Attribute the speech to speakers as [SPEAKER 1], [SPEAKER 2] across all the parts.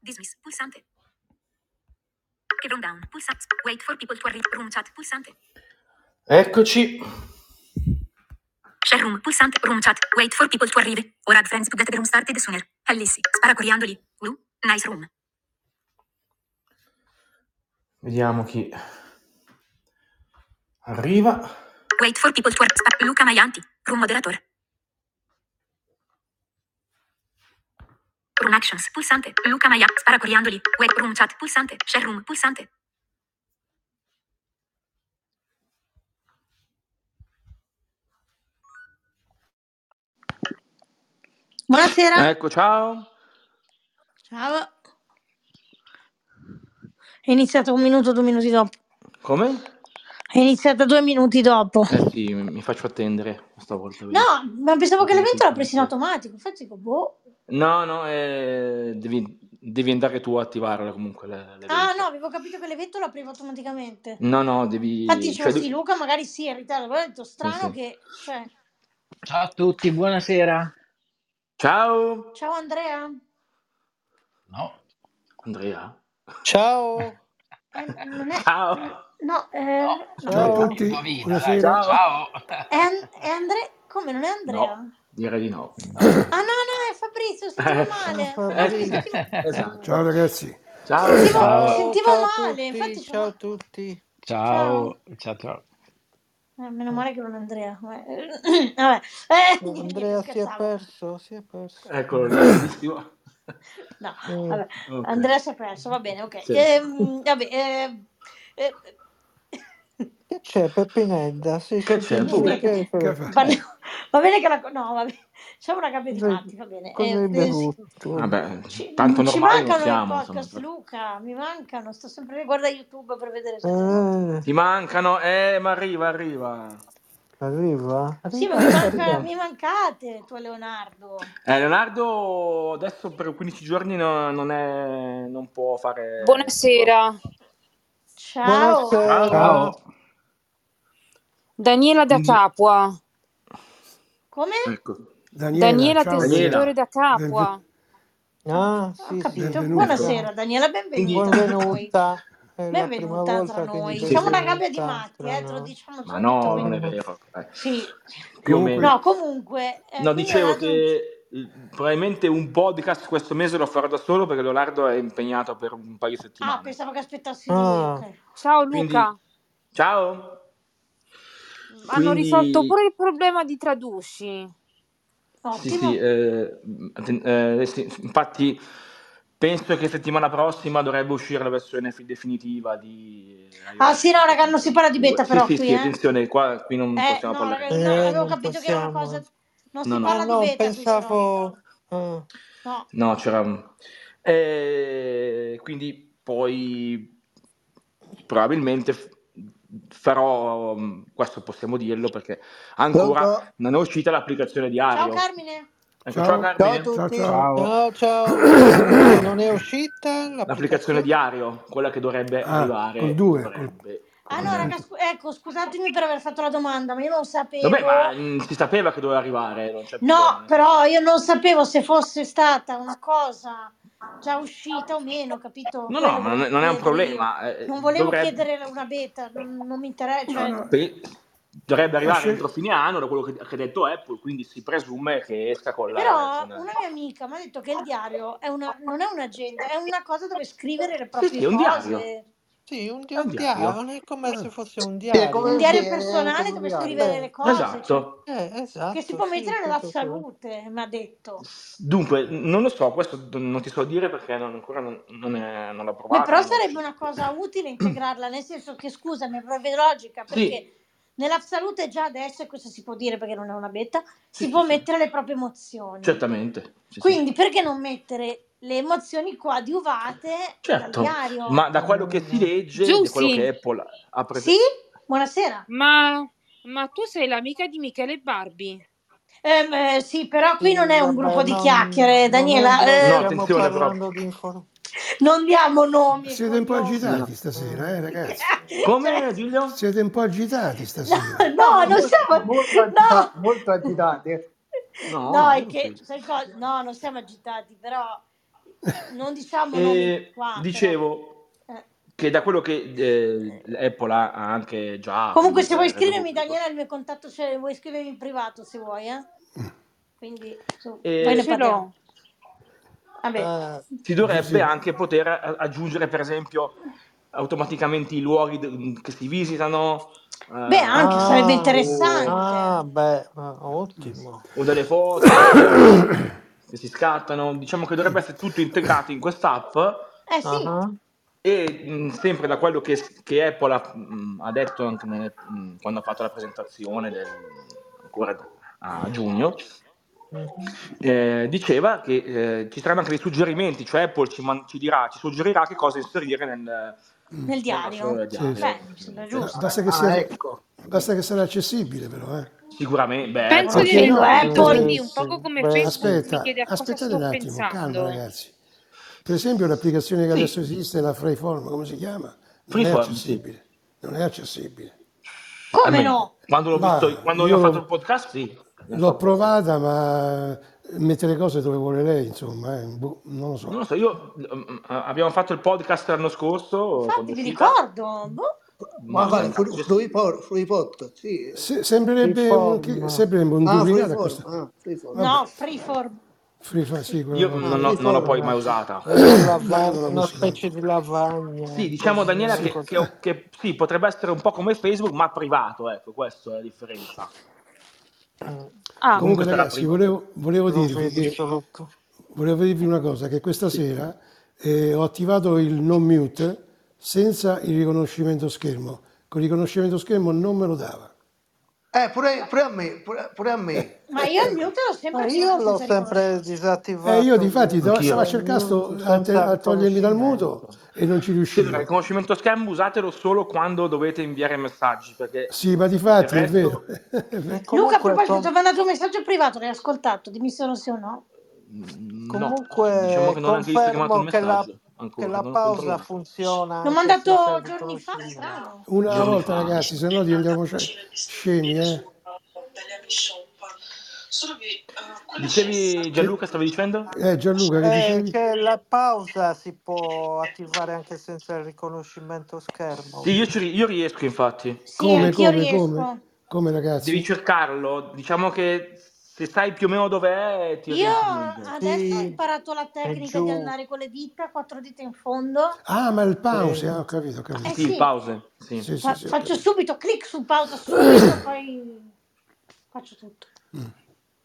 [SPEAKER 1] Dismiss. Pulsante. Room down. Pulsante. Wait for people to arrive. Room chat. Pulsante.
[SPEAKER 2] Eccoci.
[SPEAKER 1] Share room. Pulsante. Room chat. Wait for people to arrive. Or add friends to get the room started sooner. Alice. Spara coriandoli. Blue. Nice room.
[SPEAKER 2] Vediamo chi arriva.
[SPEAKER 1] Wait for people to arrive. Spa- Luca Maianti. Room moderator. Room actions. Pulsante. Luca Maianti. Spara coriandoli. Wait. Room chat. Pulsante. Share room. Pulsante. Buonasera.
[SPEAKER 2] Ecco, ciao.
[SPEAKER 1] Ciao. È iniziato un minuto, due minuti dopo.
[SPEAKER 2] Come?
[SPEAKER 1] È iniziata due minuti dopo.
[SPEAKER 2] Eh sì, mi mi faccio attendere stavolta.
[SPEAKER 1] No,
[SPEAKER 2] Vedi.
[SPEAKER 1] ma pensavo
[SPEAKER 2] Perché
[SPEAKER 1] che l'evento l'ha
[SPEAKER 2] tutto
[SPEAKER 1] preso in
[SPEAKER 2] inizia.
[SPEAKER 1] automatico. Infatti dico, boh.
[SPEAKER 2] No, no, eh, devi, devi andare tu a attivarla comunque l-
[SPEAKER 1] Ah, no,
[SPEAKER 2] l'evento.
[SPEAKER 1] avevo capito che l'evento lo apriva automaticamente.
[SPEAKER 2] No, no,
[SPEAKER 1] Infatti
[SPEAKER 2] devi...
[SPEAKER 1] dicevo,
[SPEAKER 2] Cioè,
[SPEAKER 1] sì,
[SPEAKER 2] devi...
[SPEAKER 1] Luca magari sì, è in ritardo. Però ho detto,
[SPEAKER 2] Sì,
[SPEAKER 1] strano
[SPEAKER 2] sì.
[SPEAKER 1] che... Cioè...
[SPEAKER 3] Ciao a tutti, buonasera.
[SPEAKER 2] Ciao,
[SPEAKER 1] Ciao Andrea.
[SPEAKER 3] No.
[SPEAKER 2] Andrea.
[SPEAKER 4] Ciao,
[SPEAKER 1] Eh, non
[SPEAKER 2] Ah.
[SPEAKER 1] è... non-
[SPEAKER 2] Ciao.
[SPEAKER 1] No,
[SPEAKER 3] No,
[SPEAKER 1] eh,
[SPEAKER 4] ciao
[SPEAKER 1] no.
[SPEAKER 4] a
[SPEAKER 5] Ciao a
[SPEAKER 3] dai,
[SPEAKER 5] tutti,
[SPEAKER 3] indovina, dai.
[SPEAKER 5] buonasera.
[SPEAKER 2] Ciao.
[SPEAKER 3] Ciao.
[SPEAKER 1] È, An- è Andrea... Come, non è Andrea?
[SPEAKER 2] No,
[SPEAKER 1] Ah,
[SPEAKER 2] direi di no.
[SPEAKER 1] no, no, è Fabrizio, sentivo
[SPEAKER 2] Eh,
[SPEAKER 5] Ciao
[SPEAKER 1] male.
[SPEAKER 2] eh
[SPEAKER 5] Fabrizio.
[SPEAKER 2] sì,
[SPEAKER 1] Sentivo,
[SPEAKER 5] Ciao
[SPEAKER 2] esatto.
[SPEAKER 5] ragazzi.
[SPEAKER 2] Ciao,
[SPEAKER 1] sentivo,
[SPEAKER 2] ciao.
[SPEAKER 3] Ciao,
[SPEAKER 1] sentivo
[SPEAKER 4] ciao a
[SPEAKER 1] male. Infatti
[SPEAKER 4] tutti,
[SPEAKER 1] dicevo,
[SPEAKER 4] ciao a
[SPEAKER 1] ma...
[SPEAKER 4] tutti.
[SPEAKER 1] Ciao.
[SPEAKER 3] ciao, ciao. ciao.
[SPEAKER 1] Eh, meno male che non è Andrea. ma- Vabbè, eh,
[SPEAKER 4] Oh,
[SPEAKER 1] niente,
[SPEAKER 4] Andrea si è
[SPEAKER 1] scherzavo.
[SPEAKER 4] perso, si è perso.
[SPEAKER 2] Eccolo lì, bravissimo.
[SPEAKER 1] No,
[SPEAKER 4] Mm.
[SPEAKER 1] vabbè.
[SPEAKER 2] Ok,
[SPEAKER 1] Andrea si è perso, va bene, ok.
[SPEAKER 2] sì.
[SPEAKER 1] Ehm, vabbè, ehm, eh,
[SPEAKER 4] Che c'è Peppinedda? Sei
[SPEAKER 2] Che c'è?
[SPEAKER 4] sentito
[SPEAKER 2] Pure...
[SPEAKER 4] che
[SPEAKER 1] niente.
[SPEAKER 5] Che
[SPEAKER 4] che-
[SPEAKER 5] fa?
[SPEAKER 1] Parliamo- Va bene che la... No, va bene. Facciamo una gabbia di
[SPEAKER 4] Cosa
[SPEAKER 1] matti, va bene.
[SPEAKER 4] cosa
[SPEAKER 1] Eh,
[SPEAKER 4] hai
[SPEAKER 1] eh, sì.
[SPEAKER 4] bevuto?
[SPEAKER 2] Vabbè,
[SPEAKER 1] Ci,
[SPEAKER 2] tanto
[SPEAKER 1] ci
[SPEAKER 2] normali non
[SPEAKER 1] mancano i
[SPEAKER 2] siamo, insomma.
[SPEAKER 1] podcast, Luca, mi mancano. Sto sempre lì, guarda YouTube per vedere se arrivano.
[SPEAKER 4] Eh,
[SPEAKER 2] Ti mancano, eh, ma arriva, arriva.
[SPEAKER 4] arriva? Eh,
[SPEAKER 1] Sì, ma
[SPEAKER 4] Arriva,
[SPEAKER 1] mi, manca,
[SPEAKER 4] arriva.
[SPEAKER 1] mi mancate tu e Leonardo.
[SPEAKER 2] Eh, Leonardo adesso per 15 giorni no- non, è, non può fare il podcast.
[SPEAKER 6] Buonasera,
[SPEAKER 1] Ciao.
[SPEAKER 4] Buonasera.
[SPEAKER 5] Ciao.
[SPEAKER 2] Ciao.
[SPEAKER 6] Daniela da
[SPEAKER 2] Quindi,
[SPEAKER 6] Capua.
[SPEAKER 1] Come?
[SPEAKER 2] ecco,
[SPEAKER 5] Daniela,
[SPEAKER 6] Daniela
[SPEAKER 5] ciao
[SPEAKER 6] Tessitore
[SPEAKER 5] Daniela.
[SPEAKER 6] da da
[SPEAKER 5] Benve-
[SPEAKER 6] Capua.
[SPEAKER 4] Ah,
[SPEAKER 1] Ho
[SPEAKER 4] sì, sì,
[SPEAKER 1] capito.
[SPEAKER 4] sì,
[SPEAKER 2] ecco.
[SPEAKER 4] sì.
[SPEAKER 1] Buonasera Daniela, benvenuta
[SPEAKER 2] Quindi,
[SPEAKER 1] tra noi.
[SPEAKER 4] Benvenuta. È la prima
[SPEAKER 1] Benvenuta tra
[SPEAKER 4] volta che
[SPEAKER 1] noi.
[SPEAKER 4] dice
[SPEAKER 2] sì,
[SPEAKER 1] Siamo
[SPEAKER 2] sì.
[SPEAKER 1] una gabbia di
[SPEAKER 4] venuta,
[SPEAKER 1] matti, eh, te lo
[SPEAKER 4] strano.
[SPEAKER 1] diciamo
[SPEAKER 2] Ma
[SPEAKER 1] subito.
[SPEAKER 2] no, non
[SPEAKER 1] Quindi...
[SPEAKER 2] è
[SPEAKER 4] Mm.
[SPEAKER 2] vero. dai.
[SPEAKER 1] Sì.
[SPEAKER 2] Più o meno.
[SPEAKER 1] No,
[SPEAKER 5] Comunque,
[SPEAKER 1] comunque, eh,
[SPEAKER 2] No,
[SPEAKER 1] quindi
[SPEAKER 2] dicevo
[SPEAKER 1] Leonardo non ci...
[SPEAKER 2] che eh, probabilmente un podcast questo mese lo farò da solo perché Leonardo è impegnato per un paio di
[SPEAKER 1] Ah,
[SPEAKER 2] settimane.
[SPEAKER 1] pensavo che aspettassi lui,
[SPEAKER 4] Ah,
[SPEAKER 1] ok.
[SPEAKER 6] Ciao
[SPEAKER 2] Quindi,
[SPEAKER 6] Luca.
[SPEAKER 2] ciao.
[SPEAKER 6] Hanno risolto
[SPEAKER 2] Quindi,
[SPEAKER 6] pure il problema di Traduci.
[SPEAKER 2] Sì, sì,
[SPEAKER 1] Ottimo.
[SPEAKER 2] eh, atten- eh, sì, infatti penso che settimana prossima dovrebbe uscire la versione fi- definitiva di
[SPEAKER 1] Ah,
[SPEAKER 2] iOS
[SPEAKER 1] sì, no, raga, non si parla di beta
[SPEAKER 2] 5. Sì,
[SPEAKER 1] però
[SPEAKER 2] sì,
[SPEAKER 1] qui,
[SPEAKER 2] sì,
[SPEAKER 1] eh.
[SPEAKER 2] attenzione, qua qui non
[SPEAKER 1] Eh,
[SPEAKER 2] possiamo
[SPEAKER 1] no,
[SPEAKER 2] parlare
[SPEAKER 1] raga,
[SPEAKER 2] di
[SPEAKER 1] no,
[SPEAKER 4] eh,
[SPEAKER 2] beta.
[SPEAKER 1] avevo
[SPEAKER 4] non
[SPEAKER 1] capito che era una
[SPEAKER 4] possiamo.
[SPEAKER 1] cosa...
[SPEAKER 2] No,
[SPEAKER 1] Non si
[SPEAKER 4] Ah
[SPEAKER 2] no,
[SPEAKER 1] parla di
[SPEAKER 4] no,
[SPEAKER 1] beta qui, però,
[SPEAKER 4] pensavo...
[SPEAKER 1] raga.
[SPEAKER 4] ah,
[SPEAKER 1] No.
[SPEAKER 2] no, c'era... Eh, quindi poi probabilmente f- farò, mm, questo possiamo dirlo perché ancora
[SPEAKER 4] Pronto?
[SPEAKER 2] non è uscita l'applicazione di
[SPEAKER 1] Ciao,
[SPEAKER 2] Ario.
[SPEAKER 1] Carmine.
[SPEAKER 2] Ecco, ciao
[SPEAKER 5] ciao,
[SPEAKER 4] Ciao a
[SPEAKER 2] Carmine.
[SPEAKER 5] ciao
[SPEAKER 4] tutti.
[SPEAKER 5] ciao.
[SPEAKER 3] Ciao.
[SPEAKER 4] Ciao, ciao. No, non è uscita
[SPEAKER 2] L'applicazione
[SPEAKER 4] l'applicazione?
[SPEAKER 2] diario, quella che dovrebbe
[SPEAKER 5] Ah, col
[SPEAKER 2] arrivare,
[SPEAKER 5] 2, col...
[SPEAKER 2] dovrebbe,
[SPEAKER 1] Ah,
[SPEAKER 2] come
[SPEAKER 1] no, raga,
[SPEAKER 2] sempre.
[SPEAKER 1] scu- ecco, scusatemi per aver fatto la domanda, ma io non
[SPEAKER 2] Vabbè, ma
[SPEAKER 1] sapevo...
[SPEAKER 2] mh, si sapeva che doveva arrivare, non c'è problema,
[SPEAKER 1] No,
[SPEAKER 2] nel senso.
[SPEAKER 1] però io non sapevo se fosse stata una cosa già uscita o meno, capito?
[SPEAKER 2] No,
[SPEAKER 1] Quello
[SPEAKER 2] no, ma non
[SPEAKER 1] volevo
[SPEAKER 2] è non è un
[SPEAKER 1] chiedere io.
[SPEAKER 2] problema. eh,
[SPEAKER 1] Non volevo
[SPEAKER 2] dovrebbe,
[SPEAKER 1] chiedere una beta, non, non mi interessa.
[SPEAKER 5] No,
[SPEAKER 1] Cioè,
[SPEAKER 5] no,
[SPEAKER 2] pe- dovrebbe arrivare entro
[SPEAKER 5] esce...
[SPEAKER 2] fine anno, da quello che, che ha detto Apple, quindi si presume che esca con la
[SPEAKER 1] Però
[SPEAKER 2] versione.
[SPEAKER 1] una mia amica mi ha detto che il diario è una- non è un'agenda, è una cosa dove scrivere le
[SPEAKER 2] Sì, sì,
[SPEAKER 1] proprie
[SPEAKER 2] è un diario.
[SPEAKER 1] cose.
[SPEAKER 4] Sì, un, di-
[SPEAKER 2] È un
[SPEAKER 4] un diario,
[SPEAKER 2] diario.
[SPEAKER 4] non è come
[SPEAKER 2] Mm.
[SPEAKER 4] se fosse un
[SPEAKER 5] Sì, è
[SPEAKER 1] Un
[SPEAKER 4] diario.
[SPEAKER 5] come,
[SPEAKER 1] diario
[SPEAKER 5] sì, è
[SPEAKER 1] personale
[SPEAKER 5] come un
[SPEAKER 1] dove
[SPEAKER 5] diario.
[SPEAKER 1] scrivere le
[SPEAKER 4] Beh,
[SPEAKER 1] cose, cioè,
[SPEAKER 2] Esatto.
[SPEAKER 4] eh,
[SPEAKER 1] che si
[SPEAKER 4] esatto,
[SPEAKER 1] può
[SPEAKER 4] sì,
[SPEAKER 1] mettere nella
[SPEAKER 4] tutto qua.
[SPEAKER 1] salute, mi ha detto.
[SPEAKER 2] Dunque, non lo so, questo non ti so dire perché non- ancora non, non è- non l'ho
[SPEAKER 1] Beh,
[SPEAKER 2] provata,
[SPEAKER 1] però
[SPEAKER 2] non è
[SPEAKER 1] sarebbe
[SPEAKER 2] uscita.
[SPEAKER 1] una cosa utile integrarla, nel senso che, scusami, è proprio logica,
[SPEAKER 2] Sì,
[SPEAKER 1] perché nella salute già adesso, e questo si può dire perché non è una beta,
[SPEAKER 2] sì,
[SPEAKER 1] si
[SPEAKER 2] sì, Cioè,
[SPEAKER 1] può
[SPEAKER 2] sì.
[SPEAKER 1] mettere le proprie emozioni.
[SPEAKER 2] Certamente, sì, sì.
[SPEAKER 1] Quindi perché non mettere le emozioni coadiuvate dal
[SPEAKER 2] Certo,
[SPEAKER 1] diario?
[SPEAKER 2] ma da quello che si legge, da quello che
[SPEAKER 6] Giussi,
[SPEAKER 2] Apple ha
[SPEAKER 1] Sì?
[SPEAKER 2] presentato...
[SPEAKER 1] Buonasera.
[SPEAKER 6] ma, ma tu sei l'amica di Michele Barbie?
[SPEAKER 1] Ehm, eh, sì, però qui non
[SPEAKER 4] Sì,
[SPEAKER 1] è un
[SPEAKER 4] vabbè,
[SPEAKER 1] gruppo di
[SPEAKER 4] non,
[SPEAKER 1] chiacchiere,
[SPEAKER 4] non è un
[SPEAKER 1] Daniela.
[SPEAKER 2] No,
[SPEAKER 4] gro-
[SPEAKER 1] eh,
[SPEAKER 4] stiamo
[SPEAKER 2] attenzione però.
[SPEAKER 4] parlando di informazioni.
[SPEAKER 1] non diamo nomi e
[SPEAKER 5] Siete un po'
[SPEAKER 1] cognomi.
[SPEAKER 2] No.
[SPEAKER 5] agitati stasera, eh ragazzi?
[SPEAKER 2] Come,
[SPEAKER 1] Cioè,
[SPEAKER 2] Giulio?
[SPEAKER 5] Siete un po' agitati stasera.
[SPEAKER 1] no, no,
[SPEAKER 7] Siamo
[SPEAKER 1] non
[SPEAKER 7] molto,
[SPEAKER 1] siamo...
[SPEAKER 7] molto agitati, molto agitati.
[SPEAKER 2] No,
[SPEAKER 1] No! No,
[SPEAKER 2] non
[SPEAKER 1] è
[SPEAKER 2] siamo
[SPEAKER 1] che...
[SPEAKER 2] stati.
[SPEAKER 1] sai cosa? No, non siamo agitati, però... Non diciamo nomi
[SPEAKER 2] E
[SPEAKER 1] qua, però.
[SPEAKER 2] Eh, dicevo
[SPEAKER 1] Eh.
[SPEAKER 2] che da quello che eh, Apple ha ha anche già... eh,
[SPEAKER 1] Comunque se vuoi
[SPEAKER 2] reso
[SPEAKER 1] scrivermi
[SPEAKER 2] pubblico.
[SPEAKER 1] Daniela il mio contatto c'è, vuoi scrivermi in privato se vuoi, eh? Quindi su,
[SPEAKER 2] Eh,
[SPEAKER 1] poi ne
[SPEAKER 6] Ce l'ho.
[SPEAKER 1] parliamo. Vabbè,
[SPEAKER 4] Ah,
[SPEAKER 2] Si dovrebbe anche poter a- aggiungere, per esempio, automaticamente i luoghi d- che si visitano. eh,
[SPEAKER 1] Beh, anche
[SPEAKER 4] ah,
[SPEAKER 1] sarebbe interessante.
[SPEAKER 4] Ah, beh, ma ottimo.
[SPEAKER 2] o delle foto che si scattano. Diciamo che dovrebbe essere tutto integrato in quest'app
[SPEAKER 1] eh sì,
[SPEAKER 4] Ah,
[SPEAKER 2] e mh, sempre da quello che, che Apple ha, mh, ha detto anche nel- mh, quando ha fatto la presentazione del- ancora a giugno, eh, diceva che eh, ci saranno anche dei suggerimenti, cioè Apple ci, man- ci dirà, ci suggerirà che cosa inserire nel,
[SPEAKER 1] nel diario.
[SPEAKER 2] nel diario.
[SPEAKER 5] Sì, Ah,
[SPEAKER 1] Beh, mi sembra giusto.
[SPEAKER 5] Basta
[SPEAKER 4] Ah,
[SPEAKER 5] che, sia,
[SPEAKER 4] ecco.
[SPEAKER 5] basta che sarà accessibile, però. eh.
[SPEAKER 2] Sicuramente, beh, ecco.
[SPEAKER 6] Penso
[SPEAKER 5] ok,
[SPEAKER 6] di avere
[SPEAKER 5] no, eh,
[SPEAKER 6] un po'
[SPEAKER 5] Apple-
[SPEAKER 6] di- un poco come
[SPEAKER 4] Beh,
[SPEAKER 6] Facebook
[SPEAKER 5] Aspetta,
[SPEAKER 6] mi chiede a cosa
[SPEAKER 5] aspettate
[SPEAKER 6] sto
[SPEAKER 5] un attimo,
[SPEAKER 6] pensando.
[SPEAKER 5] calma, ragazzi. Per esempio, l'applicazione che
[SPEAKER 2] Sì.
[SPEAKER 5] adesso esiste, la Freeform, come si chiama? Non è
[SPEAKER 2] Freeform,
[SPEAKER 5] accessibile. Non è accessibile.
[SPEAKER 1] Come
[SPEAKER 2] almeno
[SPEAKER 1] no?
[SPEAKER 2] Quando, l'ho
[SPEAKER 5] Ma
[SPEAKER 2] visto, quando io
[SPEAKER 5] io-
[SPEAKER 2] ho fatto il podcast, sì.
[SPEAKER 5] L'ho provata, ma mette le cose dove vuole lei, insomma, eh, boh, non lo so.
[SPEAKER 2] Non lo so, io mm, abbiamo fatto il podcast l'anno scorso.
[SPEAKER 1] Infatti
[SPEAKER 2] quando
[SPEAKER 1] mi
[SPEAKER 2] è uscita.
[SPEAKER 1] ricordo. boh.
[SPEAKER 8] Ma
[SPEAKER 2] Non
[SPEAKER 8] vai,
[SPEAKER 2] so,
[SPEAKER 8] fru-
[SPEAKER 2] cioè,
[SPEAKER 8] Freeport, Freeport, sì.
[SPEAKER 5] Se- sembrerebbe, un,
[SPEAKER 4] Freeform.
[SPEAKER 5] che- sembrerebbe un
[SPEAKER 8] Ah,
[SPEAKER 5] duplicato a
[SPEAKER 8] Freeport,
[SPEAKER 5] questo.
[SPEAKER 8] ah, Freeport.
[SPEAKER 1] No, freeform.
[SPEAKER 5] Free Fire, sì, quello-
[SPEAKER 2] Io non, ho- non l'ho poi mai usata.
[SPEAKER 4] una lava-
[SPEAKER 5] Guarda la
[SPEAKER 4] una
[SPEAKER 5] musica.
[SPEAKER 4] specie di lavagna.
[SPEAKER 5] Eh,
[SPEAKER 4] eh,
[SPEAKER 2] Sì, diciamo Daniela che, che ho- che sì, potrebbe essere un po' come Facebook, ma privato, ecco, questa è la differenza.
[SPEAKER 4] eh,
[SPEAKER 6] Ah,
[SPEAKER 5] Comunque,
[SPEAKER 2] Questa era
[SPEAKER 5] ragazzi,
[SPEAKER 2] prima.
[SPEAKER 5] volevo, volevo
[SPEAKER 4] Non
[SPEAKER 5] dirvi
[SPEAKER 4] vedo
[SPEAKER 5] che-
[SPEAKER 4] sto rotto.
[SPEAKER 5] volevo dirvi una cosa, che questa sera eh, ho attivato il non mute senza il riconoscimento schermo. Con il riconoscimento schermo non me lo dava.
[SPEAKER 8] Eh, pure, pure a me, pure, pure a
[SPEAKER 2] Eh,
[SPEAKER 8] me.
[SPEAKER 1] Ma io il mute l'ho sempre
[SPEAKER 4] Ma Eh, io
[SPEAKER 1] attivato
[SPEAKER 4] l'ho
[SPEAKER 1] senza riconoscere.
[SPEAKER 4] sempre disattivato.
[SPEAKER 5] E Eh, io difatti do-
[SPEAKER 2] Anch'io.
[SPEAKER 5] stavo a cercare sto- a, te- a togliermi dal muto e non ci
[SPEAKER 2] Sì, allora,
[SPEAKER 5] riuscivo.
[SPEAKER 2] il riconoscimento scam usatelo solo quando dovete inviare messaggi, perché
[SPEAKER 5] Sì, ma difatti
[SPEAKER 2] Il
[SPEAKER 5] è
[SPEAKER 2] resto-
[SPEAKER 5] vero. È vero.
[SPEAKER 1] Luca, a
[SPEAKER 4] Comunque,
[SPEAKER 1] proposito,
[SPEAKER 4] com-
[SPEAKER 1] ti ho mandato un messaggio privato, l'hai ascoltato, dimmi solo se o no.
[SPEAKER 2] mm, no,
[SPEAKER 4] comunque
[SPEAKER 2] diciamo che non ho anche visto che mi ha
[SPEAKER 4] confermo
[SPEAKER 2] mandato
[SPEAKER 4] che
[SPEAKER 2] il
[SPEAKER 4] la,
[SPEAKER 2] messaggio.
[SPEAKER 4] che
[SPEAKER 2] ancora,
[SPEAKER 4] la
[SPEAKER 2] non ho
[SPEAKER 4] pausa
[SPEAKER 2] controllato.
[SPEAKER 4] funziona.
[SPEAKER 1] L'ho
[SPEAKER 4] anche senza
[SPEAKER 1] mandato
[SPEAKER 4] il
[SPEAKER 1] giorni fa,
[SPEAKER 4] riconoscimento.
[SPEAKER 1] strano.
[SPEAKER 5] Una
[SPEAKER 2] Giorni
[SPEAKER 5] volta,
[SPEAKER 2] fa.
[SPEAKER 5] ragazzi, se no diventiamo sce- scemi, eh.
[SPEAKER 2] Dicevi Gianluca, stavi dicendo?
[SPEAKER 5] Eh, Gianluca, che
[SPEAKER 4] Eh,
[SPEAKER 2] cioè
[SPEAKER 5] dicevi?
[SPEAKER 4] che la pausa si può attivare anche senza il riconoscimento schermo.
[SPEAKER 2] Sì, io, ci ri- io riesco infatti.
[SPEAKER 1] Sì,
[SPEAKER 5] Come,
[SPEAKER 1] anch'io
[SPEAKER 5] come,
[SPEAKER 1] riesco.
[SPEAKER 5] come? Come,
[SPEAKER 2] Devi
[SPEAKER 5] ragazzi?
[SPEAKER 2] cercarlo, diciamo che se sai più o meno dov'è ti
[SPEAKER 1] Io
[SPEAKER 2] orienti meglio.
[SPEAKER 1] adesso ho
[SPEAKER 4] Sì,
[SPEAKER 1] imparato la tecnica
[SPEAKER 4] giù.
[SPEAKER 1] di andare con le dita, quattro dita in fondo.
[SPEAKER 5] Ah, ma il pause,
[SPEAKER 4] Eh.
[SPEAKER 5] ah, ho capito, ho
[SPEAKER 1] Eh
[SPEAKER 5] capito.
[SPEAKER 2] Sì,
[SPEAKER 1] sì.
[SPEAKER 2] pause. Sì.
[SPEAKER 5] Sì, sì,
[SPEAKER 1] Fa-
[SPEAKER 5] sì, ho
[SPEAKER 1] faccio
[SPEAKER 5] capito.
[SPEAKER 1] subito clic su pausa subito, poi faccio tutto.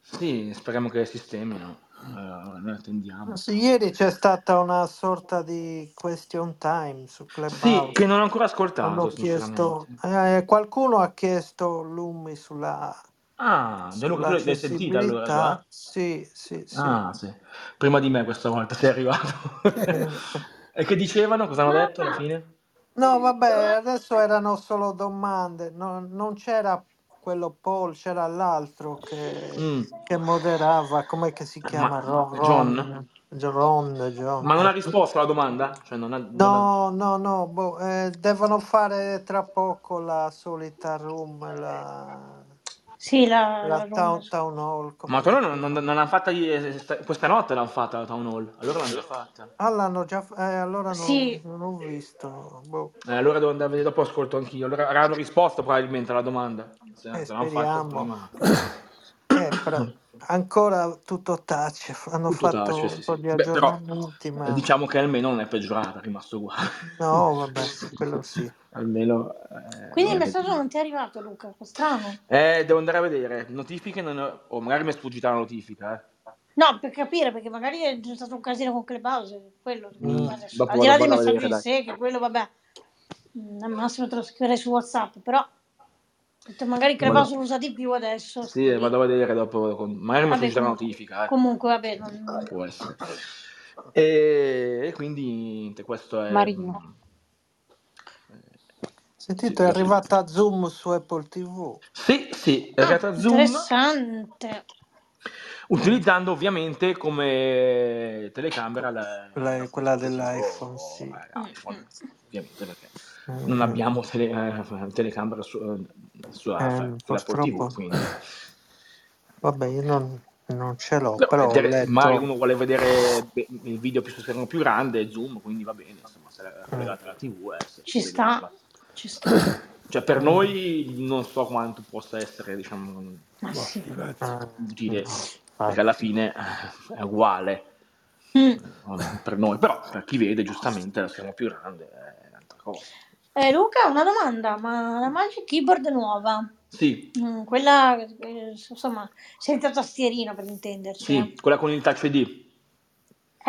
[SPEAKER 2] Sì, speriamo che sistemino. Eh, noi attendiamo.
[SPEAKER 4] Sì, Ieri c'è stata una sorta di question time su
[SPEAKER 2] Sì,
[SPEAKER 4] Clubhouse.
[SPEAKER 2] che non ho ancora
[SPEAKER 4] Hanno
[SPEAKER 2] ascoltato,
[SPEAKER 4] chiesto,
[SPEAKER 2] sinceramente.
[SPEAKER 4] eh, qualcuno ha chiesto lumi sulla,
[SPEAKER 2] Ah, Gianluca, tu l'hai l'hai sentita allora
[SPEAKER 4] sull'accessibilità.
[SPEAKER 2] già?
[SPEAKER 4] Sì, sì, sì.
[SPEAKER 2] Ah, sì. Prima di me questa volta sei arrivato.
[SPEAKER 4] Eh,
[SPEAKER 2] e che dicevano? Cosa hanno detto alla fine?
[SPEAKER 4] No, vabbè, adesso erano solo domande, no- non c'era quello Paul, c'era l'altro che,
[SPEAKER 2] Mm,
[SPEAKER 4] che moderava, com'è che si
[SPEAKER 2] Ma,
[SPEAKER 4] chiama? Ron, Ron,
[SPEAKER 2] John?
[SPEAKER 4] Ron, John.
[SPEAKER 2] Ma non ha risposto alla domanda? Cioè, non ha... non ha-
[SPEAKER 4] Eh. No, no, no, boh, eh, devono fare tra poco la solita room, la,
[SPEAKER 1] Sì,
[SPEAKER 2] Eh,
[SPEAKER 1] la, la
[SPEAKER 4] la
[SPEAKER 1] room.
[SPEAKER 4] town, town hall,
[SPEAKER 2] Ma
[SPEAKER 4] com'è
[SPEAKER 2] però
[SPEAKER 4] che
[SPEAKER 2] non,
[SPEAKER 4] si
[SPEAKER 2] non,
[SPEAKER 4] chiama?
[SPEAKER 2] non l'hanno fatta ieri- sta- questa notte l'hanno fatta la town hall, allora l'hanno già fatta.
[SPEAKER 4] Ah, l'hanno già, f- eh, allora non,
[SPEAKER 1] Sì,
[SPEAKER 4] non ho visto, boh,
[SPEAKER 2] Eh, allora devo andare a vedere, dopo ascolto anch'io. Allora avranno risposto probabilmente alla domanda. Se
[SPEAKER 4] eh,
[SPEAKER 2] se l'hanno fatta
[SPEAKER 4] speriamo.
[SPEAKER 2] prima.
[SPEAKER 4] Eh, però ancora tutto tace, f- hanno
[SPEAKER 2] Mm. Tutto
[SPEAKER 4] fatto
[SPEAKER 2] tace,
[SPEAKER 4] un
[SPEAKER 2] sì,
[SPEAKER 4] po'
[SPEAKER 2] sì.
[SPEAKER 4] di
[SPEAKER 2] Beh, però
[SPEAKER 4] aggiornamenti,
[SPEAKER 2] eh,
[SPEAKER 4] ma
[SPEAKER 2] diciamo che almeno non è peggiorata, è rimasto uguale.
[SPEAKER 4] no, vabbè, sì, quello sì.
[SPEAKER 2] almeno... eh,
[SPEAKER 1] Quindi
[SPEAKER 2] non
[SPEAKER 1] il
[SPEAKER 2] è
[SPEAKER 1] messaggio
[SPEAKER 2] peggio.
[SPEAKER 1] non ti è arrivato, Luca. Strano.
[SPEAKER 2] Eh, devo andare a vedere. Notifiche non ho... O magari mi è sfuggita la notifica, eh.
[SPEAKER 1] No, per capire, perché magari è già stato un casino con Clubhouse, quello.
[SPEAKER 2] Mm,
[SPEAKER 1] Adesso,
[SPEAKER 2] dopo
[SPEAKER 1] al di là
[SPEAKER 2] vado,
[SPEAKER 1] dei
[SPEAKER 2] vado a
[SPEAKER 1] messaggi
[SPEAKER 2] vedere,
[SPEAKER 1] in
[SPEAKER 2] dai.
[SPEAKER 1] sé, che quello, vabbè, mm, al massimo te lo scriverei su WhatsApp, però ho detto, magari
[SPEAKER 2] Vado-
[SPEAKER 1] Clubhouse lo usa di più adesso.
[SPEAKER 2] Sì, eh, vado a vedere dopo. con- Magari mi è
[SPEAKER 1] Vabbè,
[SPEAKER 2] sfuggita la
[SPEAKER 1] comunque,
[SPEAKER 2] notifica, eh.
[SPEAKER 1] comunque, vabbè, non-
[SPEAKER 2] Può essere. E, e quindi niente, questo è... Eh,
[SPEAKER 6] Marino.
[SPEAKER 2] Sì,
[SPEAKER 4] Sentite, è
[SPEAKER 2] questo-
[SPEAKER 4] arrivata Zoom su Apple TV.
[SPEAKER 2] Sì, sì, è
[SPEAKER 1] Ah,
[SPEAKER 2] arrivata Zoom
[SPEAKER 1] interessante.
[SPEAKER 2] utilizzando ovviamente come telecamera la,
[SPEAKER 4] Quella,
[SPEAKER 2] la
[SPEAKER 4] quella
[SPEAKER 2] foto
[SPEAKER 4] dell'iPhone, sì.
[SPEAKER 1] Mm,
[SPEAKER 2] iPhone,
[SPEAKER 1] mm.
[SPEAKER 2] ovviamente perché non
[SPEAKER 4] Mm,
[SPEAKER 2] abbiamo tele- eh, telecamera su, eh, sulla,
[SPEAKER 4] eh,
[SPEAKER 2] sull'Apple TV,
[SPEAKER 4] purtroppo,
[SPEAKER 2] quindi
[SPEAKER 4] vabbè, io non, Non ce l'ho,
[SPEAKER 2] No,
[SPEAKER 4] però ho
[SPEAKER 2] inter-
[SPEAKER 4] letto...
[SPEAKER 2] Magari uno vuole vedere be- il video più sul schermo più grande, zoom, quindi va bene, insomma, se è collegata alla TV. eh, se-
[SPEAKER 1] Ci
[SPEAKER 2] se-
[SPEAKER 1] sta, ci sta.
[SPEAKER 2] Cioè, per
[SPEAKER 4] Mm.
[SPEAKER 2] noi non so quanto possa essere, diciamo,
[SPEAKER 1] Ma sì.
[SPEAKER 4] Ah,
[SPEAKER 2] utile,
[SPEAKER 4] ah,
[SPEAKER 2] perché alla fine eh, è uguale
[SPEAKER 1] Mm.
[SPEAKER 2] eh, per noi, però per chi vede giustamente lo schermo più grande è un'altra cosa.
[SPEAKER 1] Eh, Luca, una domanda, ma la Magic Keyboard nuova,
[SPEAKER 2] Sì,
[SPEAKER 1] mm, quella, eh, insomma, senza tastierino per intenderci,
[SPEAKER 2] sì, quella con il touch ID,
[SPEAKER 1] eh?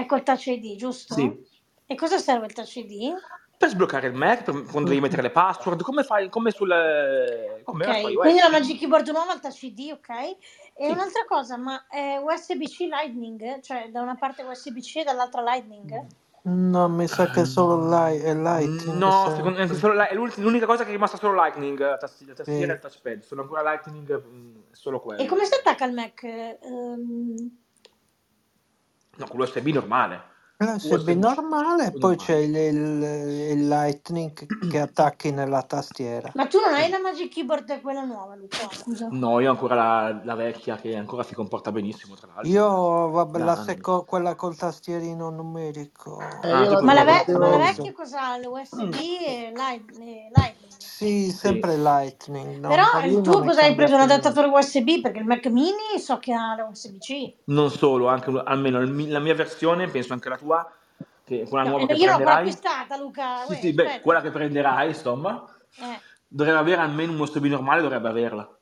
[SPEAKER 1] è col Touch ID, giusto?
[SPEAKER 2] sì.
[SPEAKER 1] E cosa serve il Touch ID?
[SPEAKER 2] Per sbloccare il Mac, per- quando devi mettere le password, come fai, come sul... eh, come era su
[SPEAKER 1] Ok,
[SPEAKER 2] iOS.
[SPEAKER 1] quindi la Magic Keyboard nuova al Touch ID, ok? E
[SPEAKER 2] Sì.
[SPEAKER 1] un'altra cosa, ma è USB-C Lightning? Cioè da una parte USB-C e dall'altra Lightning?
[SPEAKER 2] Mm.
[SPEAKER 4] No, mi sa che solo light è Lightning.
[SPEAKER 2] No,
[SPEAKER 4] se-
[SPEAKER 2] secondo- anche solo la- è l'ult- l'unica cosa che è rimasta solo Lightning, la tasti- la tastiera e il
[SPEAKER 4] Sì.
[SPEAKER 2] touchpad, sono ancora Lightning, mm, solo
[SPEAKER 1] E
[SPEAKER 2] quello.
[SPEAKER 1] come si attacca il Mac? Ehm,
[SPEAKER 2] No, con l'USB normale.
[SPEAKER 4] USB
[SPEAKER 2] USB
[SPEAKER 4] normale, poi c'è
[SPEAKER 2] normale.
[SPEAKER 4] il, il- il Lightning che attacchi nella tastiera.
[SPEAKER 1] Ma tu non hai
[SPEAKER 2] Sì.
[SPEAKER 1] la Magic Keyboard quella nuova, Luca, scusa.
[SPEAKER 2] No, io ho ancora la, la vecchia che ancora si comporta benissimo, tra l'altro,
[SPEAKER 4] Io, vabbè, la
[SPEAKER 2] da anni.
[SPEAKER 4] seco- quella col tastierino numerico.
[SPEAKER 8] Eh,
[SPEAKER 2] Ah,
[SPEAKER 8] io
[SPEAKER 2] tu
[SPEAKER 8] la
[SPEAKER 2] con
[SPEAKER 1] Ma la,
[SPEAKER 2] quella col
[SPEAKER 1] ve- ma la
[SPEAKER 8] prendevo...
[SPEAKER 1] vecchia
[SPEAKER 4] Rosso.
[SPEAKER 1] cos'ha?
[SPEAKER 2] Mm.
[SPEAKER 1] L'USB e Light- e Lightning.
[SPEAKER 4] Sì,
[SPEAKER 2] Sì.
[SPEAKER 4] sempre Lightning,
[SPEAKER 1] Però
[SPEAKER 4] non,
[SPEAKER 1] il
[SPEAKER 4] io
[SPEAKER 1] tuo
[SPEAKER 4] non è
[SPEAKER 1] cosa hai preso? Un
[SPEAKER 4] cambiato niente.
[SPEAKER 1] adattatore USB? Perché il Mac mini so che ha l'USB-C.
[SPEAKER 2] Non solo, anche, almeno il mi- la mia versione, penso anche la tua, che quella
[SPEAKER 1] No,
[SPEAKER 2] nuova
[SPEAKER 1] e
[SPEAKER 2] che
[SPEAKER 1] io l'ho
[SPEAKER 2] prenderai.
[SPEAKER 1] ancora acquistata, Luca.
[SPEAKER 2] Sì,
[SPEAKER 1] Uè,
[SPEAKER 2] sì, beh,
[SPEAKER 1] aspetta.
[SPEAKER 2] quella che prenderai, insomma,
[SPEAKER 1] Eh,
[SPEAKER 2] dovrebbe avere almeno un USB normale, dovrebbe averla.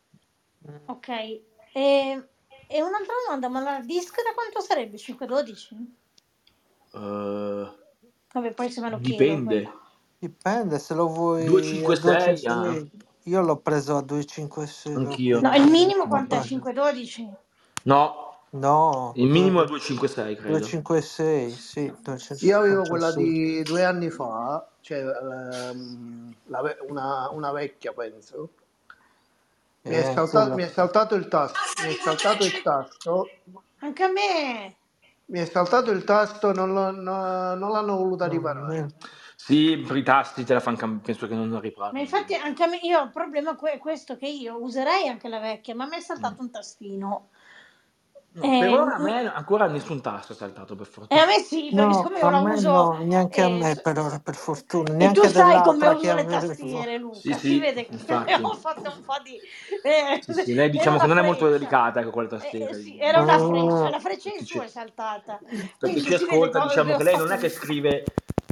[SPEAKER 4] Mm.
[SPEAKER 1] ok. E, e un'altra domanda, ma l'hard disk da quanto sarebbe? 512?
[SPEAKER 2] Eh,
[SPEAKER 1] Vabbè, poi se me lo chiedo. poi-
[SPEAKER 2] dipende.
[SPEAKER 4] Dipende se lo vuoi a
[SPEAKER 2] 256 ah,
[SPEAKER 4] 256. Io l'ho preso a 256, l'ho
[SPEAKER 2] anch'io.
[SPEAKER 1] No, il minimo
[SPEAKER 4] l'ho
[SPEAKER 1] quanto è?
[SPEAKER 4] preso.
[SPEAKER 1] 512?
[SPEAKER 2] No,
[SPEAKER 4] No,
[SPEAKER 2] il
[SPEAKER 4] due-
[SPEAKER 2] minimo è 256, credo.
[SPEAKER 4] 256, sì,
[SPEAKER 8] Io avevo quella
[SPEAKER 4] 256.
[SPEAKER 8] di due anni fa, cioè ehm, la ve- una, una vecchia penso. Mi è,
[SPEAKER 4] Eh,
[SPEAKER 8] salta-
[SPEAKER 4] quella...
[SPEAKER 8] mi è saltato il tasto, mi è saltato il tasto,
[SPEAKER 1] Anche a me.
[SPEAKER 8] mi è saltato il tasto, non, l'ho- no- non l'hanno voluta
[SPEAKER 4] non
[SPEAKER 8] riparare.
[SPEAKER 4] è-
[SPEAKER 2] Sì, per i tasti te la fanno cam- penso che non la
[SPEAKER 1] Ma
[SPEAKER 2] riparano.
[SPEAKER 1] infatti anche a me, io ho il problema que- questo che io userei anche la vecchia, ma mi è
[SPEAKER 2] Mm.
[SPEAKER 1] saltato un tastino.
[SPEAKER 2] No, per
[SPEAKER 1] Eh,
[SPEAKER 2] ora a me ancora nessun tasto è saltato, per
[SPEAKER 1] e a
[SPEAKER 2] fortuna.
[SPEAKER 1] me sì, perché
[SPEAKER 4] No,
[SPEAKER 1] siccome io
[SPEAKER 4] a
[SPEAKER 1] la
[SPEAKER 4] me
[SPEAKER 1] uso...
[SPEAKER 4] no, neanche a
[SPEAKER 1] eh,
[SPEAKER 4] me
[SPEAKER 1] so-
[SPEAKER 4] per ora, per fortuna,
[SPEAKER 1] E tu
[SPEAKER 4] neanche
[SPEAKER 1] sai come
[SPEAKER 4] dell'altra che
[SPEAKER 1] uso le
[SPEAKER 4] avevo.
[SPEAKER 1] tastiere,
[SPEAKER 2] Sì,
[SPEAKER 1] Luca. Si
[SPEAKER 2] sì,
[SPEAKER 1] vede che
[SPEAKER 2] infatti.
[SPEAKER 1] abbiamo fatto un po' di... eh,
[SPEAKER 2] Sì, sì, lei
[SPEAKER 1] era
[SPEAKER 2] diciamo che
[SPEAKER 1] una
[SPEAKER 2] non è molto
[SPEAKER 1] freccia.
[SPEAKER 2] delicata ecco, quella
[SPEAKER 1] Eh, eh,
[SPEAKER 2] tastiera.
[SPEAKER 1] sì,
[SPEAKER 2] di-
[SPEAKER 1] era una freccia.
[SPEAKER 4] Oh,
[SPEAKER 1] La freccia in
[SPEAKER 2] perché
[SPEAKER 1] su
[SPEAKER 2] ci-
[SPEAKER 1] è saltata.
[SPEAKER 2] per
[SPEAKER 1] Quindi
[SPEAKER 2] chi
[SPEAKER 1] si vede
[SPEAKER 2] ascolta,
[SPEAKER 1] proprio che
[SPEAKER 2] diciamo
[SPEAKER 1] ho
[SPEAKER 2] che lei non
[SPEAKER 1] fatto
[SPEAKER 2] è che
[SPEAKER 1] un...
[SPEAKER 2] scrive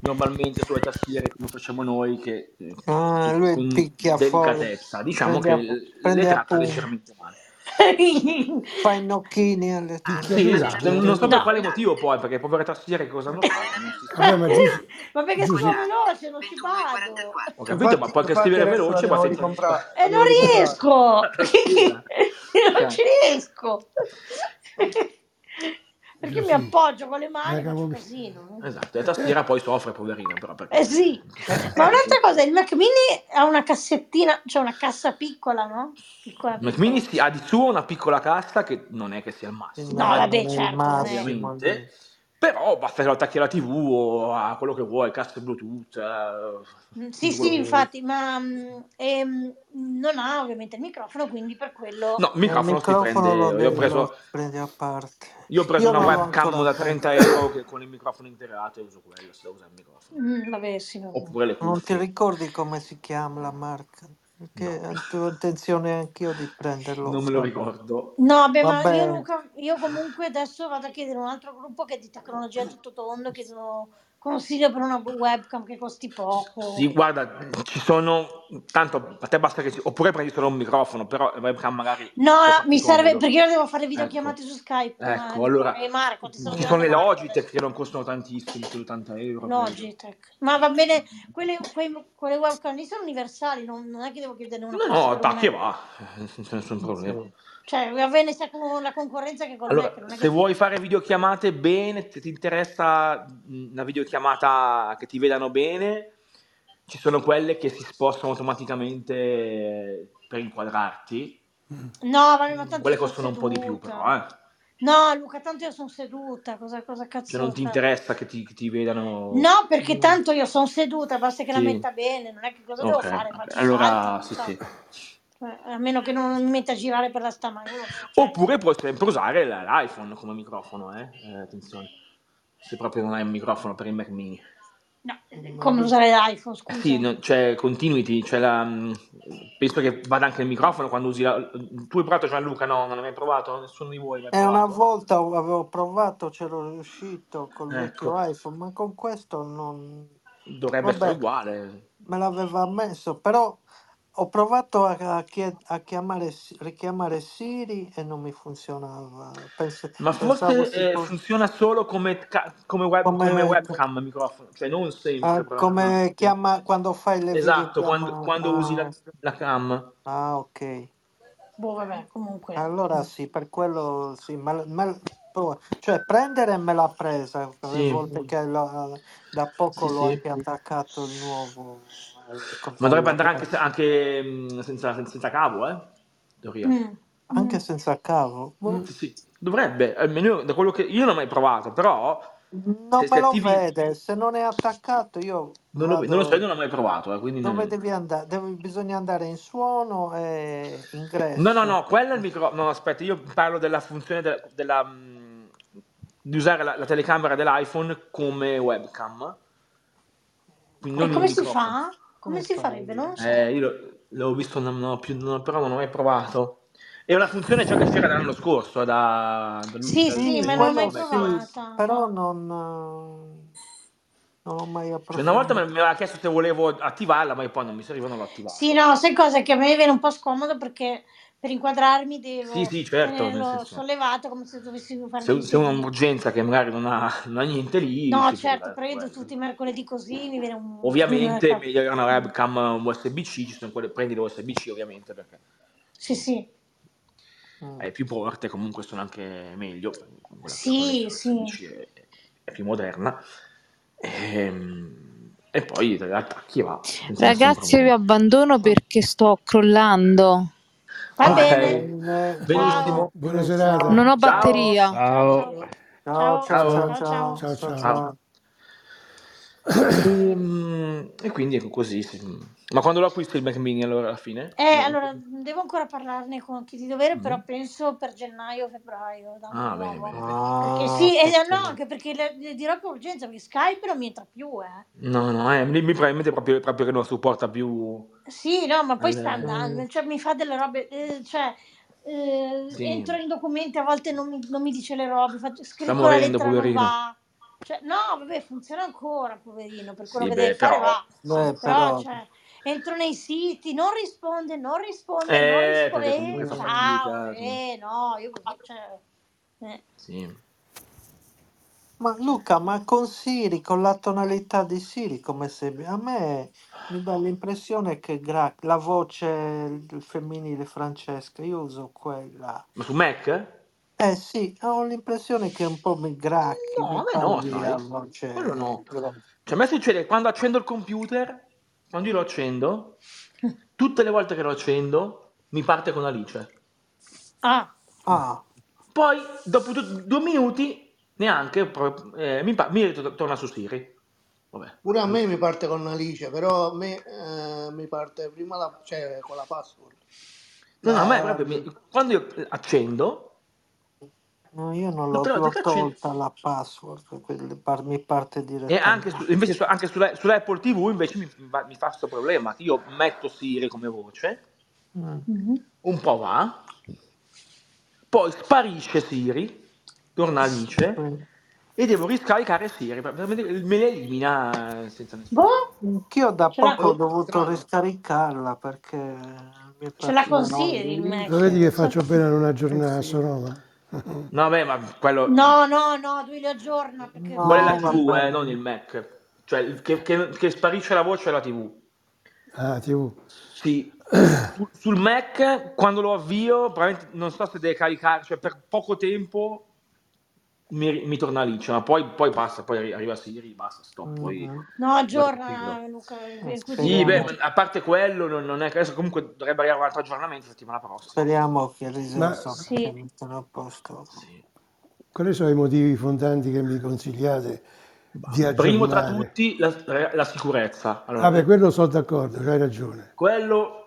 [SPEAKER 2] normalmente sulle tastiere come facciamo noi, che, eh,
[SPEAKER 4] ah,
[SPEAKER 2] che
[SPEAKER 4] lui
[SPEAKER 2] con
[SPEAKER 4] picchia fuori,
[SPEAKER 2] delicatezza, diciamo
[SPEAKER 4] prende,
[SPEAKER 2] che
[SPEAKER 4] a-
[SPEAKER 2] l- le
[SPEAKER 4] prende
[SPEAKER 2] tratta
[SPEAKER 4] appunti,
[SPEAKER 2] leggermente male.
[SPEAKER 4] fa i nocchini alle
[SPEAKER 2] Sì,
[SPEAKER 5] Picchiaduro,
[SPEAKER 2] esatto,
[SPEAKER 4] tastiere.
[SPEAKER 2] non so per
[SPEAKER 1] No.
[SPEAKER 2] quale motivo poi, perché povere tastiere che cosa hanno fatto? Non si sa.
[SPEAKER 5] Vabbè, ma giusto,
[SPEAKER 1] Ma perché scrivo
[SPEAKER 5] giusto.
[SPEAKER 1] veloce, non ci vado.
[SPEAKER 2] Ho capito, ma
[SPEAKER 8] Infatti,
[SPEAKER 2] puoi anche
[SPEAKER 8] infatti
[SPEAKER 2] scrivere
[SPEAKER 8] adesso la
[SPEAKER 2] veloce, ma
[SPEAKER 8] devo
[SPEAKER 2] senza rispetto.
[SPEAKER 8] ricomprare,
[SPEAKER 1] E
[SPEAKER 8] la
[SPEAKER 1] Eh, non
[SPEAKER 2] La
[SPEAKER 1] riesco!
[SPEAKER 8] devo ricomprare.
[SPEAKER 2] tastiera.
[SPEAKER 1] non
[SPEAKER 2] Cioè,
[SPEAKER 1] ci riesco! Perché mi
[SPEAKER 5] Giusto.
[SPEAKER 1] appoggio con le
[SPEAKER 5] Una
[SPEAKER 1] mani faccio
[SPEAKER 5] cavolo.
[SPEAKER 1] così. no?
[SPEAKER 2] esatto, e la tastiera poi soffre, poverina, però
[SPEAKER 1] Eh
[SPEAKER 2] perché...
[SPEAKER 1] sì, ma un'altra cosa, il Mac Mini ha una cassettina, cioè una cassa piccola, no? Piccola,
[SPEAKER 2] Mac Mini
[SPEAKER 1] piccola.
[SPEAKER 2] si- ha di suo una piccola cassa che non è che sia il
[SPEAKER 4] Sì,
[SPEAKER 2] massimo,
[SPEAKER 1] No,
[SPEAKER 4] No,
[SPEAKER 1] vabbè,
[SPEAKER 4] non è il
[SPEAKER 1] certo, non è.
[SPEAKER 4] massimo
[SPEAKER 2] ovviamente,
[SPEAKER 4] lì.
[SPEAKER 2] però basta che lo attacchi alla TV o a quello che vuoi, cassa Bluetooth, eh,
[SPEAKER 1] Mm, Sì, sì,
[SPEAKER 2] due...
[SPEAKER 1] infatti, ma mm, ehm, non ha ovviamente il microfono, quindi per quello...
[SPEAKER 2] No, il
[SPEAKER 4] Il
[SPEAKER 2] microfono si
[SPEAKER 4] Eh, microfono lo,
[SPEAKER 2] prende, io ho
[SPEAKER 4] de-
[SPEAKER 2] preso
[SPEAKER 4] lo prendi a parte.
[SPEAKER 2] Io ho preso
[SPEAKER 4] Io
[SPEAKER 2] una
[SPEAKER 4] non l'ho
[SPEAKER 2] webcam
[SPEAKER 4] ancora
[SPEAKER 2] da
[SPEAKER 4] preso.
[SPEAKER 2] 30 euro che con il microfono integrato e uso quello, se devo usare il microfono.
[SPEAKER 1] Mm, vabbè, sì, vabbè.
[SPEAKER 2] Oppure le
[SPEAKER 4] Non ti
[SPEAKER 2] cuffie.
[SPEAKER 4] ricordi come si chiama la marca? Perché
[SPEAKER 2] No,
[SPEAKER 4] avevo intenzione anch'io di prenderlo.
[SPEAKER 2] non me lo
[SPEAKER 4] Vabbè.
[SPEAKER 2] ricordo.
[SPEAKER 1] No, beh, ma io
[SPEAKER 4] Vabbè.
[SPEAKER 1] Luca, io comunque adesso vado a chiedere un altro gruppo che è di tecnologia a tutto tondo, chiedono consiglio per una webcam che costi
[SPEAKER 2] Sì,
[SPEAKER 1] poco.
[SPEAKER 2] guarda, ci sono... Tanto a te basta che... ci- Oppure prendi solo un microfono, però la webcam magari
[SPEAKER 1] No, eh,
[SPEAKER 2] può farti
[SPEAKER 1] mi serve
[SPEAKER 2] comodo.
[SPEAKER 1] perché io devo fare
[SPEAKER 2] Ecco.
[SPEAKER 1] videochiamate su Skype, ma
[SPEAKER 2] Ecco, allora...
[SPEAKER 1] e Marco, ti sto
[SPEAKER 2] Ci
[SPEAKER 1] girando
[SPEAKER 2] sono le
[SPEAKER 1] Marco adesso.
[SPEAKER 2] Logitech che non costano tantissimo, solo 80 euro credo.
[SPEAKER 1] Logitech. Ma va bene, quelle, quei- quelle webcam lì sono universali, non, non è che devo chiederne una
[SPEAKER 2] No,
[SPEAKER 1] apposta
[SPEAKER 2] no,
[SPEAKER 1] per un
[SPEAKER 2] attacchi e
[SPEAKER 1] Mac.
[SPEAKER 2] va, eh, senza nessun problema.
[SPEAKER 4] Sì.
[SPEAKER 1] Cioè, va bene sia con la concorrenza che col Mac,
[SPEAKER 2] Allora,
[SPEAKER 1] non è che
[SPEAKER 2] se
[SPEAKER 1] ci...
[SPEAKER 2] vuoi fare videochiamate bene, se ti interessa mh, una videochiamata che ti vedano bene, ci sono quelle che si spostano automaticamente eh, per inquadrarti.
[SPEAKER 1] No, vabbè, ma tanto
[SPEAKER 2] Mm, Quelle
[SPEAKER 1] io
[SPEAKER 2] costano
[SPEAKER 1] sono
[SPEAKER 2] un po' di più,
[SPEAKER 1] seduta.
[SPEAKER 2] però, eh.
[SPEAKER 1] No, Luca, tanto io sono seduta. Cosa, cosa
[SPEAKER 2] Cioè, non
[SPEAKER 1] cazzo...
[SPEAKER 2] ti
[SPEAKER 1] cioè-
[SPEAKER 2] interessa che ti, che ti vedano...
[SPEAKER 1] No, perché tanto io sono seduta, basta che la
[SPEAKER 2] Sì.
[SPEAKER 1] metta bene, non è che cosa devo
[SPEAKER 2] Ok,
[SPEAKER 1] fare,
[SPEAKER 2] ok.
[SPEAKER 1] faccio i salti,
[SPEAKER 2] allora
[SPEAKER 1] non
[SPEAKER 2] sì,
[SPEAKER 1] so.
[SPEAKER 2] sì.
[SPEAKER 1] Eh, a meno che non mi metta a girare per la stamana. io non so, cioè,
[SPEAKER 2] Oppure puoi sempre usare l- l'iPhone come microfono, eh? Eh, attenzione. Se proprio non hai un microfono per il Mac mini.
[SPEAKER 1] no, come usare l'iPhone, scusa.
[SPEAKER 2] Sì,
[SPEAKER 4] Esatto.
[SPEAKER 2] no, c'è continuity, c'è la, mm, penso che vada anche il microfono quando usi la... Tu hai provato Gianluca? No, non l'hai mai provato? Nessuno di voi l'ha
[SPEAKER 4] E una
[SPEAKER 2] provato.
[SPEAKER 4] volta ho- avevo provato, c'ero riuscito col vecchio
[SPEAKER 2] Ecco,
[SPEAKER 4] iPhone, ma con questo non...
[SPEAKER 2] dovrebbe essere
[SPEAKER 4] Vabbè,
[SPEAKER 2] uguale.
[SPEAKER 4] me l'aveva messo, però ho provato a, a chie- a chiamare, Si- richiamare Siri e non mi funzionava. Pens-
[SPEAKER 2] Ma
[SPEAKER 4] pensavo
[SPEAKER 2] forse
[SPEAKER 4] si
[SPEAKER 2] eh,
[SPEAKER 4] po-
[SPEAKER 2] funziona solo come, ca- come, web- come
[SPEAKER 4] come,
[SPEAKER 2] webcam il microfono, cioè non sempre
[SPEAKER 4] ah,
[SPEAKER 2] però alcuni
[SPEAKER 4] come
[SPEAKER 2] sistemi.
[SPEAKER 4] chiama, quando fai le
[SPEAKER 2] Esatto, quando,
[SPEAKER 4] videochiamate.
[SPEAKER 2] quando usi la,
[SPEAKER 4] Ah,
[SPEAKER 2] la cam.
[SPEAKER 4] ah, ok.
[SPEAKER 1] Boh, vabbè, comunque.
[SPEAKER 4] Allora sì, per quello sì, ma, ma- pro- cioè prendere me l'ha presa le
[SPEAKER 2] Sì,
[SPEAKER 4] volte che la- da
[SPEAKER 2] sì,
[SPEAKER 4] poco l'ho
[SPEAKER 2] sì.
[SPEAKER 4] anche attaccato il nuovo al- con
[SPEAKER 2] Ma dovrebbe
[SPEAKER 4] file
[SPEAKER 2] andare anche, se-
[SPEAKER 4] aperto.
[SPEAKER 2] anche mm, senza, senza cavo, eh? In teoria.
[SPEAKER 1] Mm, mm.
[SPEAKER 4] Anche senza cavo?
[SPEAKER 2] Mm,
[SPEAKER 4] Boh,
[SPEAKER 2] sì, sì. Dovrebbe, almeno da quello che io non l'ho mai provato, però
[SPEAKER 4] non
[SPEAKER 2] se, se
[SPEAKER 4] me lo
[SPEAKER 2] attivi
[SPEAKER 4] vede, se non è attaccato io
[SPEAKER 2] non lo, non lo so, io
[SPEAKER 4] vado
[SPEAKER 2] non l'ho mai provato, eh, quindi
[SPEAKER 4] dove
[SPEAKER 2] non-
[SPEAKER 4] devi andare, Devi- bisogna andare in suono e
[SPEAKER 2] No, no,
[SPEAKER 4] ingresso.
[SPEAKER 2] no, quello è il micro. No, aspetta, io parlo della funzione della, della, mm, di usare la, la telecamera dell'iPhone come webcam, quindi
[SPEAKER 1] E
[SPEAKER 2] non il
[SPEAKER 1] come si
[SPEAKER 2] microfono.
[SPEAKER 1] fa? Come
[SPEAKER 4] Come
[SPEAKER 1] si
[SPEAKER 4] fai?
[SPEAKER 1] farebbe? Non lo so.
[SPEAKER 2] Eh, io l'ho l'ho visto, non, non ho più, non ho- però non ho mai provato. È una funzione già che c'era dall'anno scorso, eh, da- dall'u-
[SPEAKER 1] Sì,
[SPEAKER 2] dal-
[SPEAKER 1] sì,
[SPEAKER 4] Sì,
[SPEAKER 1] ma non l'ho
[SPEAKER 4] quello
[SPEAKER 1] mai
[SPEAKER 2] dall'ultimo Mac.
[SPEAKER 4] sì,
[SPEAKER 1] provata.
[SPEAKER 4] però non, eh, non l'ho mai
[SPEAKER 2] Cioè, una volta mi
[SPEAKER 4] approfondito.
[SPEAKER 2] mi aveva chiesto se volevo attivarla, ma poi non mi serviva, non l'ho
[SPEAKER 1] Sì,
[SPEAKER 2] attivata.
[SPEAKER 1] no, sai cosa? Che a me viene un po' scomodo perché per inquadrarmi
[SPEAKER 2] Sì,
[SPEAKER 1] devo
[SPEAKER 2] sì, certo, nel
[SPEAKER 1] tenerlo
[SPEAKER 2] senso,
[SPEAKER 1] sollevato come se dovessi fare un
[SPEAKER 2] se, se uno ha
[SPEAKER 1] disegno.
[SPEAKER 2] un'urgenza che magari non ha, non ha niente lì,
[SPEAKER 1] No,
[SPEAKER 2] si può
[SPEAKER 1] certo,
[SPEAKER 2] usare
[SPEAKER 1] però
[SPEAKER 2] anche
[SPEAKER 1] io do
[SPEAKER 2] quello.
[SPEAKER 1] tutti i mercoledì così, mi viene un pulino nel
[SPEAKER 2] Ovviamente è
[SPEAKER 1] capo.
[SPEAKER 2] meglio avere una webcam USB-C, ci sono quelle, prendi le USB-C ovviamente perché
[SPEAKER 1] Sì, sì,
[SPEAKER 4] Mm.
[SPEAKER 2] hai più porte, comunque sono anche meglio, quella che si
[SPEAKER 1] sì,
[SPEAKER 2] connette
[SPEAKER 1] sì.
[SPEAKER 2] all'USB-C è, è più moderna. Ehm, E, poi te la attacchi e va, senza nessun
[SPEAKER 9] Ragazzi, io vi
[SPEAKER 2] problema.
[SPEAKER 9] abbandono perché sto crollando.
[SPEAKER 1] Va
[SPEAKER 2] Ok,
[SPEAKER 1] bene.
[SPEAKER 4] Bene,
[SPEAKER 1] Ciao,
[SPEAKER 2] benissimo.
[SPEAKER 5] Buona
[SPEAKER 4] buonanotte,
[SPEAKER 5] serata.
[SPEAKER 9] Non
[SPEAKER 4] ciao.
[SPEAKER 9] ho
[SPEAKER 2] Ciao,
[SPEAKER 9] batteria.
[SPEAKER 3] Ciao.
[SPEAKER 4] Oh.
[SPEAKER 1] ciao,
[SPEAKER 4] Ciao,
[SPEAKER 1] ciao,
[SPEAKER 4] ciao, ciao,
[SPEAKER 2] ciao.
[SPEAKER 1] ciao, ciao.
[SPEAKER 4] ciao, ciao,
[SPEAKER 5] Ciao ciao.
[SPEAKER 2] ciao.
[SPEAKER 4] ciao.
[SPEAKER 2] Ah. Ehm, E, quindi ecco così. sì. Ma quando lo acquisti il Mac Mini allora alla fine?
[SPEAKER 1] Eh,
[SPEAKER 2] Lo-
[SPEAKER 1] allora, devo ancora parlarne con chi di dovere, però
[SPEAKER 2] Mhm.
[SPEAKER 1] penso per gennaio o febbraio, l'anno
[SPEAKER 2] Ah, bene,
[SPEAKER 1] nuovo.
[SPEAKER 2] bene, bene.
[SPEAKER 1] Perché
[SPEAKER 4] Ah,
[SPEAKER 1] sì, eh, no,
[SPEAKER 4] ok.
[SPEAKER 1] anche perché le, le dirò con urgenza, perché Skype non mi entra più, eh.
[SPEAKER 2] No, no, eh, mi mi probabilmente proprio, proprio che non supporta più...
[SPEAKER 1] Sì, no, ma poi sta
[SPEAKER 2] al-
[SPEAKER 1] andando, cioè mi fa delle robe, eh, cioè eh,
[SPEAKER 2] eh. Sì,
[SPEAKER 1] entro in documenti, a volte non mi, non mi dice le robe, faccio-
[SPEAKER 2] sta
[SPEAKER 1] scrivo la
[SPEAKER 2] morendo,
[SPEAKER 1] lettera, non
[SPEAKER 2] poverino.
[SPEAKER 1] va. Cioè, no, vabbè, funziona ancora, poverino, per quello
[SPEAKER 2] Sì,
[SPEAKER 1] che deve
[SPEAKER 2] beh,
[SPEAKER 1] fare
[SPEAKER 2] però...
[SPEAKER 1] va.
[SPEAKER 2] Sì.
[SPEAKER 4] Beh,
[SPEAKER 1] Però,
[SPEAKER 4] però...
[SPEAKER 1] cioè, entro nei siti, non risponde, non risponde, non
[SPEAKER 2] Eh,
[SPEAKER 1] risponde,
[SPEAKER 2] perché comunque
[SPEAKER 1] eh,
[SPEAKER 2] fa
[SPEAKER 4] eh,
[SPEAKER 1] ciao,
[SPEAKER 2] fatica. Sì.
[SPEAKER 1] eh, no, io così, cioè, eh.
[SPEAKER 2] Sì.
[SPEAKER 4] Ma Luca, ma con Siri, con la tonalità di Siri, come se a me mi dà l'impressione che gra- la voce femminile Francesca, io uso quella.
[SPEAKER 2] Ma su Mac?
[SPEAKER 4] Eh sì, ho l'impressione che un po' mi gracchi,
[SPEAKER 2] No,
[SPEAKER 4] mi
[SPEAKER 2] a me no,
[SPEAKER 4] parli a
[SPEAKER 2] sai. Quello
[SPEAKER 4] voce.
[SPEAKER 2] no. Cioè, a me succede quando accendo il computer, quando io lo accendo, tutte le volte che lo accendo, mi parte con Alice.
[SPEAKER 1] Ah,
[SPEAKER 4] Ah,
[SPEAKER 2] Poi, dopo du- due minuti, neanche, pro- eh, mi, pa- mi ritor- torna su Siri. Vabbè,
[SPEAKER 8] Pure a me
[SPEAKER 2] giusto.
[SPEAKER 8] mi parte con Alice, però a me eh, mi parte prima la, cioè, con la password. Eh,
[SPEAKER 2] No, no, a me
[SPEAKER 8] La,
[SPEAKER 2] proprio... mi- Quando io eh, accendo,
[SPEAKER 4] no, io non l'ho,
[SPEAKER 2] tutte le volte
[SPEAKER 4] l'ho
[SPEAKER 2] che accendo...
[SPEAKER 4] tolta la password, quindi par- mi
[SPEAKER 2] E
[SPEAKER 4] parte
[SPEAKER 2] anche su-
[SPEAKER 4] direttamente.
[SPEAKER 2] invece su- anche sulla- sull'Apple TV invece mi, mi fa questo problema, che io metto Siri come voce,
[SPEAKER 4] Mm.
[SPEAKER 1] Mhm.
[SPEAKER 2] un po' va, poi sparisce Siri, torna Alice,
[SPEAKER 4] Sì.
[SPEAKER 2] e devo riscaricare Siri, praticamente me le elimina senza nessun
[SPEAKER 1] boh,
[SPEAKER 2] problema.
[SPEAKER 4] Anch'io da
[SPEAKER 1] ce l'ha
[SPEAKER 4] poco ho
[SPEAKER 8] eh,
[SPEAKER 4] dovuto
[SPEAKER 8] strano.
[SPEAKER 4] riscaricarla perché mi
[SPEAKER 1] ce l'ha con
[SPEAKER 4] partiva
[SPEAKER 1] Siri il
[SPEAKER 4] Alice.
[SPEAKER 5] Lo vedi
[SPEAKER 1] Mac.
[SPEAKER 5] che
[SPEAKER 1] So-
[SPEAKER 5] faccio appena non
[SPEAKER 4] Eh
[SPEAKER 5] aggiornare
[SPEAKER 4] sì.
[SPEAKER 5] Sonoma?
[SPEAKER 2] No, beh, ma quello,
[SPEAKER 1] No, no, no, lui lo aggiorna perché
[SPEAKER 2] quello è
[SPEAKER 1] ormai
[SPEAKER 2] la
[SPEAKER 4] No,
[SPEAKER 2] TV,
[SPEAKER 4] vabbè.
[SPEAKER 2] eh, non il Mac. Cioè, il- che, che- che sparisce la voce è la TV.
[SPEAKER 5] Ah, TV.
[SPEAKER 2] Sì, Su- sul Mac quando lo avvio, probabilmente non so se deve caricare, cioè per poco tempo mi, mi torna lì, cioè, ma poi, poi passa, poi arri- arriva Siri, basta, stop, poi
[SPEAKER 4] Mhm.
[SPEAKER 1] No,
[SPEAKER 2] devo sentirlo.
[SPEAKER 1] aggiorna Luca, è
[SPEAKER 4] Eh,
[SPEAKER 2] Sì, beh,
[SPEAKER 1] quotidiano.
[SPEAKER 4] Speriamo,
[SPEAKER 2] ma a parte quello, non, non è che adesso comunque dovrebbe arrivare un altro aggiornamento settimana prossima.
[SPEAKER 4] speriamo che
[SPEAKER 5] Ma
[SPEAKER 4] risolvano, che
[SPEAKER 1] Sì.
[SPEAKER 4] mettono a posto.
[SPEAKER 2] Sì.
[SPEAKER 5] quali sono i motivi fondanti che mi consigliate
[SPEAKER 2] Bah,
[SPEAKER 5] di
[SPEAKER 2] Primo tra
[SPEAKER 5] aggiornare?
[SPEAKER 2] tutti la, la sicurezza.
[SPEAKER 5] Ah,
[SPEAKER 2] Allora,
[SPEAKER 5] beh, quello sono d'accordo, hai ragione.
[SPEAKER 2] quello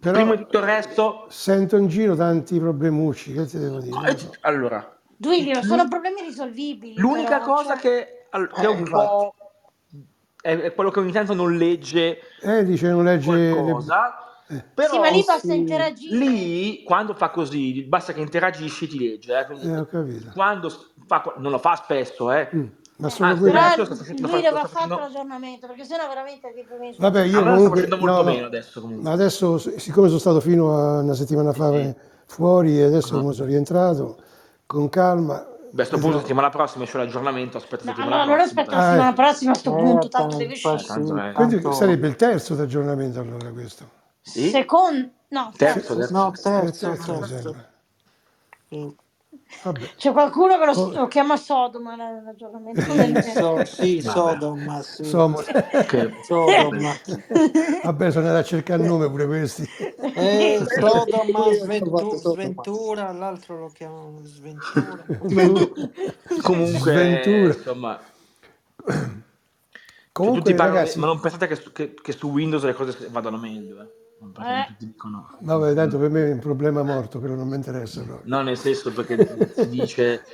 [SPEAKER 5] Però
[SPEAKER 2] Prima di tutto il resto,
[SPEAKER 5] sento in giro tanti problemucci, che ti devo dire? non
[SPEAKER 2] eh,
[SPEAKER 5] lo so.
[SPEAKER 2] allora,
[SPEAKER 1] Duilio, sono problemi risolvibili.
[SPEAKER 2] l'unica
[SPEAKER 1] però,
[SPEAKER 2] cosa
[SPEAKER 1] cioè-
[SPEAKER 2] che, all- che è
[SPEAKER 8] Eh,
[SPEAKER 2] un po' è, è quello che ogni tanto non legge
[SPEAKER 5] Eh, dice non legge... le-
[SPEAKER 2] qualcosa,
[SPEAKER 5] eh.
[SPEAKER 2] però
[SPEAKER 1] Sì, ma lì basta
[SPEAKER 2] sì,
[SPEAKER 1] interagire.
[SPEAKER 2] lì, quando fa così, basta che interagisci ti legge, eh, quindi
[SPEAKER 5] Eh, ho capito.
[SPEAKER 2] quando s- fa, que- non lo fa spesso, eh.
[SPEAKER 5] Mm, Ma
[SPEAKER 1] Eh,
[SPEAKER 5] solo
[SPEAKER 2] Anzi,
[SPEAKER 5] quello...
[SPEAKER 2] adesso
[SPEAKER 1] però
[SPEAKER 2] lo sta facendo, lo fa-
[SPEAKER 1] lui
[SPEAKER 2] lo
[SPEAKER 1] aveva
[SPEAKER 2] sta
[SPEAKER 1] fatto
[SPEAKER 2] facendo
[SPEAKER 1] l'aggiornamento perché sennò veramente ti problemi sono
[SPEAKER 5] Vabbè, io
[SPEAKER 2] Allora sta
[SPEAKER 5] comunque...
[SPEAKER 2] facendo molto
[SPEAKER 5] No,
[SPEAKER 2] meno
[SPEAKER 5] no.
[SPEAKER 2] adesso
[SPEAKER 5] Ma
[SPEAKER 2] comunque.
[SPEAKER 5] adesso, s- siccome sono stato fino a una settimana fa
[SPEAKER 2] Sì.
[SPEAKER 5] eh, fuori e adesso
[SPEAKER 2] Ah.
[SPEAKER 5] come sono rientrato, con calma...
[SPEAKER 2] Beh, a sto punto
[SPEAKER 5] vedrò-
[SPEAKER 2] settimana prossima c'è l'aggiornamento, aspetta
[SPEAKER 1] No,
[SPEAKER 2] settimana
[SPEAKER 1] allora, allora
[SPEAKER 2] prossima.
[SPEAKER 1] aspetta la
[SPEAKER 2] tanto.
[SPEAKER 5] Ah,
[SPEAKER 1] settimana
[SPEAKER 5] ecco.
[SPEAKER 1] prossima a sto punto,
[SPEAKER 4] Eh,
[SPEAKER 1] tanto deve
[SPEAKER 4] pensa
[SPEAKER 2] Eh,
[SPEAKER 1] uscire.
[SPEAKER 2] tanto
[SPEAKER 4] sì,
[SPEAKER 2] è...
[SPEAKER 5] Quindi
[SPEAKER 4] tanto...
[SPEAKER 5] sarebbe il terzo di aggiornamento allora questo.
[SPEAKER 2] Sì?
[SPEAKER 1] Secondo... No, cioè,
[SPEAKER 5] Sì,
[SPEAKER 2] Terzo,
[SPEAKER 1] terzo.
[SPEAKER 2] terzo. Cioè,
[SPEAKER 4] No,
[SPEAKER 5] è il
[SPEAKER 4] terzo,
[SPEAKER 5] terzo mi
[SPEAKER 4] terzo.
[SPEAKER 5] sembra.
[SPEAKER 4] Sì.
[SPEAKER 5] Vabbè.
[SPEAKER 1] C'è qualcuno che lo,
[SPEAKER 5] Oh, Eh,
[SPEAKER 1] lo chiama Sodoma la- l'aggiornamento del
[SPEAKER 4] Sì,
[SPEAKER 1] terzo.
[SPEAKER 4] so, sì,
[SPEAKER 2] Vabbè.
[SPEAKER 4] Sodoma, sì,
[SPEAKER 2] Che...
[SPEAKER 5] insomma.
[SPEAKER 2] vabbè.
[SPEAKER 4] Sodoma.
[SPEAKER 5] Vabbè, sono andato a cercare il nome pure questi.
[SPEAKER 2] Cioè,
[SPEAKER 4] Eh, Sodoma,
[SPEAKER 10] Io sono fatto
[SPEAKER 4] Sventu-
[SPEAKER 10] sotto ma-
[SPEAKER 4] Sventura, l'altro lo chiamano Sventura.
[SPEAKER 2] Sventura. Comunque,
[SPEAKER 5] Sventura.
[SPEAKER 2] insomma, cioè, tutti
[SPEAKER 5] Comunque,
[SPEAKER 2] parlano, me-
[SPEAKER 5] ragazzi,
[SPEAKER 2] ma non pensate che su, che- che su Windows le cose se- vadano meglio, eh. Non perché
[SPEAKER 1] Eh,
[SPEAKER 2] tutti dicono...
[SPEAKER 5] vabbè, tanto per me è un problema morto, quello non mi interessa proprio.
[SPEAKER 2] No, nel senso perché si dice...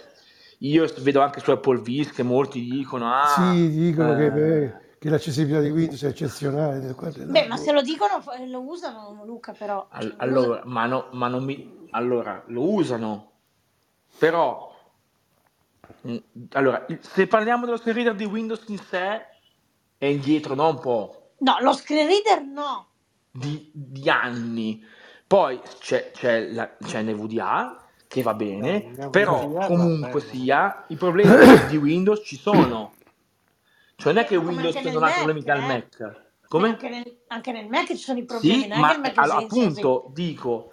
[SPEAKER 2] Io vedo anche su AppleVis che molti dicono, ah...
[SPEAKER 5] Sì, dicono che,
[SPEAKER 2] eh,
[SPEAKER 5] beh, che l'accessibilità di Windows è eccezionale. del quale- no,
[SPEAKER 1] Beh, ma se
[SPEAKER 5] boh.
[SPEAKER 1] lo dicono fa- lo usano Luca però.
[SPEAKER 2] Al-
[SPEAKER 1] Cioè, lo usano.
[SPEAKER 2] Allora, ma, no- ma non mi... Allora, lo usano, però... mm, Allora, il- se parliamo dello screen reader di Windows in sé, è indietro da un po'
[SPEAKER 1] No, lo screen reader no.
[SPEAKER 2] di, di anni. Poi c'è, c'è, la, c'è NVDA, che va
[SPEAKER 4] No,
[SPEAKER 2] bene,
[SPEAKER 4] la
[SPEAKER 2] però
[SPEAKER 4] VGA va
[SPEAKER 2] comunque
[SPEAKER 4] bene.
[SPEAKER 2] sia, i problemi di Windows ci sono. Cioè non è
[SPEAKER 1] Sì,
[SPEAKER 2] che
[SPEAKER 1] ma come
[SPEAKER 2] Windows
[SPEAKER 1] anche nel
[SPEAKER 2] non ha problemi
[SPEAKER 1] Mac,
[SPEAKER 2] dal
[SPEAKER 1] eh.
[SPEAKER 2] Mac.
[SPEAKER 1] Ma
[SPEAKER 2] Come?
[SPEAKER 1] anche nel, anche nel Mac ci sono i problemi,
[SPEAKER 2] Sì,
[SPEAKER 1] non è che il
[SPEAKER 2] ma
[SPEAKER 1] Mac
[SPEAKER 2] all-
[SPEAKER 1] sia, sia così.
[SPEAKER 2] appunto dico,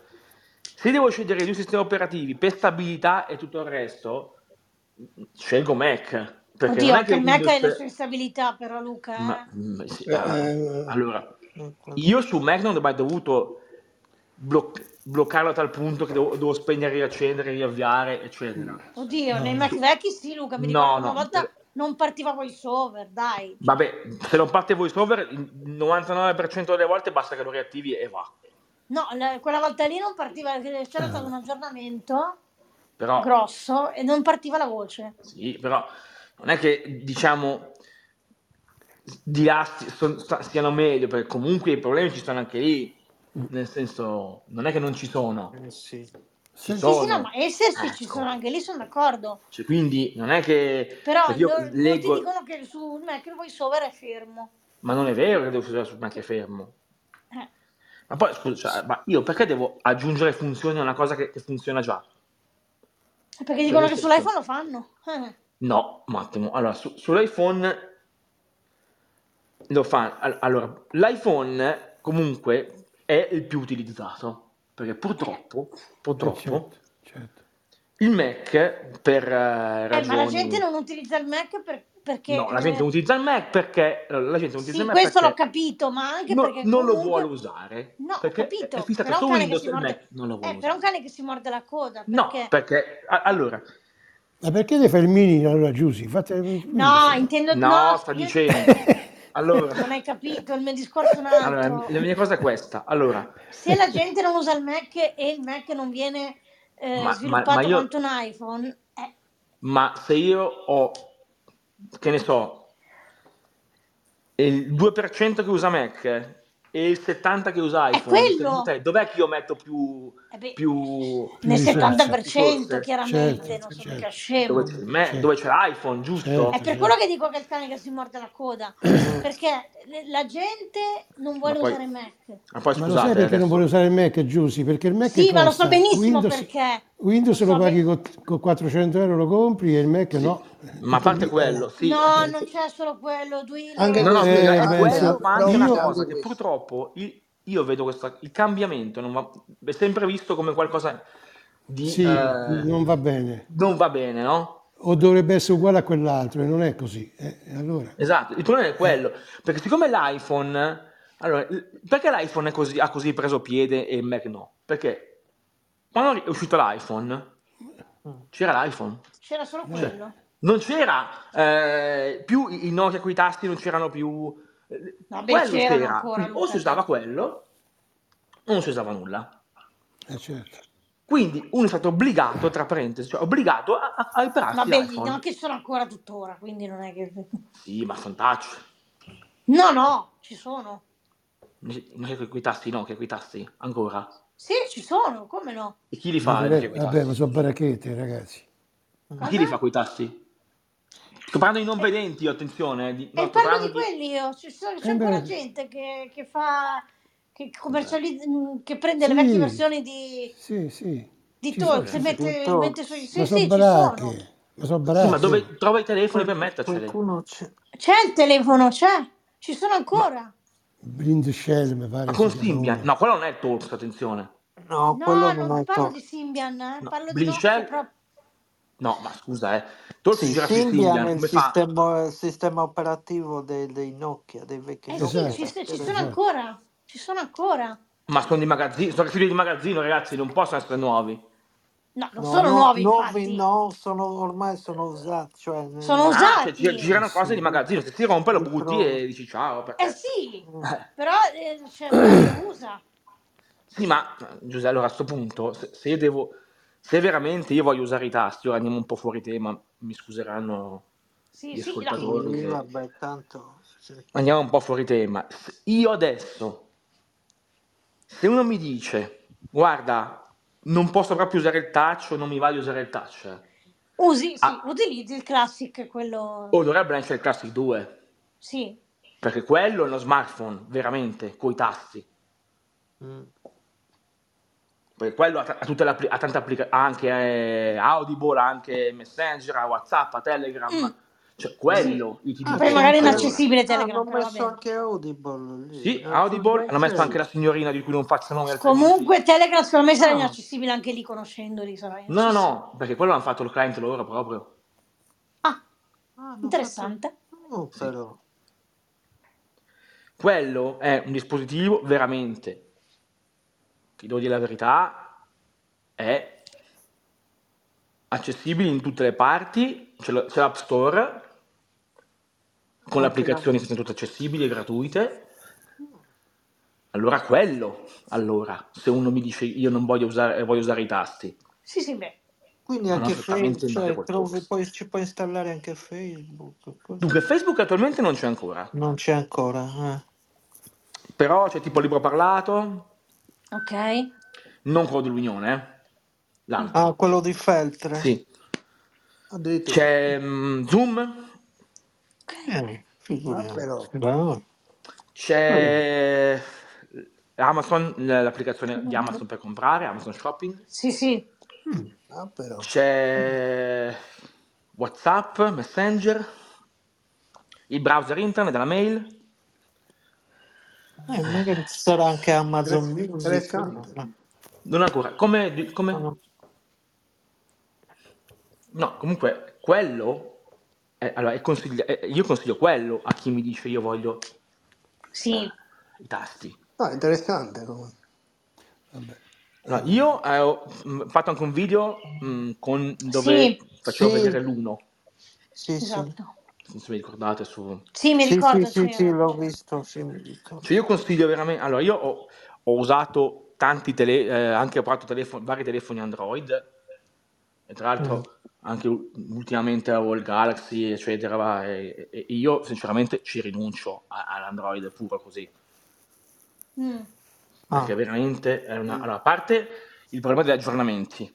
[SPEAKER 2] se devo scegliere due sistemi operativi per stabilità e tutto il resto, scelgo Mac, perché
[SPEAKER 1] Oddio,
[SPEAKER 2] non è
[SPEAKER 1] anche
[SPEAKER 2] che
[SPEAKER 1] il Mac ha le
[SPEAKER 2] Windows...
[SPEAKER 1] sue instabilità però Luca,
[SPEAKER 2] Ma,
[SPEAKER 1] eh.
[SPEAKER 2] ma sì,
[SPEAKER 10] Eh,
[SPEAKER 2] ah,
[SPEAKER 10] eh,
[SPEAKER 2] allora, io su Mac non ho mai dovuto bloc- bloccarlo a tal punto che devo, devo spegnere, riaccendere, riavviare, eccetera.
[SPEAKER 1] Oddio, nei
[SPEAKER 5] No,
[SPEAKER 1] Mac
[SPEAKER 2] Su-
[SPEAKER 1] vecchi sì Luca, mi ricordo
[SPEAKER 2] No, eh.
[SPEAKER 1] una
[SPEAKER 2] no,
[SPEAKER 1] volta non partiva voiceover, dai. Cioè.
[SPEAKER 2] Vabbè, se non parte VoiceOver, il 99% delle volte basta che lo riattivi e va.
[SPEAKER 1] No, la- quella volta lì non partiva, c'era stato un
[SPEAKER 2] Eh.
[SPEAKER 1] aggiornamento
[SPEAKER 2] Però,
[SPEAKER 1] grosso e non partiva la voce.
[SPEAKER 2] sì, però non è che, diciamo, di là sti- son- sta- stiano meglio, perché comunque i problemi ci sono anche lì. Nel senso, non è che non ci sono,
[SPEAKER 4] Eh, sì.
[SPEAKER 2] ci
[SPEAKER 5] se-
[SPEAKER 1] Sì, sì, no, ma
[SPEAKER 2] sono.
[SPEAKER 1] esserci ci sono
[SPEAKER 2] Ecco.
[SPEAKER 1] anche lì, sono d'accordo.
[SPEAKER 2] Cioè, quindi non è che...
[SPEAKER 1] Però
[SPEAKER 2] Perché Ecco, io
[SPEAKER 1] lo- molti
[SPEAKER 2] leggo...
[SPEAKER 1] dicono che su Mac il voiceover è fermo.
[SPEAKER 2] Ma non è vero che devo usare su Mac è fermo.
[SPEAKER 1] Eh,
[SPEAKER 2] Ma poi, scusa, cioè, ma io perché devo aggiungere funzioni a una cosa che, che funziona già?
[SPEAKER 1] perché
[SPEAKER 2] Cioè,
[SPEAKER 1] dicono
[SPEAKER 2] nel
[SPEAKER 1] che
[SPEAKER 2] senso...
[SPEAKER 1] sull'iPhone lo fanno. Eh.
[SPEAKER 2] No, un attimo. Allora, su- sull'iPhone lo fa. all- allora, l'iPhone comunque è il più utilizzato perché purtroppo,
[SPEAKER 5] eh,
[SPEAKER 2] purtroppo
[SPEAKER 5] certo, certo.
[SPEAKER 2] il Mac per eh,
[SPEAKER 1] Eh, ma la gente
[SPEAKER 2] ragioni.
[SPEAKER 1] non utilizza il Mac per- perché...
[SPEAKER 2] No, la gente non
[SPEAKER 1] eh,
[SPEAKER 2] utilizza il Mac perché allora, la gente non utilizza il
[SPEAKER 1] sì,
[SPEAKER 2] Mac
[SPEAKER 1] questo l'ho
[SPEAKER 2] perché
[SPEAKER 1] capito, ma anche
[SPEAKER 2] no-
[SPEAKER 1] perché
[SPEAKER 2] non lo vuole
[SPEAKER 1] comunque...
[SPEAKER 2] usare
[SPEAKER 1] No, ho
[SPEAKER 2] perché è è
[SPEAKER 1] capito,
[SPEAKER 2] fissato
[SPEAKER 1] però
[SPEAKER 2] su
[SPEAKER 1] un cane che
[SPEAKER 2] Windows
[SPEAKER 1] si
[SPEAKER 2] e il Mac
[SPEAKER 1] morde...
[SPEAKER 2] non lo vuole
[SPEAKER 1] Eh, però un
[SPEAKER 2] usare.
[SPEAKER 1] cane che si morde la coda,
[SPEAKER 2] No,
[SPEAKER 1] perché...
[SPEAKER 2] perché a- allora
[SPEAKER 5] Ma perché devi fare il mini allora, Giusy? Fate Windows
[SPEAKER 1] No,
[SPEAKER 5] allora.
[SPEAKER 1] intendo... No,
[SPEAKER 2] no, sta
[SPEAKER 1] io...
[SPEAKER 2] dicendo. Allora,
[SPEAKER 1] Non hai capito, il mio discorso è un
[SPEAKER 2] allora, la
[SPEAKER 1] altro.
[SPEAKER 2] mia cosa è questa. Allora,
[SPEAKER 1] Se la gente non usa il Mac e il Mac non viene
[SPEAKER 2] ma,
[SPEAKER 1] eh,
[SPEAKER 2] ma ma
[SPEAKER 1] sviluppato
[SPEAKER 2] io
[SPEAKER 1] quanto un iPhone, eh,
[SPEAKER 2] Ma se io ho, che ne so, il 2% che usa Mac e il 70% che usa
[SPEAKER 1] è
[SPEAKER 2] iPhone, secondo
[SPEAKER 1] quello.
[SPEAKER 2] te dov'è che io metto più,
[SPEAKER 1] Eh beh,
[SPEAKER 2] più
[SPEAKER 5] Più
[SPEAKER 1] nel
[SPEAKER 5] risorse.
[SPEAKER 2] risorse?
[SPEAKER 1] 70% chiaramente,
[SPEAKER 5] Certo,
[SPEAKER 1] non sono mica
[SPEAKER 5] certo,
[SPEAKER 2] Dove
[SPEAKER 1] scemo.
[SPEAKER 2] c'è, il Mac- dove
[SPEAKER 5] certo,
[SPEAKER 2] c'è l'iPhone,
[SPEAKER 1] È
[SPEAKER 2] giusto?
[SPEAKER 5] certo,
[SPEAKER 1] per quello
[SPEAKER 5] certo.
[SPEAKER 1] che dico che è il cane che si morde la coda,
[SPEAKER 4] Eh,
[SPEAKER 1] perché le- la gente non
[SPEAKER 2] Ma
[SPEAKER 1] vuole
[SPEAKER 2] poi,
[SPEAKER 1] usare Mac.
[SPEAKER 2] ma poi
[SPEAKER 5] Ma lo sai
[SPEAKER 2] scusate
[SPEAKER 5] perché non vuole
[SPEAKER 2] adesso,
[SPEAKER 5] usare il Mac, Giusy? Perché il Mac
[SPEAKER 1] Sì, ma lo so
[SPEAKER 5] costa,
[SPEAKER 1] benissimo
[SPEAKER 5] Windows,
[SPEAKER 1] perché. Lo
[SPEAKER 5] Windows lo
[SPEAKER 1] so
[SPEAKER 5] paghi
[SPEAKER 1] benissimo.
[SPEAKER 5] con, con 400 euro, lo compri e il Mac
[SPEAKER 2] sì,
[SPEAKER 5] no, è
[SPEAKER 2] ma a
[SPEAKER 5] tutto
[SPEAKER 2] parte
[SPEAKER 5] lì.
[SPEAKER 2] quello, sì.
[SPEAKER 1] No, non c'è solo quello,
[SPEAKER 10] anche
[SPEAKER 2] No,
[SPEAKER 1] Duilio.
[SPEAKER 10] questo,
[SPEAKER 2] no, scusa,
[SPEAKER 5] Eh,
[SPEAKER 2] è
[SPEAKER 10] anche,
[SPEAKER 2] quello,
[SPEAKER 5] pensa,
[SPEAKER 2] ma
[SPEAKER 10] anche
[SPEAKER 2] anche una
[SPEAKER 10] questo,
[SPEAKER 2] cosa
[SPEAKER 5] io,
[SPEAKER 10] anche
[SPEAKER 2] che
[SPEAKER 10] questo.
[SPEAKER 2] purtroppo il- io vedo questa, il cambiamento non va- è sempre visto come qualcosa di...
[SPEAKER 5] sì,
[SPEAKER 2] eh,
[SPEAKER 5] non va bene.
[SPEAKER 2] non va bene, no?
[SPEAKER 5] O dovrebbe essere uguale a quell'altro, e non è così. Eh, e allora,
[SPEAKER 2] Esatto, il problema è
[SPEAKER 5] eh,
[SPEAKER 2] quello, perché siccome l'iPhone, allora, l- perché l'iPhone è così- ha così preso piede e il Mac no? Perché quando è uscito l'iPhone,
[SPEAKER 4] mm.
[SPEAKER 2] c'era l'iPhone,
[SPEAKER 1] C'era solo
[SPEAKER 5] eh,
[SPEAKER 2] cioè,
[SPEAKER 1] quello.
[SPEAKER 2] non c'era eh, più i i Nokia con i tasti, non c'erano più, eh,
[SPEAKER 1] Vabbè,
[SPEAKER 2] quello
[SPEAKER 1] c'erano
[SPEAKER 2] c'era,
[SPEAKER 1] ancora,
[SPEAKER 2] quindi o
[SPEAKER 1] Luca,
[SPEAKER 2] si usava
[SPEAKER 1] dai.
[SPEAKER 2] quello, non si usava nulla.
[SPEAKER 5] Eh, certo.
[SPEAKER 2] Quindi uno è stato obbligato, tra parentesi, cioè obbligato a, a, a ripararsi
[SPEAKER 1] Vabbè, gli
[SPEAKER 2] l'iPhone.
[SPEAKER 1] gnocchi sono ancora tuttora, quindi non è che...
[SPEAKER 2] Sì, ma sono touch.
[SPEAKER 1] No, no, ci sono.
[SPEAKER 2] Non è che quei tasti, no, che quei tasti, ancora.
[SPEAKER 1] Sì, ci sono, come no?
[SPEAKER 2] E chi li fa?
[SPEAKER 5] Ma
[SPEAKER 2] invece
[SPEAKER 5] vabbè,
[SPEAKER 2] quei
[SPEAKER 5] vabbè, ma
[SPEAKER 2] tasti?
[SPEAKER 5] sono baracchette, ragazzi.
[SPEAKER 1] Ah,
[SPEAKER 2] Chi li fa quei tasti? Sto parlando di non vedenti, io, attenzione. eh, Di, no,
[SPEAKER 1] E
[SPEAKER 2] sto
[SPEAKER 1] parlo
[SPEAKER 2] parlando di-
[SPEAKER 1] di quelli, oh, ci sono- c'è
[SPEAKER 5] Eh beh.
[SPEAKER 1] ancora gente che, che fa, che commercializza, mm, che prende le
[SPEAKER 5] Sì.
[SPEAKER 1] vecchie versioni di,
[SPEAKER 5] sì, sì.
[SPEAKER 1] di
[SPEAKER 5] Ci sono,
[SPEAKER 1] Torx e
[SPEAKER 5] ci sono.
[SPEAKER 1] mette,
[SPEAKER 4] Torx.
[SPEAKER 1] mette sui...
[SPEAKER 5] Ma
[SPEAKER 1] Sì,
[SPEAKER 5] sono
[SPEAKER 1] sì, ci sono.
[SPEAKER 5] baracche, ma sono
[SPEAKER 2] Sì, ma
[SPEAKER 5] baracche.
[SPEAKER 2] dove trova i telefoni per
[SPEAKER 4] Qual-
[SPEAKER 2] metterceli?
[SPEAKER 4] qualcuno c'è.
[SPEAKER 1] C'è il telefono, c'è. Ci sono ancora.
[SPEAKER 5] Blind Shell, mi pare
[SPEAKER 2] Ma
[SPEAKER 5] si
[SPEAKER 2] con
[SPEAKER 5] chiama
[SPEAKER 2] Symbian?
[SPEAKER 5] uno.
[SPEAKER 2] No, quello non è il Torx, attenzione.
[SPEAKER 4] No, quello
[SPEAKER 1] No,
[SPEAKER 4] non
[SPEAKER 1] non
[SPEAKER 4] è
[SPEAKER 1] parlo di
[SPEAKER 4] Torx.
[SPEAKER 1] Symbian, eh,
[SPEAKER 2] No,
[SPEAKER 1] parlo di
[SPEAKER 2] Blind
[SPEAKER 1] Nokia
[SPEAKER 2] Shell?
[SPEAKER 1] proprio.
[SPEAKER 2] No, ma scusa, eh. Torx
[SPEAKER 4] Sì,
[SPEAKER 2] gira su
[SPEAKER 4] Symbian
[SPEAKER 2] Symbian,
[SPEAKER 4] è il
[SPEAKER 2] come fa?
[SPEAKER 4] sistema, il sistema operativo dei, dei Nokia, dei vecchi
[SPEAKER 1] Eh sì,
[SPEAKER 4] Nokia.
[SPEAKER 1] ci,
[SPEAKER 5] Esatto,
[SPEAKER 1] s- ci sono
[SPEAKER 5] esatto.
[SPEAKER 1] ancora. Ci sono ancora.
[SPEAKER 2] Ma sono di magazzino, sono articoli di magazzino, ragazzi, non possono essere nuovi.
[SPEAKER 1] No, non
[SPEAKER 4] No,
[SPEAKER 1] sono
[SPEAKER 4] no,
[SPEAKER 1] nuovi,
[SPEAKER 4] nuovi
[SPEAKER 1] infatti.
[SPEAKER 4] no, sono, ormai sono usati, cioè
[SPEAKER 1] Sono
[SPEAKER 4] nel-
[SPEAKER 2] Ah, cioè gi-
[SPEAKER 1] usati.
[SPEAKER 4] eh
[SPEAKER 2] girano cose di
[SPEAKER 4] sì,
[SPEAKER 2] magazzino, se si rompe lo
[SPEAKER 4] li
[SPEAKER 2] butti
[SPEAKER 4] provo.
[SPEAKER 2] e dici ciao,
[SPEAKER 1] Eh
[SPEAKER 2] perché...
[SPEAKER 1] sì,
[SPEAKER 4] Mm.
[SPEAKER 2] Eh,
[SPEAKER 1] però eh, c'è gente che usa.
[SPEAKER 2] sì, ma Giuseppe, allora a sto punto, se, se io devo... Se veramente io voglio usare i tasti, ora andiamo un po' fuori tema, mi scuseranno
[SPEAKER 1] Sì,
[SPEAKER 2] gli
[SPEAKER 1] sì, dai.
[SPEAKER 2] ascoltatori
[SPEAKER 4] Sì,
[SPEAKER 2] che...
[SPEAKER 4] vabbè, tanto sì.
[SPEAKER 2] Andiamo un po' fuori tema. Se Io adesso, se uno mi dice, guarda, non posso proprio usare il touch o non mi va di usare il touch,
[SPEAKER 1] Usi, sì,
[SPEAKER 2] ah, Oh.
[SPEAKER 1] utilizzi il classic, quello...
[SPEAKER 2] o dovrebbe essere il Classic 2,
[SPEAKER 1] Sì,
[SPEAKER 2] perché quello è uno smartphone, veramente, coi tasti.
[SPEAKER 4] Mm.
[SPEAKER 2] Perché quello ha, t- ha tutte le appli- ha tante applicazioni, anche eh, Audible, ha anche Messenger, ha WhatsApp, ha Telegram,
[SPEAKER 1] Mm,
[SPEAKER 2] cioè
[SPEAKER 1] sì.
[SPEAKER 2] quello io ti dico,
[SPEAKER 1] Poi
[SPEAKER 4] Ah, c'è
[SPEAKER 1] magari è
[SPEAKER 2] allora,
[SPEAKER 4] anche
[SPEAKER 1] inaccessibile
[SPEAKER 4] Ah,
[SPEAKER 1] Telegram,
[SPEAKER 4] hanno
[SPEAKER 1] però va
[SPEAKER 4] messo
[SPEAKER 1] bene.
[SPEAKER 4] anche Audible lì.
[SPEAKER 2] sì,
[SPEAKER 4] Eh,
[SPEAKER 2] Audible,
[SPEAKER 4] Potrebbe
[SPEAKER 2] l'ha messo anche
[SPEAKER 4] essere.
[SPEAKER 2] la signorina di cui non faccio nome al credibile.
[SPEAKER 1] Comunque Telegram secondo me sarà
[SPEAKER 4] Ah,
[SPEAKER 1] inaccessibile anche lì conoscendoli, sarà
[SPEAKER 2] No, no,
[SPEAKER 1] inaccessibile.
[SPEAKER 2] no, perché quello l'hanno fatto il client loro proprio.
[SPEAKER 1] Ah,
[SPEAKER 4] ah, hanno fatto.
[SPEAKER 1] interessante.
[SPEAKER 4] Oh,
[SPEAKER 2] Sì.
[SPEAKER 4] però.
[SPEAKER 2] Quello è un dispositivo veramente, ti devo dire la verità, è accessibile in tutte le parti, c'è, la- c'è l'App Store, con le
[SPEAKER 4] Anche la.
[SPEAKER 2] applicazioni che sono tutte accessibili e gratuite. Allora quello, allora, se uno mi dice io non voglio usare, eh, voglio usare i tasti,
[SPEAKER 1] Sì, sì, beh.
[SPEAKER 4] Quindi
[SPEAKER 2] ma non
[SPEAKER 4] anche Facebook,
[SPEAKER 2] certamente andare
[SPEAKER 4] cioè,
[SPEAKER 2] col
[SPEAKER 4] trovi,
[SPEAKER 2] Torx.
[SPEAKER 4] poi ci puoi installare anche Facebook. così.
[SPEAKER 2] Dunque, Facebook attualmente non c'è ancora,
[SPEAKER 4] Non c'è ancora. eh.
[SPEAKER 2] però c'è tipo libro parlato,
[SPEAKER 1] Ok.
[SPEAKER 2] non quello dell'Unione, eh,
[SPEAKER 1] Mm.
[SPEAKER 2] l'altro.
[SPEAKER 4] Ah, quello di Feltre.
[SPEAKER 2] Sì,
[SPEAKER 4] Addirittura.
[SPEAKER 2] c'è mm, Zoom,
[SPEAKER 1] Ok.
[SPEAKER 4] Eh,
[SPEAKER 8] Ah,
[SPEAKER 4] figuriamoci.
[SPEAKER 8] però.
[SPEAKER 4] Bravo. Vabbè.
[SPEAKER 2] c'è Amazon, l- l'applicazione di Amazon per comprare, Amazon Shopping,
[SPEAKER 1] Sì, sì.
[SPEAKER 4] Mm.
[SPEAKER 8] Ah, però.
[SPEAKER 2] c'è WhatsApp, Messenger, il browser internet, la mail.
[SPEAKER 4] Eh, magari ci sarà anche Amazon
[SPEAKER 8] Interes-
[SPEAKER 4] Music.
[SPEAKER 8] Interessante.
[SPEAKER 4] no?
[SPEAKER 2] Non ancora, come, come-
[SPEAKER 4] Sono-
[SPEAKER 2] No, comunque quello, è- allora, è consigli- è- io consiglio quello a chi mi dice io voglio
[SPEAKER 1] Sì.
[SPEAKER 2] i tasti.
[SPEAKER 8] No, "Ah, interessante. come-
[SPEAKER 5] Vabbè.
[SPEAKER 2] Allora, io eh, ho mh, fatto anche un video mh, con- dove
[SPEAKER 1] Sì,
[SPEAKER 2] facevo vedere
[SPEAKER 4] Sì,
[SPEAKER 2] l'uno,
[SPEAKER 4] sì, sì.
[SPEAKER 1] esatto.
[SPEAKER 2] non so se vi ricordate, su...
[SPEAKER 1] Sì, mi
[SPEAKER 4] Sì, sì,
[SPEAKER 1] ricordo,
[SPEAKER 4] sì, sì,
[SPEAKER 1] c'era.
[SPEAKER 4] l'ho
[SPEAKER 1] c'era.
[SPEAKER 4] visto, sì, mi ricordo.
[SPEAKER 2] Cioè io consiglio veramente, allora io ho, ho usato tanti tele, eh, anche ho provato telefo- vari telefoni Android, e tra
[SPEAKER 4] Mm.
[SPEAKER 2] l'altro anche u- ultimamente avevo il Galaxy, eccetera, va, e, e- e io sinceramente ci rinuncio a- all'Android puro così,
[SPEAKER 1] Mm.
[SPEAKER 2] perché
[SPEAKER 4] Ah.
[SPEAKER 2] veramente è una... Allora, a parte il problema degli aggiornamenti,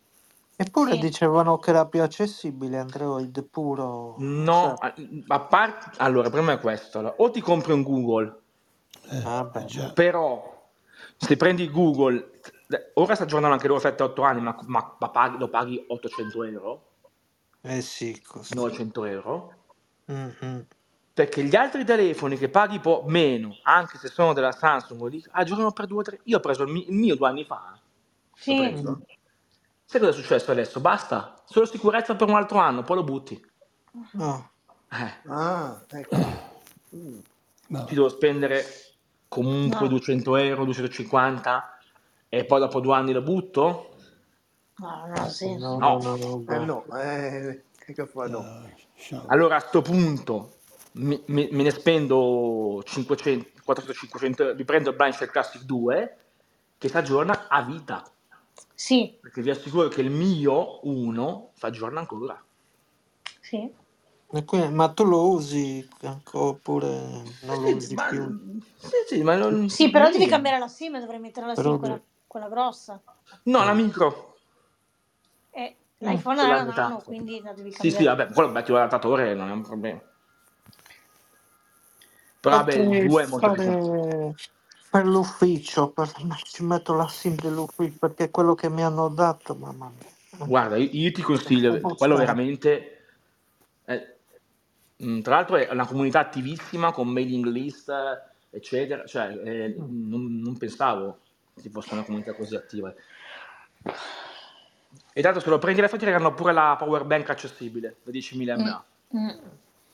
[SPEAKER 4] Eppure
[SPEAKER 1] Sì.
[SPEAKER 4] dicevano che era più accessibile Android puro,
[SPEAKER 2] no,
[SPEAKER 4] cioè,
[SPEAKER 2] a, a parte... Allora, il problema è questo, allora, o ti compri un Google,
[SPEAKER 5] Eh,
[SPEAKER 4] ah
[SPEAKER 5] eh
[SPEAKER 4] beh,
[SPEAKER 5] già.
[SPEAKER 2] però se prendi Google, ora sta aggiornando anche loro 7-8 anni, ma, ma- ma paghi- lo paghi 800 euro,
[SPEAKER 4] eh sì, così.
[SPEAKER 2] 900 euro,
[SPEAKER 4] Mhm.
[SPEAKER 2] perché gli altri telefoni che paghi po' meno, anche se sono della Samsung, o di- aggiornano per 2-3. Io ho preso il, mi- il mio due anni fa, l'ho
[SPEAKER 1] Sì.
[SPEAKER 4] Mm.
[SPEAKER 2] preso. Sai cosa è successo adesso? Basta, solo sicurezza per un altro anno, poi lo butti.
[SPEAKER 4] No.
[SPEAKER 2] Eh,
[SPEAKER 8] Ah, ecco. Mm.
[SPEAKER 2] ci
[SPEAKER 5] Ma
[SPEAKER 2] devo spendere comunque
[SPEAKER 1] No,
[SPEAKER 2] 200 euro, 250 e poi dopo due anni lo butto?
[SPEAKER 1] no, non ha senso.
[SPEAKER 4] No,
[SPEAKER 2] No.
[SPEAKER 4] no, no, no,
[SPEAKER 8] Eh
[SPEAKER 4] beh.
[SPEAKER 8] no, eh, che che fa no?
[SPEAKER 5] no, sciocco.
[SPEAKER 2] Allora a sto punto mi- mi- me ne spendo 500, 400-500, mi prendo il Blind Shell Classic 2 che si aggiorna a vita,
[SPEAKER 1] Sì,
[SPEAKER 2] perché vi assicuro che il mio 1 si aggiorna ancora.
[SPEAKER 1] sì.
[SPEAKER 4] E quindi- ma tu lo usi ancora oppure non lo usi
[SPEAKER 2] Eh, ma,
[SPEAKER 4] più?
[SPEAKER 2] sì, sì, ma non-
[SPEAKER 1] Sì, però devi
[SPEAKER 2] non-
[SPEAKER 1] cambiare la SIM, dovrei mettere la
[SPEAKER 4] Però
[SPEAKER 1] SIM
[SPEAKER 4] de-
[SPEAKER 1] quella, quella grossa.
[SPEAKER 2] No, la micro.
[SPEAKER 1] Eh, L'iPhone
[SPEAKER 2] Quella
[SPEAKER 1] era
[SPEAKER 2] a
[SPEAKER 1] una
[SPEAKER 2] metà.
[SPEAKER 1] nano, quindi la devi
[SPEAKER 2] Sì, sì,
[SPEAKER 1] cambiare.
[SPEAKER 2] vabbè, quello metti un adattatore, non è un problema. Però vabbè, il
[SPEAKER 4] potrei
[SPEAKER 2] 2 è molto più semplice.
[SPEAKER 4] fare per l'ufficio, per- ci metto la SIM dell'ufficio perché quello che mi hanno dato, mamma mia.
[SPEAKER 2] Guarda, io, io ti
[SPEAKER 4] È un
[SPEAKER 2] consiglio,
[SPEAKER 4] po'
[SPEAKER 2] quello
[SPEAKER 4] strano.
[SPEAKER 2] veramente... eh, mm, tra l'altro è una comunità attivissima con mailing list, eh, eccetera. Cioè, eh,
[SPEAKER 4] Mm.
[SPEAKER 2] non, non pensavo ci fosse una comunità così attiva. E tanto se lo prendi la fattura hanno pure la power bank accessibile da 10.000
[SPEAKER 1] Mm,
[SPEAKER 2] mAh,
[SPEAKER 1] mm.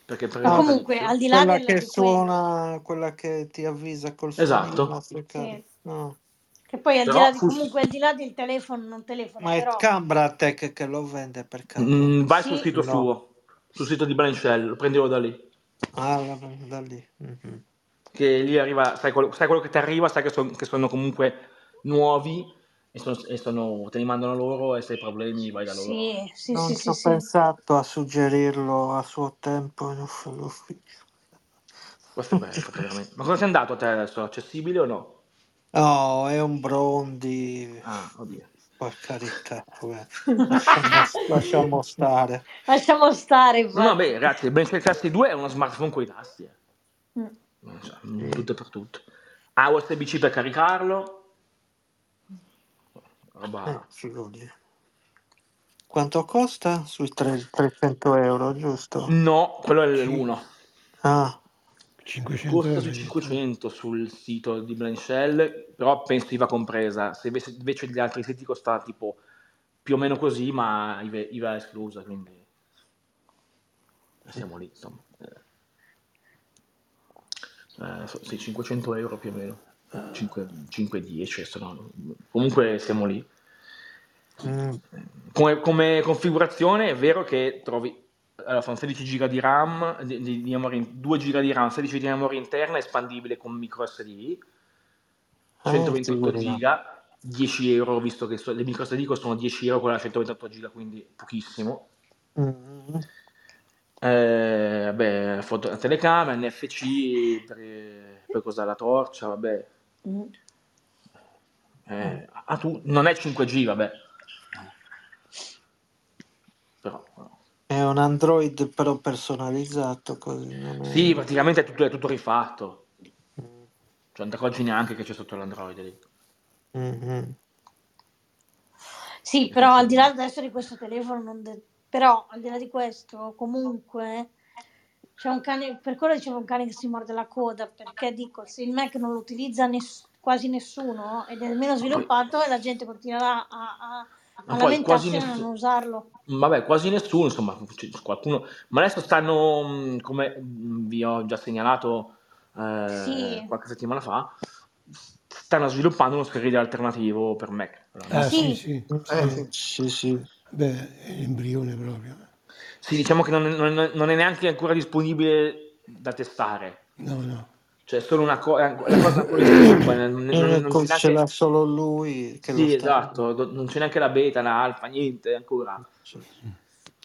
[SPEAKER 2] perché è
[SPEAKER 1] Ma
[SPEAKER 2] prevista
[SPEAKER 4] Ah,
[SPEAKER 2] da
[SPEAKER 1] comunque,
[SPEAKER 2] tutti.
[SPEAKER 1] al di là
[SPEAKER 4] quella
[SPEAKER 1] del-
[SPEAKER 4] che
[SPEAKER 1] di quello,
[SPEAKER 4] suona, quella che ti avvisa col
[SPEAKER 2] Esatto.
[SPEAKER 4] suonino africano.
[SPEAKER 1] sì.
[SPEAKER 4] No.
[SPEAKER 1] Che poi al di là
[SPEAKER 2] Però
[SPEAKER 1] di,
[SPEAKER 2] sul,
[SPEAKER 1] comunque, al di là del telefono, non telefono,
[SPEAKER 4] Ma è
[SPEAKER 1] però
[SPEAKER 4] Cambratech che lo vende per caso?
[SPEAKER 2] Mm, vai sul
[SPEAKER 1] sì,
[SPEAKER 2] sito
[SPEAKER 4] No.
[SPEAKER 2] suo, sul sito di Blanchel, lo prendevo da lì.
[SPEAKER 4] Ah, vabbè, da lì. Mhm.
[SPEAKER 2] Che lì arriva, sai quello, sai quello che ti arriva, sai che, son- che sono comunque nuovi e, son- e sono- te li mandano loro e se hai problemi vai da loro.
[SPEAKER 1] sì, sì, sì,
[SPEAKER 4] Non ci
[SPEAKER 1] sì,
[SPEAKER 4] ho
[SPEAKER 1] sì.
[SPEAKER 4] pensato a suggerirlo a suo tempo in uff- l'ufficio.
[SPEAKER 2] Questo beh, è fatto veramente. Ma cosa sei andato a te adesso? Accessibile o no?
[SPEAKER 4] Oh, è un brondi.
[SPEAKER 2] Ah, oddio.
[SPEAKER 4] Per carità, vabbè. Lasciamo, lasciamo stare.
[SPEAKER 1] Lasciamo stare,
[SPEAKER 2] No, no,
[SPEAKER 1] infatti.
[SPEAKER 2] beh, ragazzi, il Blanchel Classic 2 è uno smartphone con i tasti. eh.
[SPEAKER 1] Mm.
[SPEAKER 2] Non so,
[SPEAKER 4] Sì.
[SPEAKER 2] mm, tutto e per tutto. Ha USB-C per caricarlo,
[SPEAKER 4] Eh,
[SPEAKER 2] roba...
[SPEAKER 4] figurati. Quanto costa? Sui tre- 300 euro,
[SPEAKER 2] Mm.
[SPEAKER 4] giusto?
[SPEAKER 2] No, quello è
[SPEAKER 5] Cin-
[SPEAKER 2] l'1.
[SPEAKER 4] Ah,
[SPEAKER 5] 500
[SPEAKER 2] Costa sui
[SPEAKER 5] euro hai detto?
[SPEAKER 2] 500 sul sito di Blanchel, però penso IVA compresa. Se invece, invece gli altri siti costa tipo più o meno così, ma IVA, IVA esclusa, quindi siamo lì, insomma. Eh, so- sì, 500 euro più o meno. 5-10, sono... comunque siamo lì.
[SPEAKER 4] mm,
[SPEAKER 2] Come, come configurazione è vero che trovi allora, sono 16 giga di RAM, di, di- di memoria in- 2 giga di RAM, 16 di memoria interna, espandibile con micro SD,
[SPEAKER 4] eh,
[SPEAKER 2] 128
[SPEAKER 4] figurati.
[SPEAKER 2] giga, 10 euro, visto che so- le micro SD costano 10 euro con la 128 giga, quindi pochissimo.
[SPEAKER 4] Mm.
[SPEAKER 2] Eh, vabbè, foto, telecamera, NFC, per- poi cos'ha la torcia, vabbè.
[SPEAKER 1] Mm.
[SPEAKER 2] Eh, ah, tu, non è 5G, vabbè, però...
[SPEAKER 4] È un Android però personalizzato, così non
[SPEAKER 2] Sì,
[SPEAKER 4] è...
[SPEAKER 2] praticamente è tutto, è tutto rifatto.
[SPEAKER 4] Mm.
[SPEAKER 2] Cioè, non ti accorgi neanche che c'è sotto l'Android lì.
[SPEAKER 4] Mhm.
[SPEAKER 1] Sì,
[SPEAKER 2] È
[SPEAKER 1] però al di là
[SPEAKER 2] funzionale.
[SPEAKER 1] adesso di questo telefono, non de- però al di là di questo, comunque c'è un cane, per quello dicevo un cane che si morde la coda, perché dico, se il Mac non lo utilizza ness- quasi nessuno ed è meno
[SPEAKER 2] Ma poi,
[SPEAKER 1] sviluppato e la gente continuerà a, a-
[SPEAKER 2] ma
[SPEAKER 1] a
[SPEAKER 2] poi quasi
[SPEAKER 1] lamentarsi e a non
[SPEAKER 2] nessuno.
[SPEAKER 1] usarlo.
[SPEAKER 2] Vabbè, quasi nessuno, insomma, c- qualcuno. Ma adesso stanno, mh, come mh, vi ho già segnalato eh,
[SPEAKER 1] Sì,
[SPEAKER 2] qualche settimana fa, stanno sviluppando uno screen alternativo per Mac. Allora, non
[SPEAKER 5] Ah,
[SPEAKER 2] so.
[SPEAKER 1] sì,
[SPEAKER 5] sì, sì,
[SPEAKER 8] Eh
[SPEAKER 5] sì.
[SPEAKER 8] sì.
[SPEAKER 4] Sì, sì.
[SPEAKER 5] Beh, è l'embrione proprio.
[SPEAKER 2] Sì, diciamo che non è, non è- non è neanche ancora disponibile da testare.
[SPEAKER 5] No, no.
[SPEAKER 2] Cioè, è solo una co- è anco- la cosa ancora in sviluppo, e non, non-
[SPEAKER 4] Eh,
[SPEAKER 2] non c'è
[SPEAKER 4] col- Ce l'ha
[SPEAKER 2] neanche.
[SPEAKER 4] solo lui che lo
[SPEAKER 2] Sì,
[SPEAKER 4] sta...
[SPEAKER 2] esatto, do- non c'è neanche la beta, la alfa, niente ancora.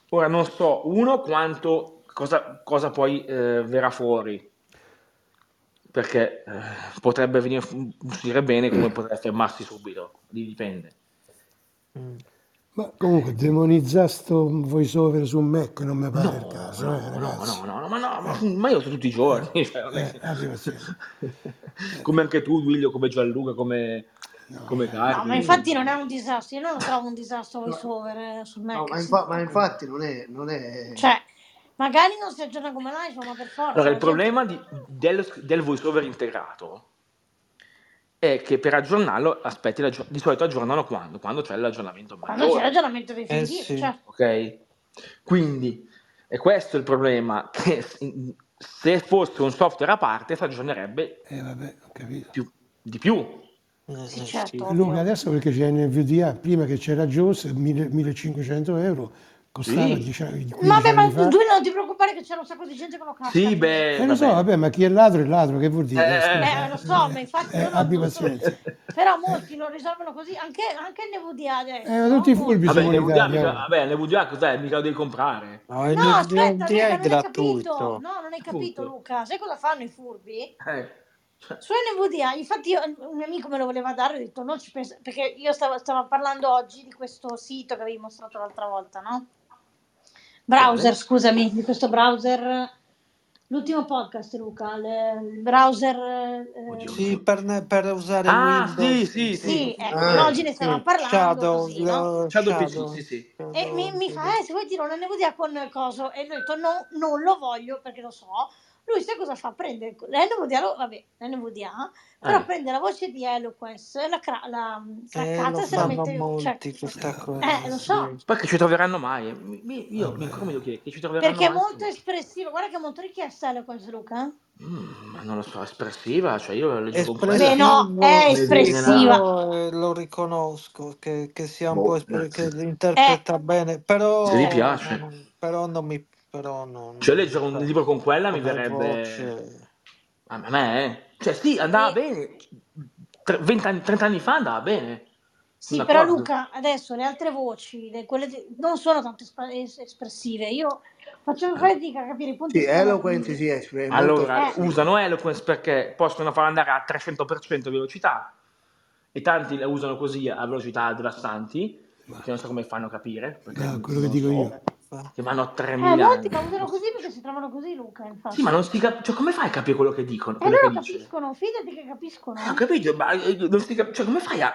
[SPEAKER 2] Ora non so, uno, quanto cosa, cosa poi eh, verrà fuori, perché eh, potrebbe venire fu- uscire bene come potrebbe fermarsi subito, lì dipende.
[SPEAKER 4] Mm.
[SPEAKER 5] Ma comunque, demonizzare sto voiceover su Mac non mi pare il
[SPEAKER 2] No,
[SPEAKER 5] caso, eh,
[SPEAKER 2] no, no,
[SPEAKER 5] ragazzi.
[SPEAKER 2] no, no, ma no, ma,
[SPEAKER 5] Eh,
[SPEAKER 2] ma io lo so tutti i
[SPEAKER 5] eh,
[SPEAKER 2] giorni, cioè, non è
[SPEAKER 5] eh,
[SPEAKER 2] che-
[SPEAKER 5] abbi pazienza.
[SPEAKER 2] come anche tu, Duilio, come Gianluca, come,
[SPEAKER 5] No,
[SPEAKER 2] come
[SPEAKER 5] dai.
[SPEAKER 1] no, ma
[SPEAKER 2] Carli.
[SPEAKER 1] infatti non è un disastro, io non lo trovo un disastro
[SPEAKER 8] No,
[SPEAKER 1] voiceover eh, sul
[SPEAKER 8] no,
[SPEAKER 1] Mac,
[SPEAKER 8] ma, infa- ma
[SPEAKER 1] assolutamente.
[SPEAKER 8] infatti non è, non è...
[SPEAKER 1] Cioè, magari non si aggiorna come l'iPhone, ma per forza cioè,
[SPEAKER 2] Allora, il
[SPEAKER 1] la gente...
[SPEAKER 2] problema di- del, del voiceover integrato è che per aggiornarlo aspetti l'aggio- di solito aggiornano quando? Quando c'è l'aggiornamento
[SPEAKER 1] Quando c'è
[SPEAKER 2] maggiore,
[SPEAKER 1] ragionamento
[SPEAKER 4] Eh
[SPEAKER 1] definitivo,
[SPEAKER 4] sì.
[SPEAKER 1] cioè...
[SPEAKER 2] ok? Quindi è questo il problema, che s- se fosse un software a parte si aggiornerebbe
[SPEAKER 5] Eh, vabbè, ho capito.
[SPEAKER 2] più- di più.
[SPEAKER 4] Eh,
[SPEAKER 1] Sì,
[SPEAKER 4] eh,
[SPEAKER 1] certo,
[SPEAKER 4] sì.
[SPEAKER 5] Luca,
[SPEAKER 1] ovvio.
[SPEAKER 5] adesso perché c'è NVDA, prima che c'era JAWS, 1000 1500 euro, costava
[SPEAKER 2] Sì.
[SPEAKER 5] 10 anni, 15
[SPEAKER 1] Vabbè, ma
[SPEAKER 5] anni fa.
[SPEAKER 1] tu non ti preoccupare che c'era un sacco di gente che Ah, lo caccia.
[SPEAKER 2] Sì, beh,
[SPEAKER 5] E Eh, lo so,
[SPEAKER 2] Eh, vabbè.
[SPEAKER 5] vabbè, ma chi è ladro è ladro, che vuol dire?
[SPEAKER 2] Eh, Cioè,
[SPEAKER 1] Eh, lo so, ma
[SPEAKER 5] Scusa,
[SPEAKER 1] infatti
[SPEAKER 5] eh,
[SPEAKER 1] io non,
[SPEAKER 5] abbi
[SPEAKER 1] non so.
[SPEAKER 5] pazienza.
[SPEAKER 1] Però molti lo risolvono così, anche, anche NVDA
[SPEAKER 5] Eh, ma
[SPEAKER 1] adesso.
[SPEAKER 5] tutti i
[SPEAKER 1] Molti.
[SPEAKER 5] furbi
[SPEAKER 2] Vabbè,
[SPEAKER 5] siamo in
[SPEAKER 2] l'NVDA,
[SPEAKER 5] Italia.
[SPEAKER 2] mica,
[SPEAKER 5] oh.
[SPEAKER 2] vabbè, l'NVDA cos'è? Mica lo devi comprare.
[SPEAKER 10] No,
[SPEAKER 1] No,
[SPEAKER 10] il
[SPEAKER 1] aspetta,
[SPEAKER 10] DMDA
[SPEAKER 1] Luca,
[SPEAKER 10] è
[SPEAKER 1] non hai capito.
[SPEAKER 10] gratuito.
[SPEAKER 1] No, non hai capito,
[SPEAKER 2] Appunto.
[SPEAKER 1] Luca. Sai cosa fanno i furbi?
[SPEAKER 2] Eh. Cioè,
[SPEAKER 1] Su NVDA, ah, infatti io, un mio amico me lo voleva dare, ho detto non ci penso, perché io stavo, stavo parlando oggi di questo sito che avevi mostrato l'altra volta, no? Browser,
[SPEAKER 2] Quale?
[SPEAKER 1] scusami, di questo browser, l'ultimo podcast Luca, il il browser,
[SPEAKER 2] Oddio,
[SPEAKER 1] eh,
[SPEAKER 2] non so.
[SPEAKER 4] Sì, per, ne- per usare
[SPEAKER 2] Ah, sì,
[SPEAKER 4] Windows,
[SPEAKER 2] sì, sì.
[SPEAKER 4] sì,
[SPEAKER 1] sì, ecco,
[SPEAKER 8] Ah,
[SPEAKER 1] no,
[SPEAKER 2] Eh.
[SPEAKER 1] oggi ne stavamo
[SPEAKER 4] sì.
[SPEAKER 1] parlando
[SPEAKER 4] Shadow,
[SPEAKER 1] così, no?
[SPEAKER 4] lo-
[SPEAKER 2] Shadow PC, sì,
[SPEAKER 4] Shadow,
[SPEAKER 2] sì.
[SPEAKER 1] E mi,
[SPEAKER 4] Shadow,
[SPEAKER 1] mi fa, eh, se vuoi dire una NVDA con coso, e io ho detto no, non lo voglio perché lo so. Lui sai cosa fa? Prende la NVDA, lo- vabbè, la NVDA, però
[SPEAKER 2] Eh.
[SPEAKER 1] prende la voce di Eloquence, la, cra- la
[SPEAKER 4] Eh, lo
[SPEAKER 1] craccata e se la
[SPEAKER 4] fanno
[SPEAKER 1] mette, cioè,
[SPEAKER 4] molti questa cosa,
[SPEAKER 1] eh, lo so,
[SPEAKER 4] sì.
[SPEAKER 2] Poi che ci troveranno mai? Mi- mi- io mi-
[SPEAKER 5] Vabbè.
[SPEAKER 2] ancora mi chiedo che ci troveranno
[SPEAKER 1] perché è
[SPEAKER 2] mai
[SPEAKER 1] molto
[SPEAKER 2] su.
[SPEAKER 1] espressiva, guarda che è molto richiesta Eloquence, Luca.
[SPEAKER 2] Mm, ma non lo so, espressiva, cioè io la leggo con
[SPEAKER 1] Beh,
[SPEAKER 2] quella.
[SPEAKER 1] no,
[SPEAKER 4] Espressivo,
[SPEAKER 1] è
[SPEAKER 2] Mi viene la.
[SPEAKER 1] espressiva.
[SPEAKER 4] quello eh, lo riconosco, che, che sia un po'
[SPEAKER 2] Boh,
[SPEAKER 4] espre- che
[SPEAKER 2] se
[SPEAKER 1] Eh,
[SPEAKER 4] interpreta bene,
[SPEAKER 2] se mi
[SPEAKER 1] cioè,
[SPEAKER 4] però,
[SPEAKER 2] piace.
[SPEAKER 4] non- però non mi, però non,
[SPEAKER 2] Cioè,
[SPEAKER 4] non mi
[SPEAKER 2] leggere un
[SPEAKER 1] Eh,
[SPEAKER 4] fa
[SPEAKER 2] libro con quella mi
[SPEAKER 4] come
[SPEAKER 2] verrebbe.
[SPEAKER 4] voce.
[SPEAKER 2] A me, a me, eh. cioè, sì, andava
[SPEAKER 1] sì,
[SPEAKER 2] bene. Tre- 20 anni, 30 anni fa andava bene. Sono
[SPEAKER 1] Sì, però
[SPEAKER 2] d'accordo.
[SPEAKER 1] Luca, adesso le altre voci, le- quelle di- non sono tanto espa- es- espressive. Io faccio
[SPEAKER 2] Eh.
[SPEAKER 1] fatica a capire i punti
[SPEAKER 8] sì,
[SPEAKER 1] esclamativi.
[SPEAKER 8] Eloquence sì, è, è molto
[SPEAKER 2] Allora,
[SPEAKER 1] Eh,
[SPEAKER 8] espressiva.
[SPEAKER 2] usano Eloquence perché possono far andare a 300% velocità e tanti la usano così a velocità devastanti, che non so come fanno a capire, perché
[SPEAKER 5] No, Eh, quello che
[SPEAKER 2] non lo
[SPEAKER 5] dico
[SPEAKER 2] so,
[SPEAKER 5] io.
[SPEAKER 2] che vanno a
[SPEAKER 1] eh,
[SPEAKER 2] 3000...
[SPEAKER 1] molti la usano così perché si trovano così, Luca,
[SPEAKER 2] Sì, ma
[SPEAKER 1] infatti.
[SPEAKER 2] non si capisce... Cioè, come fai a capire quello che dicono,
[SPEAKER 1] E
[SPEAKER 2] quello che
[SPEAKER 1] loro
[SPEAKER 2] dice?
[SPEAKER 1] capiscono, fidati che
[SPEAKER 2] Eh, ho
[SPEAKER 1] capiscono.
[SPEAKER 2] capito, ma eh, non si capisce... Cioè, come fai a...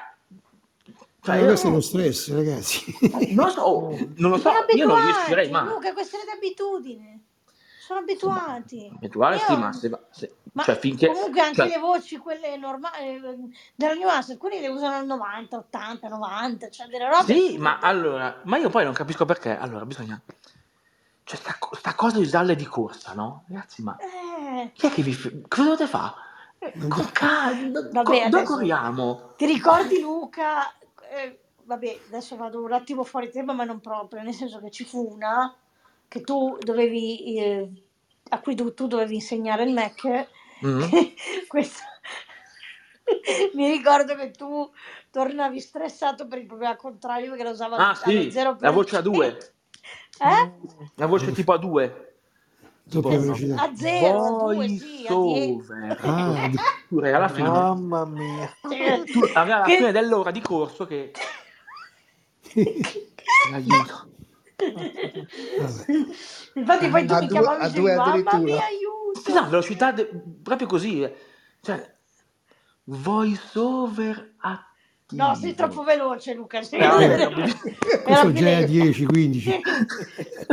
[SPEAKER 2] Cioè,
[SPEAKER 5] Ma questo è
[SPEAKER 2] io...
[SPEAKER 5] lo stress, ragazzi.
[SPEAKER 2] Non lo so,
[SPEAKER 4] Mm.
[SPEAKER 2] non lo
[SPEAKER 1] Sono
[SPEAKER 2] so, io non riuscirei
[SPEAKER 1] abituati,
[SPEAKER 2] mai.
[SPEAKER 1] Luca, è questione di abitudine. Sono
[SPEAKER 2] Sì, ma-
[SPEAKER 1] abituati.
[SPEAKER 2] Abituale sì, ma
[SPEAKER 1] Io,
[SPEAKER 2] se... va- se-
[SPEAKER 1] ma
[SPEAKER 2] Cioè, finché...
[SPEAKER 1] comunque anche
[SPEAKER 2] Cioè,
[SPEAKER 1] le voci, quelle normali, della nuance, alcuni le usano al 90, 80, 90, cioè delle robe
[SPEAKER 2] Sì, ma
[SPEAKER 1] assurde.
[SPEAKER 2] allora, ma io poi non capisco perché. Allora, bisogna. Cioè, sta, co- sta cosa di usarle di corsa, no? Ragazzi, ma
[SPEAKER 1] Eh,
[SPEAKER 2] chi è che vi. f- Cosa dovete fare? Eh,
[SPEAKER 5] Non
[SPEAKER 2] con
[SPEAKER 5] do-
[SPEAKER 2] calma, do-
[SPEAKER 1] vabbè,
[SPEAKER 2] co- dove
[SPEAKER 1] adesso
[SPEAKER 2] corriamo?
[SPEAKER 1] ti ricordi Luca? Eh, vabbè, adesso vado un attimo fuori tema, ma non proprio, nel senso che ci fu una che tu dovevi, eh, a cui tu, tu dovevi insegnare il Mac.
[SPEAKER 2] Mm?
[SPEAKER 1] Che questo... Mi ricordo che tu tornavi stressato per il problema contrario perché lo usava
[SPEAKER 2] Ah,
[SPEAKER 1] allo
[SPEAKER 2] sì, la voce a
[SPEAKER 1] 0%.
[SPEAKER 2] due,
[SPEAKER 1] Eh?
[SPEAKER 2] la voce tipo a due, tipo
[SPEAKER 5] Doppia
[SPEAKER 2] no.
[SPEAKER 5] velocità.
[SPEAKER 1] A 0, a 2, sì,
[SPEAKER 2] Voice
[SPEAKER 1] a 10.
[SPEAKER 2] over.
[SPEAKER 5] Ah, di-
[SPEAKER 2] Tu, era alla fine,
[SPEAKER 4] Mamma mia.
[SPEAKER 2] tu arrivi alla fine
[SPEAKER 1] che...
[SPEAKER 2] dell'ora di corso che. L'aiuto.
[SPEAKER 5] vabbè.
[SPEAKER 1] Infatti poi tu
[SPEAKER 8] A
[SPEAKER 1] mi
[SPEAKER 8] due,
[SPEAKER 1] chiamavi e
[SPEAKER 8] a
[SPEAKER 1] dicevi,
[SPEAKER 8] due
[SPEAKER 1] mamma
[SPEAKER 8] addirittura.
[SPEAKER 1] mia,
[SPEAKER 2] Sì, no,
[SPEAKER 1] aiuto!
[SPEAKER 2] velocità de- proprio così. eh. Cioè, voice over
[SPEAKER 1] No, sei troppo
[SPEAKER 2] attivo.
[SPEAKER 1] veloce, Luca.
[SPEAKER 2] Eh, vabbè,
[SPEAKER 1] Era
[SPEAKER 2] capito.
[SPEAKER 5] Questo
[SPEAKER 1] più
[SPEAKER 5] già è a
[SPEAKER 1] lento.
[SPEAKER 5] 10, 15.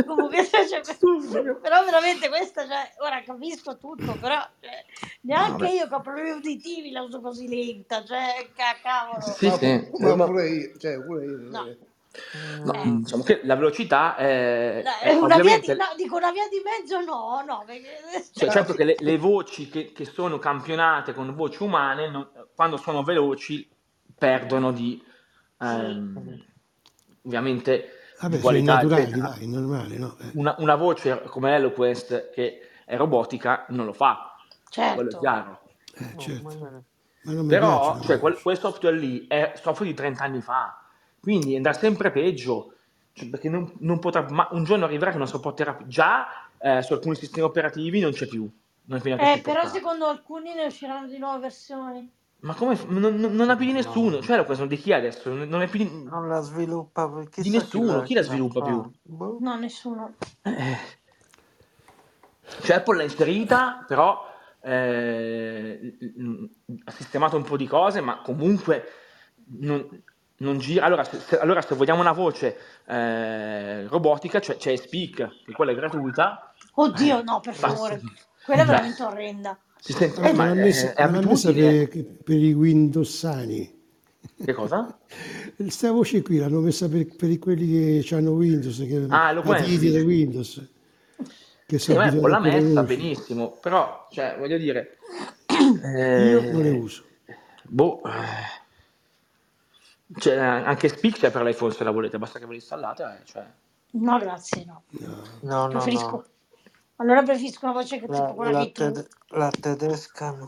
[SPEAKER 1] Comunque, cioè,
[SPEAKER 2] Assurdo.
[SPEAKER 1] però veramente questa, cioè, ora capisco tutto, però cioè,
[SPEAKER 2] No,
[SPEAKER 1] neanche
[SPEAKER 2] vabbè.
[SPEAKER 1] io che ho problemi uditivi la uso così lenta, cioè, ca- cavolo.
[SPEAKER 2] Sì,
[SPEAKER 8] Ma,
[SPEAKER 2] sì.
[SPEAKER 8] pu-
[SPEAKER 2] eh,
[SPEAKER 8] ma
[SPEAKER 2] ma-
[SPEAKER 8] pure io, cioè pure io. non è
[SPEAKER 1] No,
[SPEAKER 8] che-
[SPEAKER 2] no,
[SPEAKER 1] eh.
[SPEAKER 4] Mm.
[SPEAKER 2] diciamo che la velocità è,
[SPEAKER 1] No,
[SPEAKER 2] è
[SPEAKER 1] Una via di,
[SPEAKER 2] Eh, ovviamente...
[SPEAKER 1] no, dico una via di mezzo, no, no, perché,
[SPEAKER 2] Cioè,
[SPEAKER 1] cioè,
[SPEAKER 8] Ah,
[SPEAKER 2] certo
[SPEAKER 8] sì.
[SPEAKER 2] che le, le voci che, che sono campionate con voci umane, non- quando sono veloci, perdono di...
[SPEAKER 1] sì.
[SPEAKER 2] ehm, ovviamente di
[SPEAKER 5] Vabbè, sono
[SPEAKER 2] qualità,
[SPEAKER 5] innaturali,
[SPEAKER 2] eccetera.
[SPEAKER 5] dai, è normale, no? Eh.
[SPEAKER 2] una, una voce come Eloquest che è robotica non lo fa, quello è
[SPEAKER 1] Certo,
[SPEAKER 2] chiaro.
[SPEAKER 5] Eh,
[SPEAKER 4] Oh,
[SPEAKER 5] certo.
[SPEAKER 4] ma-
[SPEAKER 5] Ma non mi piace
[SPEAKER 2] Però
[SPEAKER 5] la
[SPEAKER 2] cioè,
[SPEAKER 5] mia
[SPEAKER 2] quel,
[SPEAKER 5] voce.
[SPEAKER 2] quel software lì è software di 30 anni fa, quindi andrà sempre peggio, cioè, perché non, non potrà, ma un giorno arriverà che non sopporterà più. Già eh, su alcuni sistemi operativi non c'è più, non è più neanche
[SPEAKER 1] Eh, però
[SPEAKER 2] supportato.
[SPEAKER 1] secondo alcuni ne usciranno di nuove versioni.
[SPEAKER 2] Ma come? f- Non, non- non ha più di nessuno,
[SPEAKER 4] No,
[SPEAKER 2] cioè Eloquest non di chi adesso? Non non è più di,
[SPEAKER 4] non la sviluppa,
[SPEAKER 2] di
[SPEAKER 4] chissà chi
[SPEAKER 2] nessuno,
[SPEAKER 4] la,
[SPEAKER 2] chi la
[SPEAKER 4] chi la
[SPEAKER 2] sviluppa più?
[SPEAKER 4] fa. Boh.
[SPEAKER 1] No, nessuno.
[SPEAKER 2] Eh. Cioè, Apple l'ha inserita, però eh, mm, ha sistemato un po' di cose, ma comunque non, non gira. Allora se, se- allora, se vogliamo una voce eh, robotica, c'è, c'è Speak, che quella è gratuita,
[SPEAKER 1] Oddio,
[SPEAKER 2] eh,
[SPEAKER 1] no, per
[SPEAKER 2] ma,
[SPEAKER 1] favore.
[SPEAKER 2] si-
[SPEAKER 1] Quella è
[SPEAKER 2] cioè,
[SPEAKER 1] veramente orrenda.
[SPEAKER 2] si sente, eh,
[SPEAKER 5] Vabbè, me
[SPEAKER 2] ma
[SPEAKER 5] l'ha
[SPEAKER 2] è,
[SPEAKER 5] messa,
[SPEAKER 2] è
[SPEAKER 5] me l'ha messa per,
[SPEAKER 2] abitudine.
[SPEAKER 5] per i windowsani.
[SPEAKER 2] Che cosa?
[SPEAKER 5] Questa voce qui l'hanno messa per, per quelli che hanno Windows, che
[SPEAKER 2] Ah, Eh,
[SPEAKER 5] patiti da
[SPEAKER 2] eloquenzi.
[SPEAKER 5] Windows, che
[SPEAKER 2] Sì,
[SPEAKER 5] sono
[SPEAKER 2] ma Apple
[SPEAKER 5] abituati
[SPEAKER 2] l'ha
[SPEAKER 5] a quelle
[SPEAKER 2] messa
[SPEAKER 5] voci.
[SPEAKER 2] benissimo, però, cioè, voglio dire,
[SPEAKER 5] Io non le
[SPEAKER 2] eh,
[SPEAKER 5] uso.
[SPEAKER 2] boh. eh. Cioè, anche Speak c'è per l'iPhone se la volete, basta che ve l'installate. eh, cioè.
[SPEAKER 1] No, grazie, no.
[SPEAKER 4] No, no,
[SPEAKER 1] Preferisco...
[SPEAKER 4] no.
[SPEAKER 1] Allora preferisco una voce che tipo
[SPEAKER 4] La,
[SPEAKER 1] quella
[SPEAKER 4] la
[SPEAKER 1] che tu...
[SPEAKER 4] tede- la tedesca no.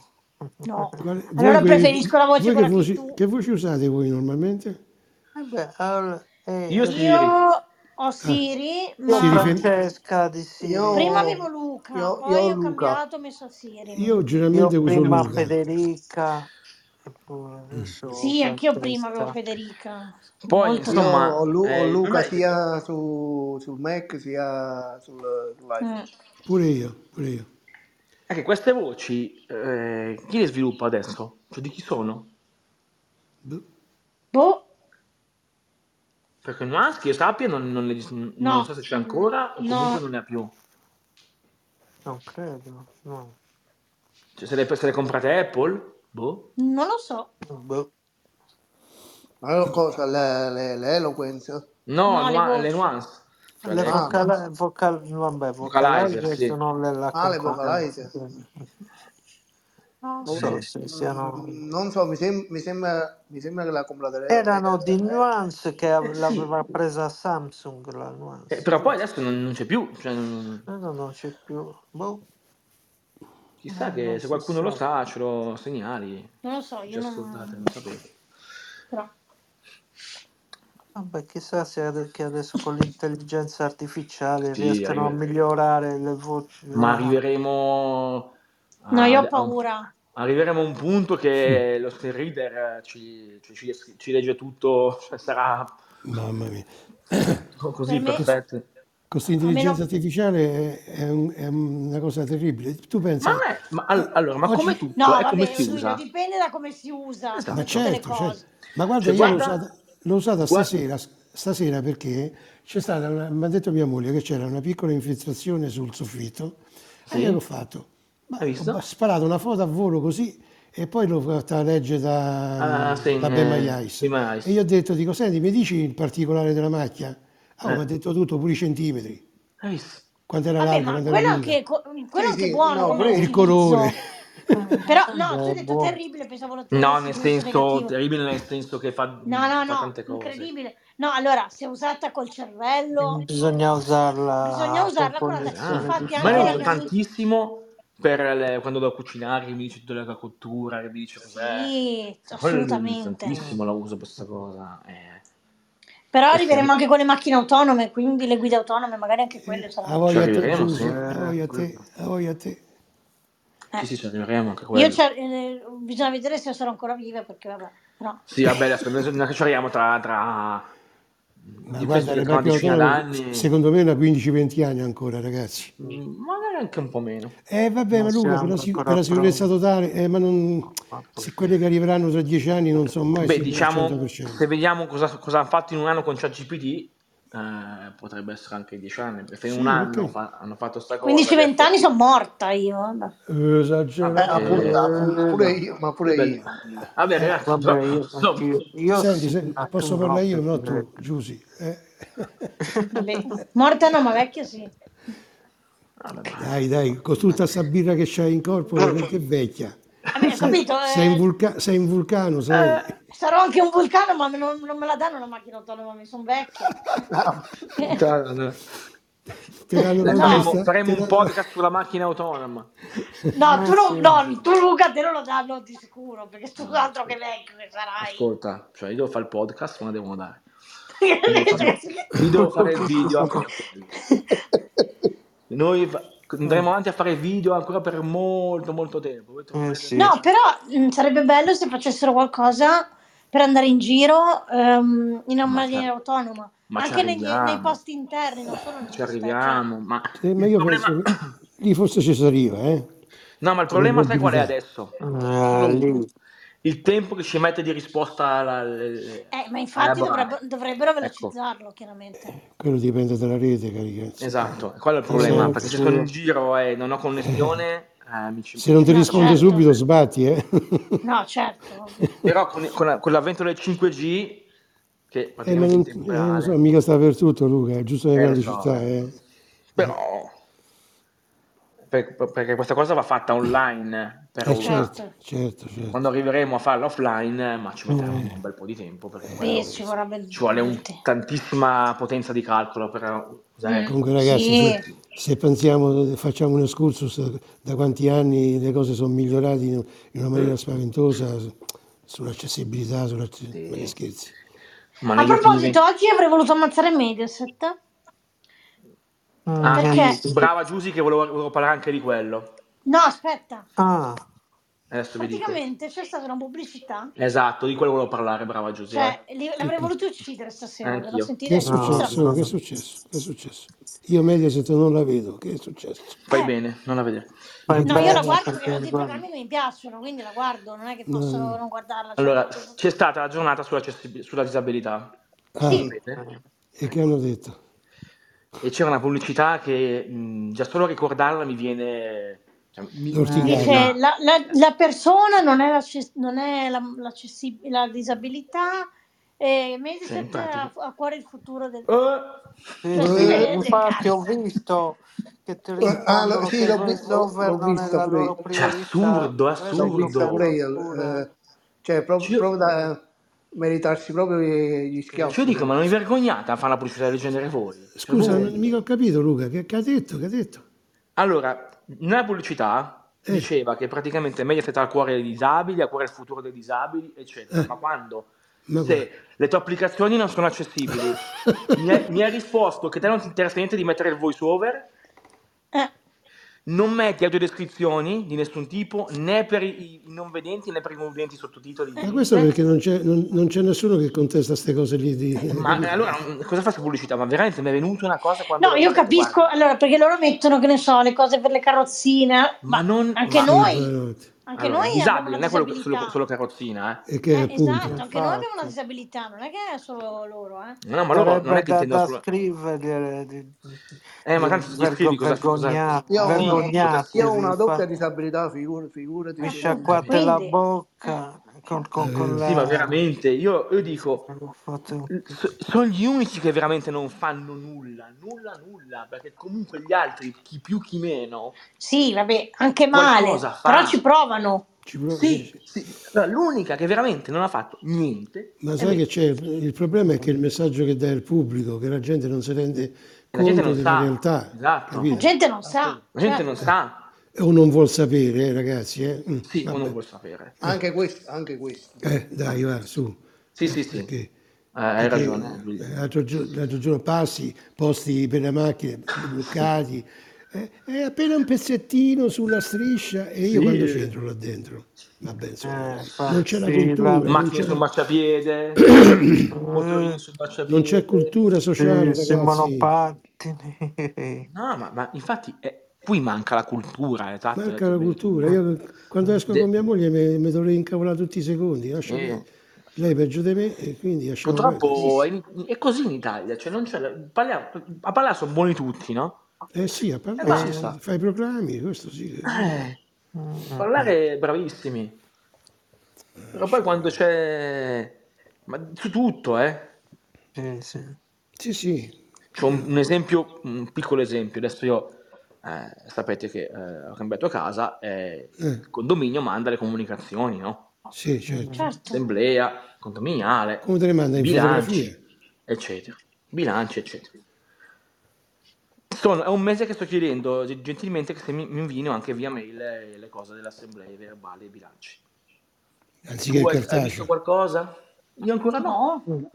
[SPEAKER 1] No.
[SPEAKER 5] Quale- voi,
[SPEAKER 1] Allora
[SPEAKER 5] quei-
[SPEAKER 1] preferisco la voce
[SPEAKER 5] voi che,
[SPEAKER 1] quella che
[SPEAKER 5] voci,
[SPEAKER 1] tu...
[SPEAKER 5] che voci usate voi normalmente?
[SPEAKER 4] Eh beh, allora, eh,
[SPEAKER 2] Io
[SPEAKER 1] Io
[SPEAKER 2] Siri.
[SPEAKER 1] ho
[SPEAKER 5] Ah,
[SPEAKER 1] Siri,
[SPEAKER 4] io
[SPEAKER 5] Siri
[SPEAKER 1] ma
[SPEAKER 5] Fem-
[SPEAKER 4] Francesca di eh. Siri,
[SPEAKER 1] prima
[SPEAKER 8] Io,
[SPEAKER 1] avevo Luca,
[SPEAKER 8] io, io
[SPEAKER 1] poi ho
[SPEAKER 8] Luca.
[SPEAKER 1] cambiato, ho messo Siri.
[SPEAKER 5] io
[SPEAKER 4] io
[SPEAKER 5] generalmente uso
[SPEAKER 4] prima
[SPEAKER 5] Luca.
[SPEAKER 4] Federica e poi
[SPEAKER 8] Mm.
[SPEAKER 4] adesso
[SPEAKER 1] Sì, anch'io prima avevo
[SPEAKER 4] Francesca.
[SPEAKER 1] Federica.
[SPEAKER 2] Poi,
[SPEAKER 1] Molto
[SPEAKER 8] Io
[SPEAKER 1] tempo.
[SPEAKER 2] insomma,
[SPEAKER 8] ho, Lu- ho
[SPEAKER 2] eh, il
[SPEAKER 8] Luca
[SPEAKER 2] problema è-
[SPEAKER 8] sia su, sul Mac sia sul,
[SPEAKER 1] Mm.
[SPEAKER 8] sull'iPhone.
[SPEAKER 5] Pure io, pure io.
[SPEAKER 2] è che queste voci, eh, chi le sviluppa adesso? Cioè, di chi sono?
[SPEAKER 5] Boh.
[SPEAKER 1] Boh,
[SPEAKER 2] Perché Musk, io sappia, non, non le- non so
[SPEAKER 1] no,
[SPEAKER 2] se c'è
[SPEAKER 1] Mm,
[SPEAKER 2] ancora o comunque
[SPEAKER 1] no,
[SPEAKER 2] non ne ha più.
[SPEAKER 4] Non credo, no.
[SPEAKER 2] Cioè, se le, se le comprate Apple? Boh.
[SPEAKER 1] non lo so.
[SPEAKER 4] Boh.
[SPEAKER 8] Ma allora cosa? Le, le, le eloquence?
[SPEAKER 2] No,
[SPEAKER 1] No, le
[SPEAKER 2] nua- le
[SPEAKER 1] voci.
[SPEAKER 2] nuance. Cioè,
[SPEAKER 4] Le
[SPEAKER 2] le
[SPEAKER 8] Ah,
[SPEAKER 4] vocali, vocal, vabbè,
[SPEAKER 2] vocalizer,
[SPEAKER 4] vocalizer
[SPEAKER 2] sì.
[SPEAKER 4] sono le- la
[SPEAKER 8] ah, le
[SPEAKER 4] concorrenza.
[SPEAKER 8] vocalizer.
[SPEAKER 1] Non
[SPEAKER 4] Non
[SPEAKER 8] Boh,
[SPEAKER 4] so
[SPEAKER 2] Sì.
[SPEAKER 4] se siano...
[SPEAKER 8] mm, Non so, mi, sem- mi sembra, mi sembra che la comprate
[SPEAKER 4] Erano di
[SPEAKER 8] Apple.
[SPEAKER 4] Nuance che
[SPEAKER 2] Eh
[SPEAKER 4] av-
[SPEAKER 2] sì,
[SPEAKER 4] l'aveva presa Samsung, la
[SPEAKER 2] Eh,
[SPEAKER 4] Nuance.
[SPEAKER 2] però poi adesso non, non c'è più. Cioè, non-
[SPEAKER 4] Adesso non c'è più. Boh,
[SPEAKER 2] chissà
[SPEAKER 4] non,
[SPEAKER 2] che
[SPEAKER 4] non
[SPEAKER 2] se
[SPEAKER 4] si
[SPEAKER 2] qualcuno lo
[SPEAKER 4] sa.
[SPEAKER 2] sa ce lo segnali.
[SPEAKER 1] lo so,
[SPEAKER 2] Ci
[SPEAKER 1] Eh, io
[SPEAKER 2] ascoltate,
[SPEAKER 1] non...
[SPEAKER 2] non sapete.
[SPEAKER 1] Però...
[SPEAKER 4] Vabbè, chissà se ade- che adesso con l'intelligenza artificiale
[SPEAKER 2] Sì,
[SPEAKER 4] riescano a
[SPEAKER 2] arrive-
[SPEAKER 4] migliorare le voci, le
[SPEAKER 2] ma
[SPEAKER 4] nuove.
[SPEAKER 2] arriveremo
[SPEAKER 1] No,
[SPEAKER 2] a,
[SPEAKER 1] io ho
[SPEAKER 2] a un,
[SPEAKER 1] paura.
[SPEAKER 2] arriveremo a un punto che lo screen reader ci, ci- ci- ci legge tutto, cioè sarà
[SPEAKER 5] Mamma mia.
[SPEAKER 1] Per
[SPEAKER 2] così
[SPEAKER 1] me,
[SPEAKER 5] Cos-
[SPEAKER 2] perfetto.
[SPEAKER 5] Questa
[SPEAKER 1] a
[SPEAKER 5] intelligenza
[SPEAKER 1] meno...
[SPEAKER 5] artificiale è, è un- è una cosa terribile. Tu
[SPEAKER 2] Ma,
[SPEAKER 5] pensa,
[SPEAKER 2] non è- ma
[SPEAKER 5] o-
[SPEAKER 2] all- allora, ma come
[SPEAKER 5] oggi,
[SPEAKER 2] tutto
[SPEAKER 1] No,
[SPEAKER 2] è eh, come
[SPEAKER 1] vabbè,
[SPEAKER 2] si
[SPEAKER 1] Giulio,
[SPEAKER 2] usa.
[SPEAKER 1] dipende da come si usa,
[SPEAKER 5] ma
[SPEAKER 2] Esatto.
[SPEAKER 1] come tutte le
[SPEAKER 5] certo, certo.
[SPEAKER 1] cose.
[SPEAKER 5] Ma guarda,
[SPEAKER 2] Cioè,
[SPEAKER 5] io l'ho
[SPEAKER 2] guarda,
[SPEAKER 5] usata, l'ho usata
[SPEAKER 2] guarda,
[SPEAKER 5] stasera, stasera perché c'è stata, una- mi ha detto mia moglie che c'era una piccola infiltrazione sul soffitto. Allora che ho
[SPEAKER 2] sì,
[SPEAKER 5] fatto? Ma
[SPEAKER 2] hai
[SPEAKER 5] ho ba-
[SPEAKER 2] visto?
[SPEAKER 5] sparato una foto a volo così e poi l'ho fatta leggere da,
[SPEAKER 2] Ah, sì, in,
[SPEAKER 5] da Ben
[SPEAKER 2] eh,
[SPEAKER 5] Magliais.
[SPEAKER 2] in
[SPEAKER 5] E
[SPEAKER 2] Malaysia.
[SPEAKER 5] io ho detto, dico, senti, mi dici il particolare della macchia? Ah, mi ha
[SPEAKER 2] Eh,
[SPEAKER 5] detto tutto, pure i centimetri.
[SPEAKER 2] hai visto?
[SPEAKER 5] Quanto era
[SPEAKER 1] Vabbè,
[SPEAKER 5] larga,
[SPEAKER 1] ma
[SPEAKER 5] quanto era
[SPEAKER 1] quello
[SPEAKER 5] lunga.
[SPEAKER 1] anche, co- quello
[SPEAKER 8] Sì,
[SPEAKER 1] anche è
[SPEAKER 8] sì,
[SPEAKER 1] buono
[SPEAKER 8] no,
[SPEAKER 1] come
[SPEAKER 8] pure
[SPEAKER 5] Il
[SPEAKER 8] io.
[SPEAKER 5] colore.
[SPEAKER 1] utilizzo. Però,
[SPEAKER 4] Eh,
[SPEAKER 1] no, tu hai
[SPEAKER 4] boh,
[SPEAKER 1] detto
[SPEAKER 4] boh.
[SPEAKER 1] terribile, pensavo lo
[SPEAKER 2] No,
[SPEAKER 1] tennessi
[SPEAKER 2] nel
[SPEAKER 1] in un
[SPEAKER 2] senso,
[SPEAKER 1] negativo.
[SPEAKER 2] terribile nel senso che fa,
[SPEAKER 1] No, no,
[SPEAKER 2] fa
[SPEAKER 1] no,
[SPEAKER 2] tante cose.
[SPEAKER 1] incredibile. No, allora, se usata col cervello,
[SPEAKER 4] Eh, Bisogna
[SPEAKER 2] Esatto. Ma io lo
[SPEAKER 1] bisogna usarla con la testa. Infatti, anche la
[SPEAKER 4] usarla con cognizione
[SPEAKER 2] uso
[SPEAKER 4] digitale.
[SPEAKER 1] mia amica.
[SPEAKER 2] tantissimo per le- quando devo cucinare, che mi dice tutta la cottura, che mi dice cos'è.
[SPEAKER 1] Sì,
[SPEAKER 2] Quello
[SPEAKER 1] assolutamente.
[SPEAKER 4] Mm.
[SPEAKER 2] tantissimo la uso questa cosa. eh.
[SPEAKER 1] Però
[SPEAKER 2] E se-
[SPEAKER 1] arriveremo anche con le macchine autonome, quindi le guide autonome, magari anche quelle
[SPEAKER 5] A
[SPEAKER 1] saranno.
[SPEAKER 2] Ci
[SPEAKER 5] voglia Ah, a te,
[SPEAKER 2] arriveremo, sì.
[SPEAKER 5] Giuse, a
[SPEAKER 4] Eh,
[SPEAKER 5] voglia a te,
[SPEAKER 4] quello.
[SPEAKER 5] a voglia a te.
[SPEAKER 2] Sì,
[SPEAKER 1] Eh.
[SPEAKER 2] sì, ci arriveremo anche
[SPEAKER 1] Io
[SPEAKER 2] quello.
[SPEAKER 1] c'è- eh, bisogna vedere se sarò ancora viva, perché vabbè, però.
[SPEAKER 2] Sì, vabbè, adesso noi non è che ci arriviamo tra, tra...
[SPEAKER 5] Ma
[SPEAKER 2] Io penso
[SPEAKER 5] guarda,
[SPEAKER 2] che tra
[SPEAKER 5] le
[SPEAKER 2] una
[SPEAKER 5] macchine
[SPEAKER 2] decina
[SPEAKER 5] autonome, s-
[SPEAKER 2] d'anni,
[SPEAKER 5] secondo me, da 15-20 anni ancora, ragazzi.
[SPEAKER 2] mm, magari anche un po' meno.
[SPEAKER 5] Eh vabbè,
[SPEAKER 4] Non
[SPEAKER 5] ma Luca, per la,
[SPEAKER 4] siamo
[SPEAKER 5] sic- per
[SPEAKER 4] ancora
[SPEAKER 5] la sicurezza
[SPEAKER 4] pronti.
[SPEAKER 5] totale, eh, ma non, se quelle che arriveranno tra 10 anni non sono mai
[SPEAKER 2] Beh,
[SPEAKER 5] sicure al
[SPEAKER 2] diciamo, se
[SPEAKER 5] 100%.
[SPEAKER 2] vediamo cosa, cosa hanno fatto in un anno con ChatGPT, eh, potrebbe essere anche dieci anni, perché in un
[SPEAKER 5] Sì,
[SPEAKER 2] anno
[SPEAKER 5] perché?
[SPEAKER 2] fa- hanno fatto sta cosa,
[SPEAKER 1] 15-20 anni
[SPEAKER 2] adesso...
[SPEAKER 1] sono morta io. vabbè.
[SPEAKER 8] Eh,
[SPEAKER 5] Esagerato.
[SPEAKER 8] appunto, appunto, pure
[SPEAKER 4] Eh,
[SPEAKER 8] io, ma
[SPEAKER 2] Che
[SPEAKER 8] pure
[SPEAKER 2] bello.
[SPEAKER 8] io. quindi.
[SPEAKER 2] Vabbè,
[SPEAKER 5] Eh,
[SPEAKER 2] ragazzi,
[SPEAKER 4] vabbè,
[SPEAKER 2] però,
[SPEAKER 4] io
[SPEAKER 2] insomma,
[SPEAKER 4] anch'io. Io
[SPEAKER 5] senti,
[SPEAKER 4] sì,
[SPEAKER 5] se-
[SPEAKER 4] ma tu
[SPEAKER 5] posso parlare
[SPEAKER 4] no,
[SPEAKER 5] io, no tu,
[SPEAKER 4] figurati.
[SPEAKER 5] Giusi. Eh.
[SPEAKER 1] Vabbè, morta no, ma vecchia sì.
[SPEAKER 2] vabbè, ma...
[SPEAKER 5] Dai, dai, con tutta sta birra che c'hai in corpo, veramente vecchia.
[SPEAKER 1] Vabbè, ho
[SPEAKER 5] Sei,
[SPEAKER 1] Ah, capito,
[SPEAKER 5] sei in,
[SPEAKER 1] eh,
[SPEAKER 5] vulca- sei in vulcano, sei.
[SPEAKER 2] Eh,
[SPEAKER 1] sarò anche un vulcano, ma non, non me la danno una macchina autonoma, mi sono vecchia.
[SPEAKER 8] Ah,
[SPEAKER 2] puttana, no.
[SPEAKER 5] Te danno
[SPEAKER 2] Dai,
[SPEAKER 5] la
[SPEAKER 1] No,
[SPEAKER 2] faremo,
[SPEAKER 5] lista.
[SPEAKER 2] faremo
[SPEAKER 5] Te
[SPEAKER 2] un
[SPEAKER 5] danno...
[SPEAKER 2] podcast sulla macchina autonoma.
[SPEAKER 5] Ah,
[SPEAKER 1] no,
[SPEAKER 4] Eh
[SPEAKER 1] tu, non,
[SPEAKER 4] sì.
[SPEAKER 1] no, tu Luca te non lo danno di sicuro, perché tu
[SPEAKER 2] No,
[SPEAKER 1] altro che
[SPEAKER 2] ascolta,
[SPEAKER 1] vecchio che sarai.
[SPEAKER 2] ascolta, cioè io devo fare il podcast, ma devo andare. Io devo fare,
[SPEAKER 1] Cioè, sì.
[SPEAKER 2] io devo fare il video ancora per quello. Noi va- andremo avanti a fare video ancora per molto, molto tempo. Voi
[SPEAKER 4] Eh
[SPEAKER 2] troverete
[SPEAKER 4] sì.
[SPEAKER 1] No,
[SPEAKER 2] delle...
[SPEAKER 1] però mh, sarebbe bello se facessero qualcosa per andare in giro ehm, in
[SPEAKER 2] Ma ci,
[SPEAKER 1] maniera autonoma,
[SPEAKER 2] ma ci
[SPEAKER 1] anche negli- nei
[SPEAKER 2] arriviamo,
[SPEAKER 1] posti interni, non solo
[SPEAKER 2] ci
[SPEAKER 1] negli sterzi.
[SPEAKER 2] arriviamo, ma
[SPEAKER 5] Eh, ma
[SPEAKER 2] il
[SPEAKER 5] io
[SPEAKER 2] problema...
[SPEAKER 5] penso che lì forse ci si arriva, eh?
[SPEAKER 2] No, ma il
[SPEAKER 5] Come
[SPEAKER 2] problema sai qual è
[SPEAKER 5] mobilità.
[SPEAKER 2] adesso?
[SPEAKER 5] Ah,
[SPEAKER 2] Solo
[SPEAKER 4] Eh,
[SPEAKER 2] uno.
[SPEAKER 4] lì.
[SPEAKER 2] Il tempo che ci mette di risposta alla- alle-
[SPEAKER 1] Eh, ma
[SPEAKER 2] a
[SPEAKER 1] infatti dovrebbe-
[SPEAKER 2] elaborare.
[SPEAKER 1] dovrebbero
[SPEAKER 2] Ecco,
[SPEAKER 1] velocizzarlo, chiaramente.
[SPEAKER 5] Quello dipende dalla rete, carica, insomma.
[SPEAKER 2] esatto. Quello è il
[SPEAKER 5] Eh, se
[SPEAKER 2] problema,
[SPEAKER 5] non,
[SPEAKER 2] perché
[SPEAKER 5] ti-
[SPEAKER 2] se sono in
[SPEAKER 5] se,
[SPEAKER 2] giro e non ho connessione, eh, mi ci-
[SPEAKER 5] se non ti
[SPEAKER 1] No,
[SPEAKER 5] risponde
[SPEAKER 2] insomma...
[SPEAKER 1] certo.
[SPEAKER 5] subito, sbatti, eh?
[SPEAKER 1] No, certo.
[SPEAKER 2] Però con, con la- con l'avvento del 5G, che
[SPEAKER 5] Eh, ma
[SPEAKER 2] praticamente in
[SPEAKER 5] non,
[SPEAKER 2] tempo
[SPEAKER 5] eh, lo so,
[SPEAKER 2] reale,
[SPEAKER 5] mica sta per tutto, Luca, è giusto nelle
[SPEAKER 2] eh, lo
[SPEAKER 5] grandi
[SPEAKER 2] so,
[SPEAKER 5] città,
[SPEAKER 2] eh.
[SPEAKER 5] eh?
[SPEAKER 2] Però... per- per- perché questa cosa va fatta online per
[SPEAKER 5] Eh,
[SPEAKER 2] ora.
[SPEAKER 5] certo, certo, certo.
[SPEAKER 2] Quando arriveremo a farla offline, ma ci metteremo
[SPEAKER 5] Mm.
[SPEAKER 2] un bel po' di tempo perché
[SPEAKER 1] Beh,
[SPEAKER 2] quello
[SPEAKER 1] ci vorrà ben-
[SPEAKER 2] ci vuole un-
[SPEAKER 1] te.
[SPEAKER 2] tantissima potenza di calcolo per usare
[SPEAKER 1] Mm.
[SPEAKER 5] Comunque ragazzi, se,
[SPEAKER 1] Sì,
[SPEAKER 5] se pensiamo, facciamo un excursus da quanti anni le cose sono migliorate in, in una maniera spaventosa su- sull'accessibilità, sulla, ma che
[SPEAKER 2] Sì.
[SPEAKER 5] scherzi.
[SPEAKER 2] Ma
[SPEAKER 1] A
[SPEAKER 2] negli ultimi
[SPEAKER 1] proposito,
[SPEAKER 2] 20...
[SPEAKER 1] oggi avrei voluto ammazzare Mediaset
[SPEAKER 2] Ah,
[SPEAKER 4] Mm.
[SPEAKER 1] perché...
[SPEAKER 2] sì, brava Giusy che volevo, volevo parlare anche di quello.
[SPEAKER 1] No, aspetta.
[SPEAKER 4] Ah,
[SPEAKER 2] Adesso vi dico.
[SPEAKER 1] Praticamente c'è stata una pubblicità,
[SPEAKER 2] Esatto, di quello volevo parlare, brava Giusy. eh.
[SPEAKER 1] cioè li-
[SPEAKER 5] Che,
[SPEAKER 1] l'avrei voluto uccidere stasera, ve l'ho
[SPEAKER 2] Anch'io.
[SPEAKER 1] sentita,
[SPEAKER 5] che è
[SPEAKER 1] è
[SPEAKER 4] no,
[SPEAKER 1] successa.
[SPEAKER 5] successo? Che è
[SPEAKER 4] no.
[SPEAKER 5] successo? Che è successo? Io Mediaset non la vedo, che è successo?
[SPEAKER 2] Fai
[SPEAKER 1] Eh,
[SPEAKER 2] bene, non la vedere.
[SPEAKER 4] Fai
[SPEAKER 1] no, io la
[SPEAKER 4] bene
[SPEAKER 1] guardo perché
[SPEAKER 4] perché
[SPEAKER 1] molti
[SPEAKER 4] guarda.
[SPEAKER 1] programmi mi piacciono, quindi la guardo, non è che
[SPEAKER 5] No,
[SPEAKER 1] posso
[SPEAKER 5] no.
[SPEAKER 1] non guardarla, cioè
[SPEAKER 2] Allora,
[SPEAKER 1] proprio...
[SPEAKER 2] c'è stata la giornata sull'accessibil- sulla disabilità, lo
[SPEAKER 5] Ah,
[SPEAKER 1] Sì,
[SPEAKER 2] sapete?
[SPEAKER 5] e che hanno detto?
[SPEAKER 2] E c'era una pubblicità che mh, già solo a ricordarla mi viene... cioè, mi, mi viene
[SPEAKER 5] L'orticaria.
[SPEAKER 1] dice
[SPEAKER 2] da...
[SPEAKER 1] la, la- la persona non è, l'acces- non è la, l'accessi- la disabilitità, e
[SPEAKER 2] Cioè, in
[SPEAKER 1] Mediaset ha
[SPEAKER 2] pratica...
[SPEAKER 1] a cuore il futuro del...
[SPEAKER 2] Eh,
[SPEAKER 4] Sì,
[SPEAKER 1] Cioè,
[SPEAKER 4] sì,
[SPEAKER 5] Eh,
[SPEAKER 1] siete dei
[SPEAKER 4] infatti ho
[SPEAKER 1] cazzo.
[SPEAKER 4] visto che ti
[SPEAKER 8] Ah, lo-
[SPEAKER 4] rispondono
[SPEAKER 8] sì,
[SPEAKER 4] che il
[SPEAKER 8] l'ho, vi- l'ho-
[SPEAKER 4] voiceover
[SPEAKER 8] l'ho
[SPEAKER 4] non è
[SPEAKER 8] vista
[SPEAKER 4] la
[SPEAKER 8] pure
[SPEAKER 4] loro
[SPEAKER 8] io.
[SPEAKER 2] Cioè,
[SPEAKER 4] priorità,
[SPEAKER 2] assurdo,
[SPEAKER 8] L'ho vista
[SPEAKER 2] assurdo.
[SPEAKER 8] pure
[SPEAKER 4] voiceover
[SPEAKER 8] io.
[SPEAKER 4] pure.
[SPEAKER 8] eh, cioè, proprio,
[SPEAKER 2] Cioè,
[SPEAKER 8] proprio da meritarsi proprio gli
[SPEAKER 2] cioè, io
[SPEAKER 8] schiaffi.
[SPEAKER 2] dico, ma
[SPEAKER 8] proprio.
[SPEAKER 2] non vi vergognate a fare una pubblicità del genere voi? Cioè,
[SPEAKER 5] Scusa,
[SPEAKER 2] boh.
[SPEAKER 5] non, mica ho capito Luca, che, che ha detto? Che ha detto?
[SPEAKER 2] Allora, nella pubblicità
[SPEAKER 5] Eh,
[SPEAKER 2] diceva che praticamente Mediaset ha a cuore dei disabili, ha a cuore il futuro dei disabili, eccetera.
[SPEAKER 5] eh,
[SPEAKER 2] Ma quando?
[SPEAKER 5] ma guarda.
[SPEAKER 2] Se le tue applicazioni non sono accessibili, mi hai mi hai risposto che te non ti interessa niente di mettere il voiceover,
[SPEAKER 1] Eh,
[SPEAKER 2] non metti audiodescrizioni di nessun tipo, né per i i non vedenti né per i non vedenti sottotitoli di
[SPEAKER 5] Ma
[SPEAKER 1] eh,
[SPEAKER 5] questo
[SPEAKER 2] niente.
[SPEAKER 5] perché non c'è, non- non c'è nessuno che contesta queste cose lì, di,
[SPEAKER 2] Eh,
[SPEAKER 5] hai
[SPEAKER 2] ma eh,
[SPEAKER 5] capito?
[SPEAKER 2] allora mm, cosa fa questa pubblicità? Ma veramente mi è venuta una cosa quando
[SPEAKER 1] No,
[SPEAKER 2] l'ho
[SPEAKER 1] io
[SPEAKER 2] vista, ho detto
[SPEAKER 1] capisco,
[SPEAKER 2] guarda,
[SPEAKER 1] allora, perché loro mettono, che ne so, le cose per le carrozzine,
[SPEAKER 2] ma
[SPEAKER 1] ma
[SPEAKER 2] non...
[SPEAKER 1] anche
[SPEAKER 2] Ma...
[SPEAKER 5] Sì,
[SPEAKER 1] noi,
[SPEAKER 5] infatti.
[SPEAKER 1] anche
[SPEAKER 2] Allora, il
[SPEAKER 1] noi abbiamo
[SPEAKER 2] disabile
[SPEAKER 1] una
[SPEAKER 2] non è quello che- solo,
[SPEAKER 1] disabilità.
[SPEAKER 2] solo carrozzina, eh.
[SPEAKER 5] E che è
[SPEAKER 1] Eh, esatto,
[SPEAKER 5] appunto.
[SPEAKER 1] anche noi abbiamo una
[SPEAKER 4] Infatti,
[SPEAKER 1] disabilità, non è che è solo loro, eh.
[SPEAKER 2] No, no, ma loro non è
[SPEAKER 4] sarebbe
[SPEAKER 2] che
[SPEAKER 4] da,
[SPEAKER 2] intendono
[SPEAKER 4] da
[SPEAKER 2] solo...
[SPEAKER 4] scrivere, di,
[SPEAKER 2] Eh, ma
[SPEAKER 4] di
[SPEAKER 2] tanto gli scrivi
[SPEAKER 4] vergo-
[SPEAKER 2] cosa... cosa...
[SPEAKER 4] vergogna-
[SPEAKER 8] Io ho
[SPEAKER 2] Sì,
[SPEAKER 8] una,
[SPEAKER 2] cosa...
[SPEAKER 8] io ho
[SPEAKER 4] vergognatevi,
[SPEAKER 8] una doppia
[SPEAKER 4] infatti.
[SPEAKER 8] disabilità, figur- figurati
[SPEAKER 4] Vi
[SPEAKER 8] se
[SPEAKER 1] Eh,
[SPEAKER 8] non
[SPEAKER 1] appunto,
[SPEAKER 4] sciacquate la
[SPEAKER 1] quindi... eh,
[SPEAKER 4] bocca con, con- con
[SPEAKER 8] Eh,
[SPEAKER 5] Davvero.
[SPEAKER 2] Sì, ma
[SPEAKER 4] la...
[SPEAKER 2] veramente, io, io dico,
[SPEAKER 4] Fate un
[SPEAKER 2] sono gli unici che veramente non fanno nulla, nulla, nulla, perché comunque gli altri, chi più chi meno,
[SPEAKER 1] sì, vabbè, anche male,
[SPEAKER 2] qualcosa
[SPEAKER 1] però ci
[SPEAKER 2] faranno.
[SPEAKER 1] provano.
[SPEAKER 5] Ci provo, sì,
[SPEAKER 2] Sì,
[SPEAKER 5] sì.
[SPEAKER 2] sì. Allora, l'unica che veramente non ha fatto niente
[SPEAKER 1] Eh,
[SPEAKER 5] Ma
[SPEAKER 2] è
[SPEAKER 5] sai che
[SPEAKER 2] Mediaset.
[SPEAKER 5] c'è? Il problema è che il messaggio che dà il pubblico, che la gente non si rende
[SPEAKER 2] E la gente
[SPEAKER 5] conto
[SPEAKER 2] non
[SPEAKER 5] della
[SPEAKER 2] sa,
[SPEAKER 5] realtà,
[SPEAKER 2] esatto.
[SPEAKER 1] La
[SPEAKER 5] capito?
[SPEAKER 1] gente non sa,
[SPEAKER 2] La gente non
[SPEAKER 1] certo.
[SPEAKER 2] sa,
[SPEAKER 5] O non vuol sapere, eh, ragazzi. Eh? Mm,
[SPEAKER 2] sì, o non
[SPEAKER 5] vabbè.
[SPEAKER 2] vuol sapere.
[SPEAKER 8] Anche questo, anche questo.
[SPEAKER 5] Eh, dai, va, su.
[SPEAKER 2] Sì,
[SPEAKER 5] Eh,
[SPEAKER 2] sì, sì, Eh,
[SPEAKER 5] perché
[SPEAKER 2] hai
[SPEAKER 5] perché
[SPEAKER 2] ragione, eh,
[SPEAKER 5] eh,
[SPEAKER 2] Giulia.
[SPEAKER 5] l'altro gio- l'altro giorno passi, posti per le macchine bloccati, eh, è appena un pezzettino sulla striscia e io quando
[SPEAKER 2] Sì.
[SPEAKER 5] c'entro là dentro, vabbè, insomma,
[SPEAKER 4] Eh,
[SPEAKER 5] dai, non c'è la
[SPEAKER 4] infatti, la...
[SPEAKER 5] cultura, non
[SPEAKER 2] Macchine
[SPEAKER 5] c'è
[SPEAKER 2] sul
[SPEAKER 5] la,
[SPEAKER 2] marciapiede, motorini
[SPEAKER 4] Eh,
[SPEAKER 2] sul
[SPEAKER 5] non c'è
[SPEAKER 2] marciapiede.
[SPEAKER 5] cultura sociale,
[SPEAKER 4] sì, sì,
[SPEAKER 5] ragazzi.
[SPEAKER 4] monopattini.
[SPEAKER 2] No, ma, ma infatti eh, qui manca la cultura, esatto, hai
[SPEAKER 5] Manca
[SPEAKER 2] detto bene
[SPEAKER 5] la
[SPEAKER 2] tu.
[SPEAKER 5] cultura. Io quando esco con
[SPEAKER 2] De-
[SPEAKER 5] mia moglie mi, mi dovrei incavolare tutti i secondi, lascia
[SPEAKER 2] eh,
[SPEAKER 5] perdere. Lei è peggio di me e quindi lasciamo perdere.
[SPEAKER 2] Purtroppo è, è così in Italia, cioè non c'è la- parliamo- a parlare sono buoni tutti, no?
[SPEAKER 5] Eh sì, a
[SPEAKER 2] E
[SPEAKER 5] parlare, sì, sì,
[SPEAKER 2] basta.
[SPEAKER 5] fai i programmi, questo sì, che quello.
[SPEAKER 2] Eh,
[SPEAKER 4] Mm,
[SPEAKER 2] parlare bravissimi. Però poi quando c'è... Ma su tutto, eh.
[SPEAKER 4] mm, Sì, sì.
[SPEAKER 5] Sì, sì.
[SPEAKER 2] C'è un,
[SPEAKER 5] Mm.
[SPEAKER 2] un esempio, un piccolo esempio. Adesso io eh, sapete che eh, ho cambiato casa e
[SPEAKER 5] Eh,
[SPEAKER 2] il condominio manda le comunicazioni, no?
[SPEAKER 5] sì, certo.
[SPEAKER 1] Certo.
[SPEAKER 2] Assemblea, condominiale,
[SPEAKER 5] Come te le manda in fotografia?
[SPEAKER 2] bilanci, eccetera. Bilanci, eccetera. Sono- è un mese che sto chiedendo ge- gentilmente che se mi, mi invino anche via mail le, le cose dell'assemblea, i verbali e i bilanci.
[SPEAKER 5] Anziché
[SPEAKER 2] Tu
[SPEAKER 5] il
[SPEAKER 2] hai, hai visto
[SPEAKER 5] cartaceo.
[SPEAKER 2] qualcosa? Io ancora no.
[SPEAKER 1] No,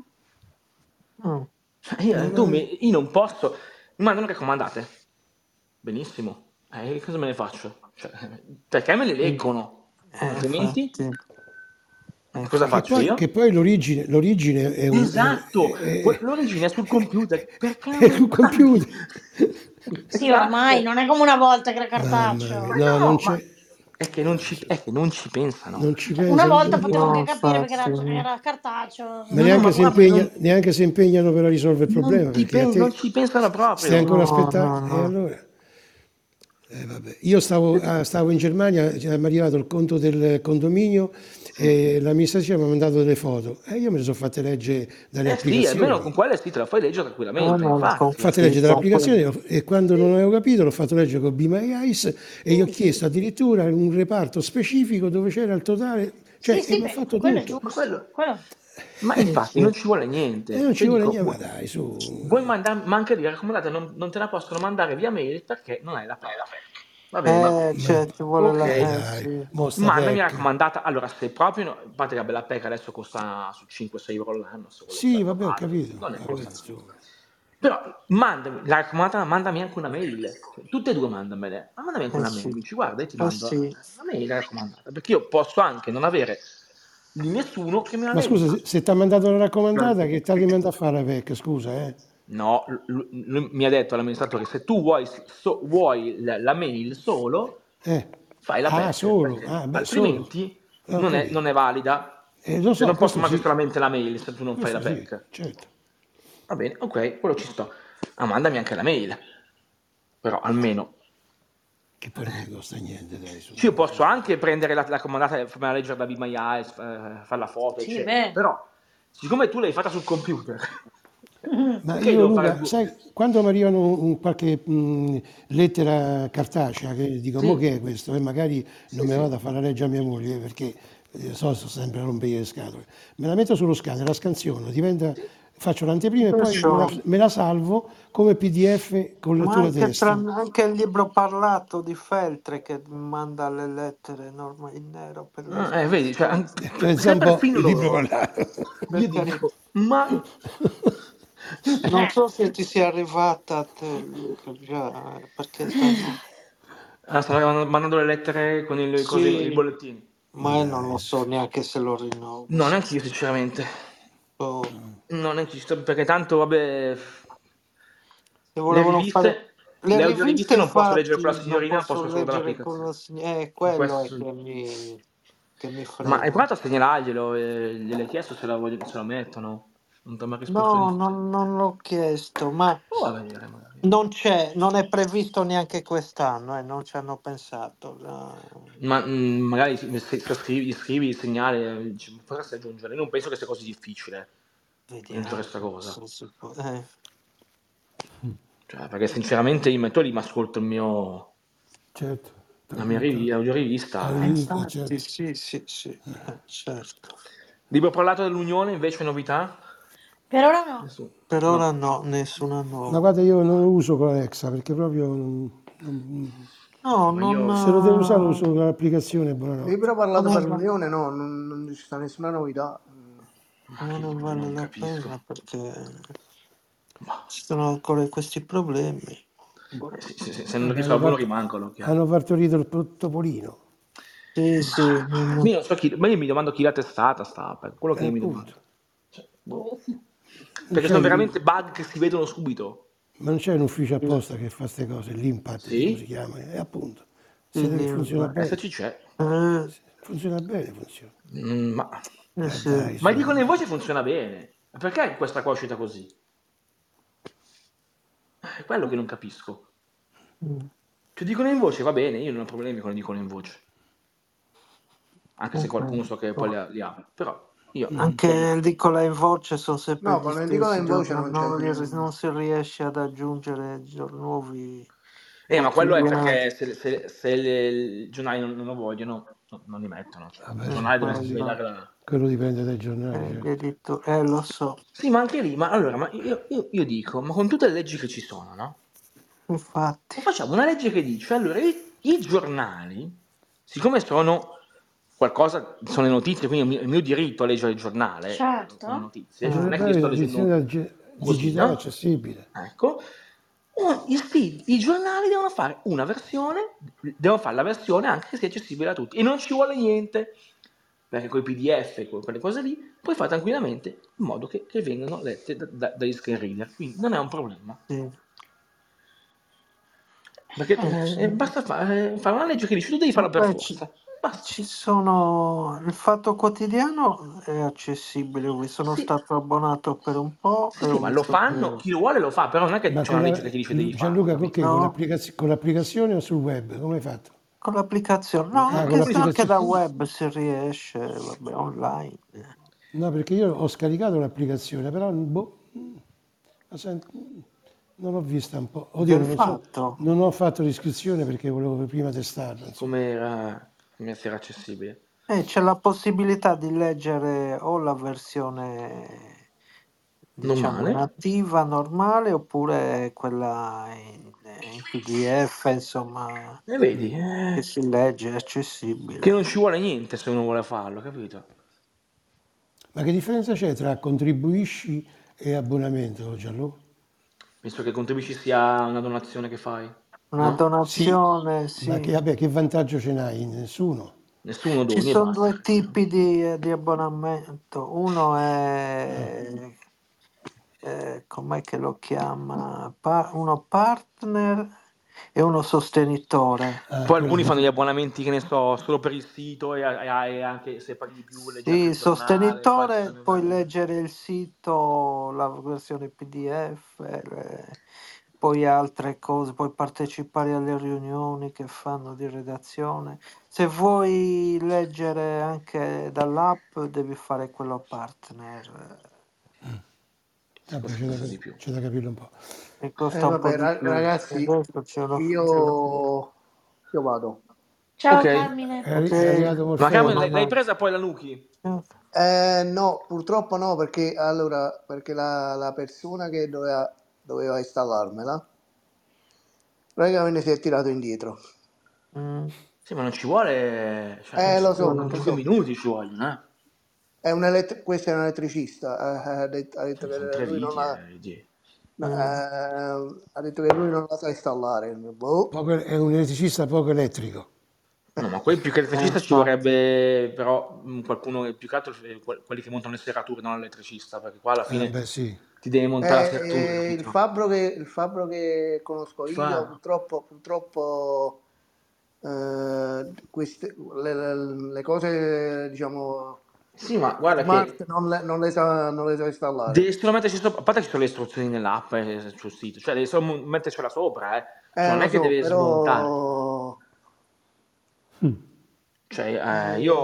[SPEAKER 4] Mm.
[SPEAKER 5] Ma,
[SPEAKER 2] Io, tu
[SPEAKER 5] ma-
[SPEAKER 2] mi- io non posso, mi mandano raccomandate. Benissimo, eh, cosa me ne faccio? Cioè, perché me le leggono?
[SPEAKER 4] Eh,
[SPEAKER 2] Altrimenti,
[SPEAKER 4] infatti,
[SPEAKER 2] cosa
[SPEAKER 4] eh,
[SPEAKER 5] che,
[SPEAKER 4] infatti.
[SPEAKER 2] faccio
[SPEAKER 5] poi, che
[SPEAKER 2] io?
[SPEAKER 5] poi l'origine, l'origine è un... È,
[SPEAKER 2] Esatto, que-
[SPEAKER 5] è-
[SPEAKER 2] l'origine è sul computer, perché non
[SPEAKER 5] è
[SPEAKER 2] me
[SPEAKER 5] sul
[SPEAKER 2] le
[SPEAKER 5] computer.
[SPEAKER 2] mandi?
[SPEAKER 1] sì, oramai
[SPEAKER 2] esatto,
[SPEAKER 1] non è come una volta che era
[SPEAKER 5] Mamma
[SPEAKER 1] cartaceo.
[SPEAKER 5] mia,
[SPEAKER 2] ma
[SPEAKER 5] no, non
[SPEAKER 2] no,
[SPEAKER 5] c'è...
[SPEAKER 2] ma è che non
[SPEAKER 5] Non
[SPEAKER 2] ci,
[SPEAKER 5] c'è-
[SPEAKER 2] è che non ci pensano.
[SPEAKER 5] non ci
[SPEAKER 1] Cioè, una
[SPEAKER 5] pensano.
[SPEAKER 1] volta
[SPEAKER 5] non-
[SPEAKER 1] potevo
[SPEAKER 5] non-
[SPEAKER 1] anche
[SPEAKER 4] No,
[SPEAKER 1] capire perché era,
[SPEAKER 4] infatti.
[SPEAKER 1] era cartaceo,
[SPEAKER 5] ma
[SPEAKER 2] No, no,
[SPEAKER 5] neanche
[SPEAKER 2] ma
[SPEAKER 5] si,
[SPEAKER 2] proprio
[SPEAKER 5] impegna-
[SPEAKER 2] non,
[SPEAKER 5] neanche si impegnano per risolvere il
[SPEAKER 2] non
[SPEAKER 5] problema,
[SPEAKER 2] ti
[SPEAKER 5] perché a
[SPEAKER 2] pen- non
[SPEAKER 5] te
[SPEAKER 2] ci pensano
[SPEAKER 5] stai
[SPEAKER 2] proprio.
[SPEAKER 5] ancora
[SPEAKER 4] No, no,
[SPEAKER 5] aspettando. E
[SPEAKER 4] no.
[SPEAKER 5] allora? Eh, vabbè. Io stavo, ah, stavo in Germania, cioè, mi è arrivato il conto del condominio e l'amministrazione mi ha mandato delle foto e io me le sono fatte leggere dalle
[SPEAKER 2] Eh sì, almeno con
[SPEAKER 5] applicazioni.
[SPEAKER 2] quella sì, te la fai leggere
[SPEAKER 4] No,
[SPEAKER 2] tranquillamente,
[SPEAKER 4] no, la
[SPEAKER 2] infatti.
[SPEAKER 5] Fatte leggere
[SPEAKER 4] confisco.
[SPEAKER 5] dall'applicazione ho- e quando non avevo capito l'ho fatto leggere con Be My Eyes e gli ho chiesto addirittura un reparto specifico dove c'era il totale,
[SPEAKER 1] Sì,
[SPEAKER 5] cioè e
[SPEAKER 1] sì,
[SPEAKER 5] mi ha
[SPEAKER 1] beh,
[SPEAKER 5] fatto
[SPEAKER 1] quello è
[SPEAKER 5] tutto.
[SPEAKER 2] Ma
[SPEAKER 1] giusto.
[SPEAKER 2] quello...
[SPEAKER 1] Quello...
[SPEAKER 2] Ma
[SPEAKER 5] Eh
[SPEAKER 2] infatti
[SPEAKER 5] sì.
[SPEAKER 2] non ci vuole
[SPEAKER 5] E
[SPEAKER 2] niente.
[SPEAKER 5] non
[SPEAKER 2] Cioè
[SPEAKER 5] ci vuole
[SPEAKER 2] dico,
[SPEAKER 5] niente, ma
[SPEAKER 2] vu-
[SPEAKER 5] dai,
[SPEAKER 2] vuoi
[SPEAKER 5] su.
[SPEAKER 2] mandare, ma anche lì raccomandate, non, non te la possono mandare via mail perché non hai la PEC. Va bene, ma
[SPEAKER 4] Eh,
[SPEAKER 5] Ma
[SPEAKER 4] cioè, ci vuole
[SPEAKER 5] ma
[SPEAKER 4] la...
[SPEAKER 2] ok.
[SPEAKER 4] Eh,
[SPEAKER 5] dai,
[SPEAKER 4] sì.
[SPEAKER 5] mostra
[SPEAKER 2] Mandami la
[SPEAKER 5] PEC.
[SPEAKER 2] raccomandata. Allora, se proprio no, infatti la bella PEC adesso costa su 5-6 euro l'anno, se volevo
[SPEAKER 5] Sì,
[SPEAKER 2] fare
[SPEAKER 5] vabbè, ho
[SPEAKER 2] trovata,
[SPEAKER 5] capito.
[SPEAKER 2] non è
[SPEAKER 5] Ho
[SPEAKER 2] costa
[SPEAKER 5] capito,
[SPEAKER 2] tanto.
[SPEAKER 5] su.
[SPEAKER 2] Però mandami la raccomandata, mandami anche una mail. Tutte e due mandamele. Ma mandami anche
[SPEAKER 4] Eh
[SPEAKER 2] una mail.
[SPEAKER 4] sì,
[SPEAKER 2] Dici, guarda, io ti
[SPEAKER 4] eh
[SPEAKER 2] mando
[SPEAKER 4] sì.
[SPEAKER 2] una mail raccomandata. Perché io posso anche non avere di nessuno che me la
[SPEAKER 5] Ma scusa, se,
[SPEAKER 2] legga.
[SPEAKER 5] ti ha mandato la raccomandata, che ti manda a fare la PEC, scusa, eh?
[SPEAKER 2] No, l- l- lui mi ha detto l'amministratore, se tu vuoi, so- vuoi la, la mail solo,
[SPEAKER 5] Eh.
[SPEAKER 2] fai la
[SPEAKER 5] Ah,
[SPEAKER 2] PEC,
[SPEAKER 5] solo,
[SPEAKER 2] perché
[SPEAKER 5] ah, beh, solo.
[SPEAKER 2] altrimenti
[SPEAKER 5] Eh, Ho
[SPEAKER 2] non è, non
[SPEAKER 5] capito.
[SPEAKER 2] è valida.
[SPEAKER 5] Eh, lo
[SPEAKER 2] Cioè
[SPEAKER 5] so,
[SPEAKER 2] non posso
[SPEAKER 5] questo
[SPEAKER 2] mandare
[SPEAKER 5] sì,
[SPEAKER 2] solamente la mail se tu non fai la
[SPEAKER 5] questo sì,
[SPEAKER 2] PEC.
[SPEAKER 5] certo.
[SPEAKER 2] Va bene, ok, quello ci sto. Ma mandami anche la mail. Però almeno...
[SPEAKER 5] Che poi non ti costa niente, dai, su.
[SPEAKER 2] Sì, io posso anche prendere la, la comandata eh, e farmela leggere da Be My Eyes, eh, fare la foto,
[SPEAKER 1] Sì,
[SPEAKER 2] eccetera.
[SPEAKER 1] beh.
[SPEAKER 2] Però, siccome tu l'hai fatta sul computer,
[SPEAKER 4] Eh,
[SPEAKER 5] Ma
[SPEAKER 2] perché io
[SPEAKER 5] io,
[SPEAKER 2] devo fare
[SPEAKER 5] Luca,
[SPEAKER 2] due...
[SPEAKER 5] sai, quando mi arrivano un- qualche mh, lettera cartacea, che dico, mo
[SPEAKER 2] Sì,
[SPEAKER 5] che è questo? E magari non
[SPEAKER 2] sì,
[SPEAKER 5] me la vado
[SPEAKER 2] sì.
[SPEAKER 5] a fare leggere a mia moglie, perché eh, so, sto sempre a rompere le scatole. Me la metto sullo scanner, la scansiono, diventa- faccio l'anteprima e poi me la,
[SPEAKER 4] Adesso,
[SPEAKER 5] me la salvo come PDF con la
[SPEAKER 4] ma
[SPEAKER 5] tua
[SPEAKER 4] anche, tra,
[SPEAKER 5] testa.
[SPEAKER 4] anche il libro parlato di Feltre che manda le lettere norma- in nero per le
[SPEAKER 2] Ah, eh, vedi, cioè,
[SPEAKER 4] iscrizioni.
[SPEAKER 2] an-
[SPEAKER 5] Eh,
[SPEAKER 2] per-
[SPEAKER 5] Pensa
[SPEAKER 2] sai,
[SPEAKER 5] un po'
[SPEAKER 2] perfino
[SPEAKER 5] il libro
[SPEAKER 2] loro,
[SPEAKER 5] parlato.
[SPEAKER 2] io
[SPEAKER 4] Per carità.
[SPEAKER 2] dico, ma...
[SPEAKER 4] Non so se ti sia arrivata a te, Luca, già, perché stanno...
[SPEAKER 2] Ah, stanno mandando le lettere con il, cose, i
[SPEAKER 4] Sì,
[SPEAKER 2] bollettini.
[SPEAKER 5] Ma
[SPEAKER 4] ma io non
[SPEAKER 5] dai,
[SPEAKER 4] lo so neanche se lo rinnovo.
[SPEAKER 2] No, neanche io, sinceramente.
[SPEAKER 4] Oh,
[SPEAKER 2] No, neanche io, perché tanto, vabbè,
[SPEAKER 4] Se
[SPEAKER 2] le
[SPEAKER 4] volevano fare
[SPEAKER 2] riviste,
[SPEAKER 4] le
[SPEAKER 2] le audioriviste
[SPEAKER 4] riviste,
[SPEAKER 2] non posso leggere con la
[SPEAKER 4] infatti, non
[SPEAKER 2] signorina,
[SPEAKER 4] posso
[SPEAKER 2] posso solo
[SPEAKER 4] leggere con la
[SPEAKER 2] dall'applicazione.
[SPEAKER 4] signora. Eh,
[SPEAKER 2] E
[SPEAKER 4] quello è
[SPEAKER 2] questo...
[SPEAKER 4] che mi, che mi
[SPEAKER 2] Ma hai
[SPEAKER 4] frena.
[SPEAKER 2] provato a segnalarglielo? E gliel'hai chiesto se, la voglio- se lo mettono? Non ti ha mai risposto
[SPEAKER 4] No,
[SPEAKER 2] niente.
[SPEAKER 4] non, non l'ho chiesto, ma
[SPEAKER 2] Prova a vedere magari.
[SPEAKER 4] non c'è, non è previsto neanche quest'anno e non ci hanno pensato. Eh, No.
[SPEAKER 2] Ma mm, magari se, se scrivi, scrivi il segnale, dici, potresti aggiungere. Io non penso che sia così difficile aggiungere
[SPEAKER 4] Vediamo
[SPEAKER 2] questa cosa.
[SPEAKER 4] se si può. eh.
[SPEAKER 2] Cioè, perché sinceramente io metto lì, mi ascolto il mio,
[SPEAKER 5] certo,
[SPEAKER 2] la mia
[SPEAKER 5] tranquillo.
[SPEAKER 2] rivi- audiorivista. eh.
[SPEAKER 5] Audiorivista,
[SPEAKER 4] Infatti,
[SPEAKER 5] certo.
[SPEAKER 4] sì, sì, sì, eh, certo.
[SPEAKER 2] Libro parlato dell'Unione, invece, novità?
[SPEAKER 1] Per ora no.
[SPEAKER 2] Nessuno.
[SPEAKER 4] Per ora
[SPEAKER 2] No.
[SPEAKER 4] no, nessuna
[SPEAKER 5] Ma
[SPEAKER 4] nuova.
[SPEAKER 5] guarda, io non lo uso con Alexa perché proprio non- non-
[SPEAKER 4] No,
[SPEAKER 2] Ma
[SPEAKER 4] non...
[SPEAKER 2] io...
[SPEAKER 5] se lo devo usare lo uso
[SPEAKER 4] eh,
[SPEAKER 5] con l'applicazione, e buonanotte.
[SPEAKER 8] Libro parlato
[SPEAKER 4] non
[SPEAKER 8] per
[SPEAKER 4] è va-
[SPEAKER 8] l'Unione, no, non, non ci sta nessuna novità.
[SPEAKER 2] Ma
[SPEAKER 4] Ma
[SPEAKER 2] che
[SPEAKER 4] non
[SPEAKER 2] non,
[SPEAKER 4] vale
[SPEAKER 2] non
[SPEAKER 4] la pena
[SPEAKER 2] capisco.
[SPEAKER 4] perché
[SPEAKER 2] Ma-
[SPEAKER 4] ci sono ancora questi problemi. Boh.
[SPEAKER 2] eh, se, se- se- se non
[SPEAKER 5] Vabbè, hanno
[SPEAKER 2] risolvono,
[SPEAKER 5] fart-
[SPEAKER 2] rimangono, chiaro.
[SPEAKER 5] hanno partorito il pro- topolino.
[SPEAKER 4] Sì, mm,
[SPEAKER 2] Ma
[SPEAKER 4] sì, non-
[SPEAKER 2] io
[SPEAKER 4] non-
[SPEAKER 2] non so chi, ma io mi domando chi l'ha testata sta app, è quello
[SPEAKER 5] E
[SPEAKER 2] che mi domando.
[SPEAKER 5] appunto, Diciamo
[SPEAKER 2] Cioè, boh.
[SPEAKER 1] Boh.
[SPEAKER 5] non
[SPEAKER 2] Perché
[SPEAKER 5] c'è
[SPEAKER 2] sono
[SPEAKER 5] un,
[SPEAKER 2] veramente bug che si vedono subito.
[SPEAKER 5] ma non c'è un ufficio
[SPEAKER 4] il-
[SPEAKER 5] apposta che fa queste cose, l'impact come si
[SPEAKER 2] Sì? Mm-hmm.
[SPEAKER 5] chiama, e appunto, se deve- funziona
[SPEAKER 4] il-
[SPEAKER 5] bene,
[SPEAKER 2] SC c'è.
[SPEAKER 4] eh,
[SPEAKER 5] funziona bene, funziona.
[SPEAKER 2] Mm, ma,
[SPEAKER 4] eh
[SPEAKER 5] Ma
[SPEAKER 4] sì.
[SPEAKER 5] dai,
[SPEAKER 2] ma
[SPEAKER 5] su.
[SPEAKER 2] dicono in voce funziona bene. Ma Perché questa qua è uscita così? È quello che non capisco.
[SPEAKER 4] Mm.
[SPEAKER 2] Cioè dicono in voce, va bene, io non ho problemi quando dicono in voce. Anche se
[SPEAKER 4] Ok.
[SPEAKER 2] qualcuno so che poi
[SPEAKER 4] Boh.
[SPEAKER 2] li, li apre. Però io un po' di...
[SPEAKER 4] Anche dicola in voce sono sempre
[SPEAKER 8] No,
[SPEAKER 4] gli
[SPEAKER 8] quando dicono
[SPEAKER 4] stessi,
[SPEAKER 8] in
[SPEAKER 4] gio-
[SPEAKER 8] voce
[SPEAKER 4] non,
[SPEAKER 8] non c'è
[SPEAKER 4] non li-
[SPEAKER 8] bisogno.
[SPEAKER 4] non si riesce ad aggiungere gio- nuovi
[SPEAKER 2] Eh, ma quello è
[SPEAKER 4] materiali.
[SPEAKER 2] perché se, se- se le- i giornali non, non lo vogliono, no- non li mettono. Cioè, i
[SPEAKER 5] Vabbè,
[SPEAKER 4] Eh,
[SPEAKER 2] giornali devono
[SPEAKER 4] quello,
[SPEAKER 2] svegliare la...
[SPEAKER 5] quello dipende dai giornali,
[SPEAKER 4] eh,
[SPEAKER 5] certo.
[SPEAKER 4] l'edito- eh, lo so,
[SPEAKER 2] Sì, ma anche lì, ma allora, ma io, io- io dico, ma con tutte le leggi che ci sono, no?
[SPEAKER 4] infatti.
[SPEAKER 2] Ma facciamo una legge che dice, allora, i, i giornali, siccome sono qualcosa, sono le notizie, quindi è il mio diritto a leggere il giornale, eh,
[SPEAKER 1] Certo.
[SPEAKER 2] come notizie, cioè non è che io sto
[SPEAKER 5] Giornale in edizione
[SPEAKER 2] leggendo
[SPEAKER 5] da ge-
[SPEAKER 2] così,
[SPEAKER 5] digitale
[SPEAKER 2] no?
[SPEAKER 5] accessibile.
[SPEAKER 2] Ecco, Oh, i, sti- i giornali devono fare una versione, devono fare la versione anche che sia accessibile a tutti e non ci vuole niente, perché con i PDF, con quelle cose lì, puoi fare tranquillamente in modo che, che vengano lette da- da- dagli screen reader, quindi non è un problema.
[SPEAKER 4] Sì.
[SPEAKER 2] Perché
[SPEAKER 4] Eh,
[SPEAKER 2] eh,
[SPEAKER 4] sì.
[SPEAKER 2] basta fa- eh, fare una legge che dice tu devi farla per
[SPEAKER 4] Beh, ci-
[SPEAKER 2] forza.
[SPEAKER 4] Ma ci sono... Il Fatto Quotidiano è accessibile, io vi sono
[SPEAKER 2] Sì,
[SPEAKER 4] stato abbonato per un po'
[SPEAKER 2] sì,
[SPEAKER 4] e
[SPEAKER 2] sì,
[SPEAKER 4] ho
[SPEAKER 2] ma lo
[SPEAKER 4] visto
[SPEAKER 2] fanno,
[SPEAKER 4] che...
[SPEAKER 2] chi lo vuole lo fa, però non è che
[SPEAKER 5] Ma
[SPEAKER 2] Eh, c'è
[SPEAKER 5] con
[SPEAKER 2] una
[SPEAKER 5] la,
[SPEAKER 2] legge che ti dice devi farlo,
[SPEAKER 5] Gianluca, con,
[SPEAKER 2] capito?
[SPEAKER 5] che? Con
[SPEAKER 4] No,
[SPEAKER 5] l'applicaz- con l'applicazione o sul web? Come hai fatto?
[SPEAKER 4] con l'applicazione. No,
[SPEAKER 5] Ah, con
[SPEAKER 4] anche, anche
[SPEAKER 5] l'applicazione.
[SPEAKER 4] da web si riesce, vabbè, online.
[SPEAKER 5] No, perché io ho scaricato l'applicazione, però boh, la sent- non l'ho vista un po'. Oddio,
[SPEAKER 4] Del
[SPEAKER 5] non, lo so,
[SPEAKER 4] fatto.
[SPEAKER 5] non ho fatto l'iscrizione perché volevo prima testarla, insomma.
[SPEAKER 2] Come era, come se era accessibile.
[SPEAKER 4] Eh, c'è la possibilità di leggere o la versione,
[SPEAKER 2] Non
[SPEAKER 4] diciamo,
[SPEAKER 2] male.
[SPEAKER 4] nativa, normale, oppure quella in, in PDF, insomma,
[SPEAKER 2] E vedi,
[SPEAKER 4] che
[SPEAKER 2] eh,
[SPEAKER 4] si legge, è
[SPEAKER 2] che non
[SPEAKER 4] accessibile.
[SPEAKER 2] ci vuole niente se uno vuole farlo, capito?
[SPEAKER 5] Ma che differenza c'è tra contribuisci e abbonamento, Gianluca?
[SPEAKER 2] Penso che contribuisci sia una donazione che fai,
[SPEAKER 4] Una
[SPEAKER 2] no?
[SPEAKER 5] Sì,
[SPEAKER 4] donazione,
[SPEAKER 5] ma che,
[SPEAKER 4] sì.
[SPEAKER 5] vabbè, che vantaggio ce n'hai? Nessuno.
[SPEAKER 2] Nessuno doni
[SPEAKER 4] Ci
[SPEAKER 2] e
[SPEAKER 4] sono
[SPEAKER 2] basta.
[SPEAKER 4] due tipi di, di abbonamento. Uno è, eh, com'è che lo chiama? Pa- uno partner e uno sostenitore.
[SPEAKER 5] Ah,
[SPEAKER 2] Poi
[SPEAKER 5] quello
[SPEAKER 2] alcuni
[SPEAKER 5] che...
[SPEAKER 2] fanno gli abbonamenti, che ne so, solo per il sito e, e- e anche se paghi di più leggi anche
[SPEAKER 4] Sì,
[SPEAKER 2] il giornale, poi ci
[SPEAKER 4] sostenitore,
[SPEAKER 2] sono i
[SPEAKER 4] puoi
[SPEAKER 2] vari...
[SPEAKER 4] leggere il sito, la versione PDF, eh, poi altre cose, puoi partecipare alle riunioni che fanno di redazione. Se vuoi leggere anche dall'app, devi fare quello partner.
[SPEAKER 5] Vabbè,
[SPEAKER 2] Forse
[SPEAKER 5] Ah, c'è da,
[SPEAKER 2] costa di più.
[SPEAKER 5] c'è da capirlo un po'.
[SPEAKER 4] E
[SPEAKER 8] Eh,
[SPEAKER 4] costa un po' eh,
[SPEAKER 8] vabbè,
[SPEAKER 4] di
[SPEAKER 8] ra-
[SPEAKER 4] più.
[SPEAKER 8] ragazzi,
[SPEAKER 4] Adesso c'è uno... c'è uno-
[SPEAKER 8] io, io vado.
[SPEAKER 1] Ciao
[SPEAKER 2] Ok.
[SPEAKER 1] Carmine.
[SPEAKER 5] È, arri- è
[SPEAKER 4] Ok,
[SPEAKER 5] arrivato
[SPEAKER 2] Ma Carmen,
[SPEAKER 5] Morfeo.
[SPEAKER 2] l'hai l'hai
[SPEAKER 4] buonanotte.
[SPEAKER 2] presa poi la Nuki?
[SPEAKER 8] Eh, no, purtroppo no, perché allora, perché la, la persona che doveva, doveva installarmela, praticamente si è tirato indietro.
[SPEAKER 4] Mm.
[SPEAKER 2] Sì, ma non ci vuole... Cioè,
[SPEAKER 8] Eh, lo so,
[SPEAKER 2] un-
[SPEAKER 8] lo
[SPEAKER 2] due
[SPEAKER 8] so.
[SPEAKER 2] minuti ci vogliono, eh?
[SPEAKER 8] È un elett- questo è un elettricista, eh, ha detto, ha
[SPEAKER 2] Sì,
[SPEAKER 8] detto
[SPEAKER 2] ma sono
[SPEAKER 8] che
[SPEAKER 2] tre
[SPEAKER 8] lui non
[SPEAKER 2] viti,
[SPEAKER 8] la,
[SPEAKER 2] eh, Gigi.
[SPEAKER 8] no,
[SPEAKER 4] Mm.
[SPEAKER 8] eh, ha detto che lui non la sa installare. Boh.
[SPEAKER 5] Poco- è un elettricista poco elettrico.
[SPEAKER 2] No, ma quelli più che
[SPEAKER 4] Eh,
[SPEAKER 2] elettricista ci
[SPEAKER 4] infatti.
[SPEAKER 2] vorrebbe però mh, qualcuno, più che altro eh, que- quelli che montano le serrature, non l'elettricista, perché qua alla
[SPEAKER 5] Eh,
[SPEAKER 2] fine
[SPEAKER 5] beh, sì.
[SPEAKER 2] ti devi montare la serratura,
[SPEAKER 8] Eh, il
[SPEAKER 2] capito?
[SPEAKER 8] fabbro che, il fabbro che conosco io,
[SPEAKER 2] Fa...
[SPEAKER 8] purtroppo, purtroppo eh, queste, le, le- le cose, diciamo,
[SPEAKER 2] Sì, ma guarda che
[SPEAKER 8] smart non le, non le sa, non le sa installare.
[SPEAKER 2] devi solo metterci sopra, a parte che ci sono le istruzioni nell'app eh, sul sito, cioè devi solo mon- mettercela sopra, eh. Cioè
[SPEAKER 8] Eh,
[SPEAKER 2] non
[SPEAKER 8] lo
[SPEAKER 2] è che
[SPEAKER 8] so,
[SPEAKER 2] devi smontare.
[SPEAKER 8] però...
[SPEAKER 5] Mm.
[SPEAKER 2] Cioè, eh,
[SPEAKER 8] eh,
[SPEAKER 2] io,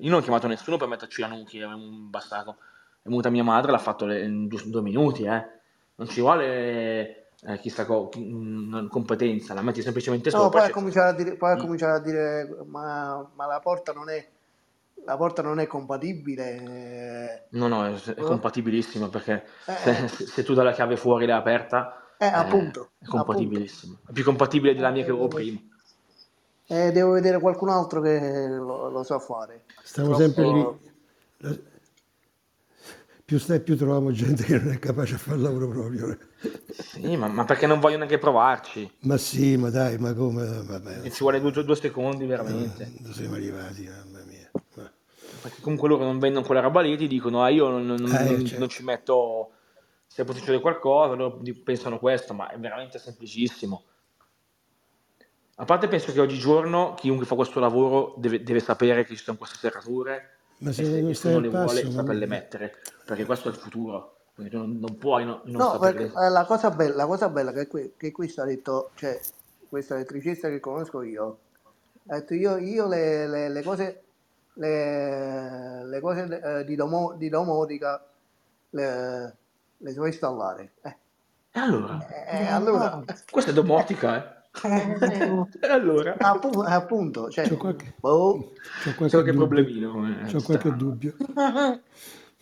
[SPEAKER 2] io non ho chiamato nessuno per metterci la Nuki, è un bastardo. È venuta mia madre, l'ha fatto le- in due, due minuti, eh. Non ci vuole eh, chissà co- chi- mh, competenza, la metti semplicemente
[SPEAKER 8] No,
[SPEAKER 2] sopra e
[SPEAKER 8] poi ha
[SPEAKER 2] c'è
[SPEAKER 8] cominciato a dire, poi ha
[SPEAKER 2] Mm.
[SPEAKER 8] cominciato a dire ma, ma la porta non è, la porta non è compatibile.
[SPEAKER 2] No, no, è, è
[SPEAKER 8] Eh,
[SPEAKER 2] compatibilissima perché se,
[SPEAKER 8] eh,
[SPEAKER 2] se tu dai la chiave fuori e l'hai aperta,
[SPEAKER 8] eh,
[SPEAKER 2] eh,
[SPEAKER 8] appunto,
[SPEAKER 2] è
[SPEAKER 8] appunto.
[SPEAKER 2] compatibilissima. È più compatibile della mia che avevo
[SPEAKER 8] Eh,
[SPEAKER 2] prima.
[SPEAKER 8] eh, devo vedere qualcun altro che lo, lo sa fare.
[SPEAKER 5] Stiamo sempre
[SPEAKER 8] Purtroppo,
[SPEAKER 5] lì. La- più stai, più troviamo gente che non è capace a fare il lavoro proprio.
[SPEAKER 2] Sì, ma, ma perché non voglio neanche provarci?
[SPEAKER 5] Ma sì, ma dai, ma come? Vabbè,
[SPEAKER 2] Ci
[SPEAKER 5] insomma,
[SPEAKER 2] vuole due, due secondi
[SPEAKER 5] dove,
[SPEAKER 2] veramente.
[SPEAKER 5] dove siamo arrivati, eh, mamma mia. Ma-
[SPEAKER 2] Perché comunque loro non vendono quella roba lì e ti dicono, ah, io non, non-
[SPEAKER 5] Eh,
[SPEAKER 2] non- non
[SPEAKER 5] certo.
[SPEAKER 2] ci metto, se può succedere qualcosa, loro di- pensano questo, ma è veramente semplicissimo. A parte penso che oggigiorno chiunque fa questo lavoro deve, deve sapere che ci sono queste serrature
[SPEAKER 5] Ma
[SPEAKER 2] e
[SPEAKER 5] se
[SPEAKER 2] Eh, se
[SPEAKER 5] non stai
[SPEAKER 2] nessuno
[SPEAKER 5] al
[SPEAKER 2] le vuole
[SPEAKER 5] passo,
[SPEAKER 2] saperle
[SPEAKER 5] mamma-
[SPEAKER 2] mettere, perché questo è il futuro, quindi tu non, non puoi no- non
[SPEAKER 8] No, perché
[SPEAKER 2] saperle.
[SPEAKER 8] eh, la cosa bella, la cosa bella che, qui, che questo ha detto, cioè, questa elettricista che conosco io, ha detto io, io le, le- le cose, le, le cose eh, di, domo- di domotica le, le so installare. Eh,
[SPEAKER 2] E allora?
[SPEAKER 8] eh,
[SPEAKER 4] Eh,
[SPEAKER 8] allora,
[SPEAKER 4] no,
[SPEAKER 2] Questa è
[SPEAKER 8] eh,
[SPEAKER 2] domotica,
[SPEAKER 4] eh,
[SPEAKER 8] eh,
[SPEAKER 4] no.
[SPEAKER 2] eh? E allora?
[SPEAKER 8] appu- appunto,
[SPEAKER 5] C'ho
[SPEAKER 8] cioè,
[SPEAKER 5] qualche,
[SPEAKER 8] boh,
[SPEAKER 5] c'ho
[SPEAKER 2] C'è
[SPEAKER 5] qualche
[SPEAKER 2] qualche
[SPEAKER 5] dubbio.
[SPEAKER 2] problemino, eh,
[SPEAKER 5] C'ho qualche
[SPEAKER 2] strano.
[SPEAKER 5] dubbio.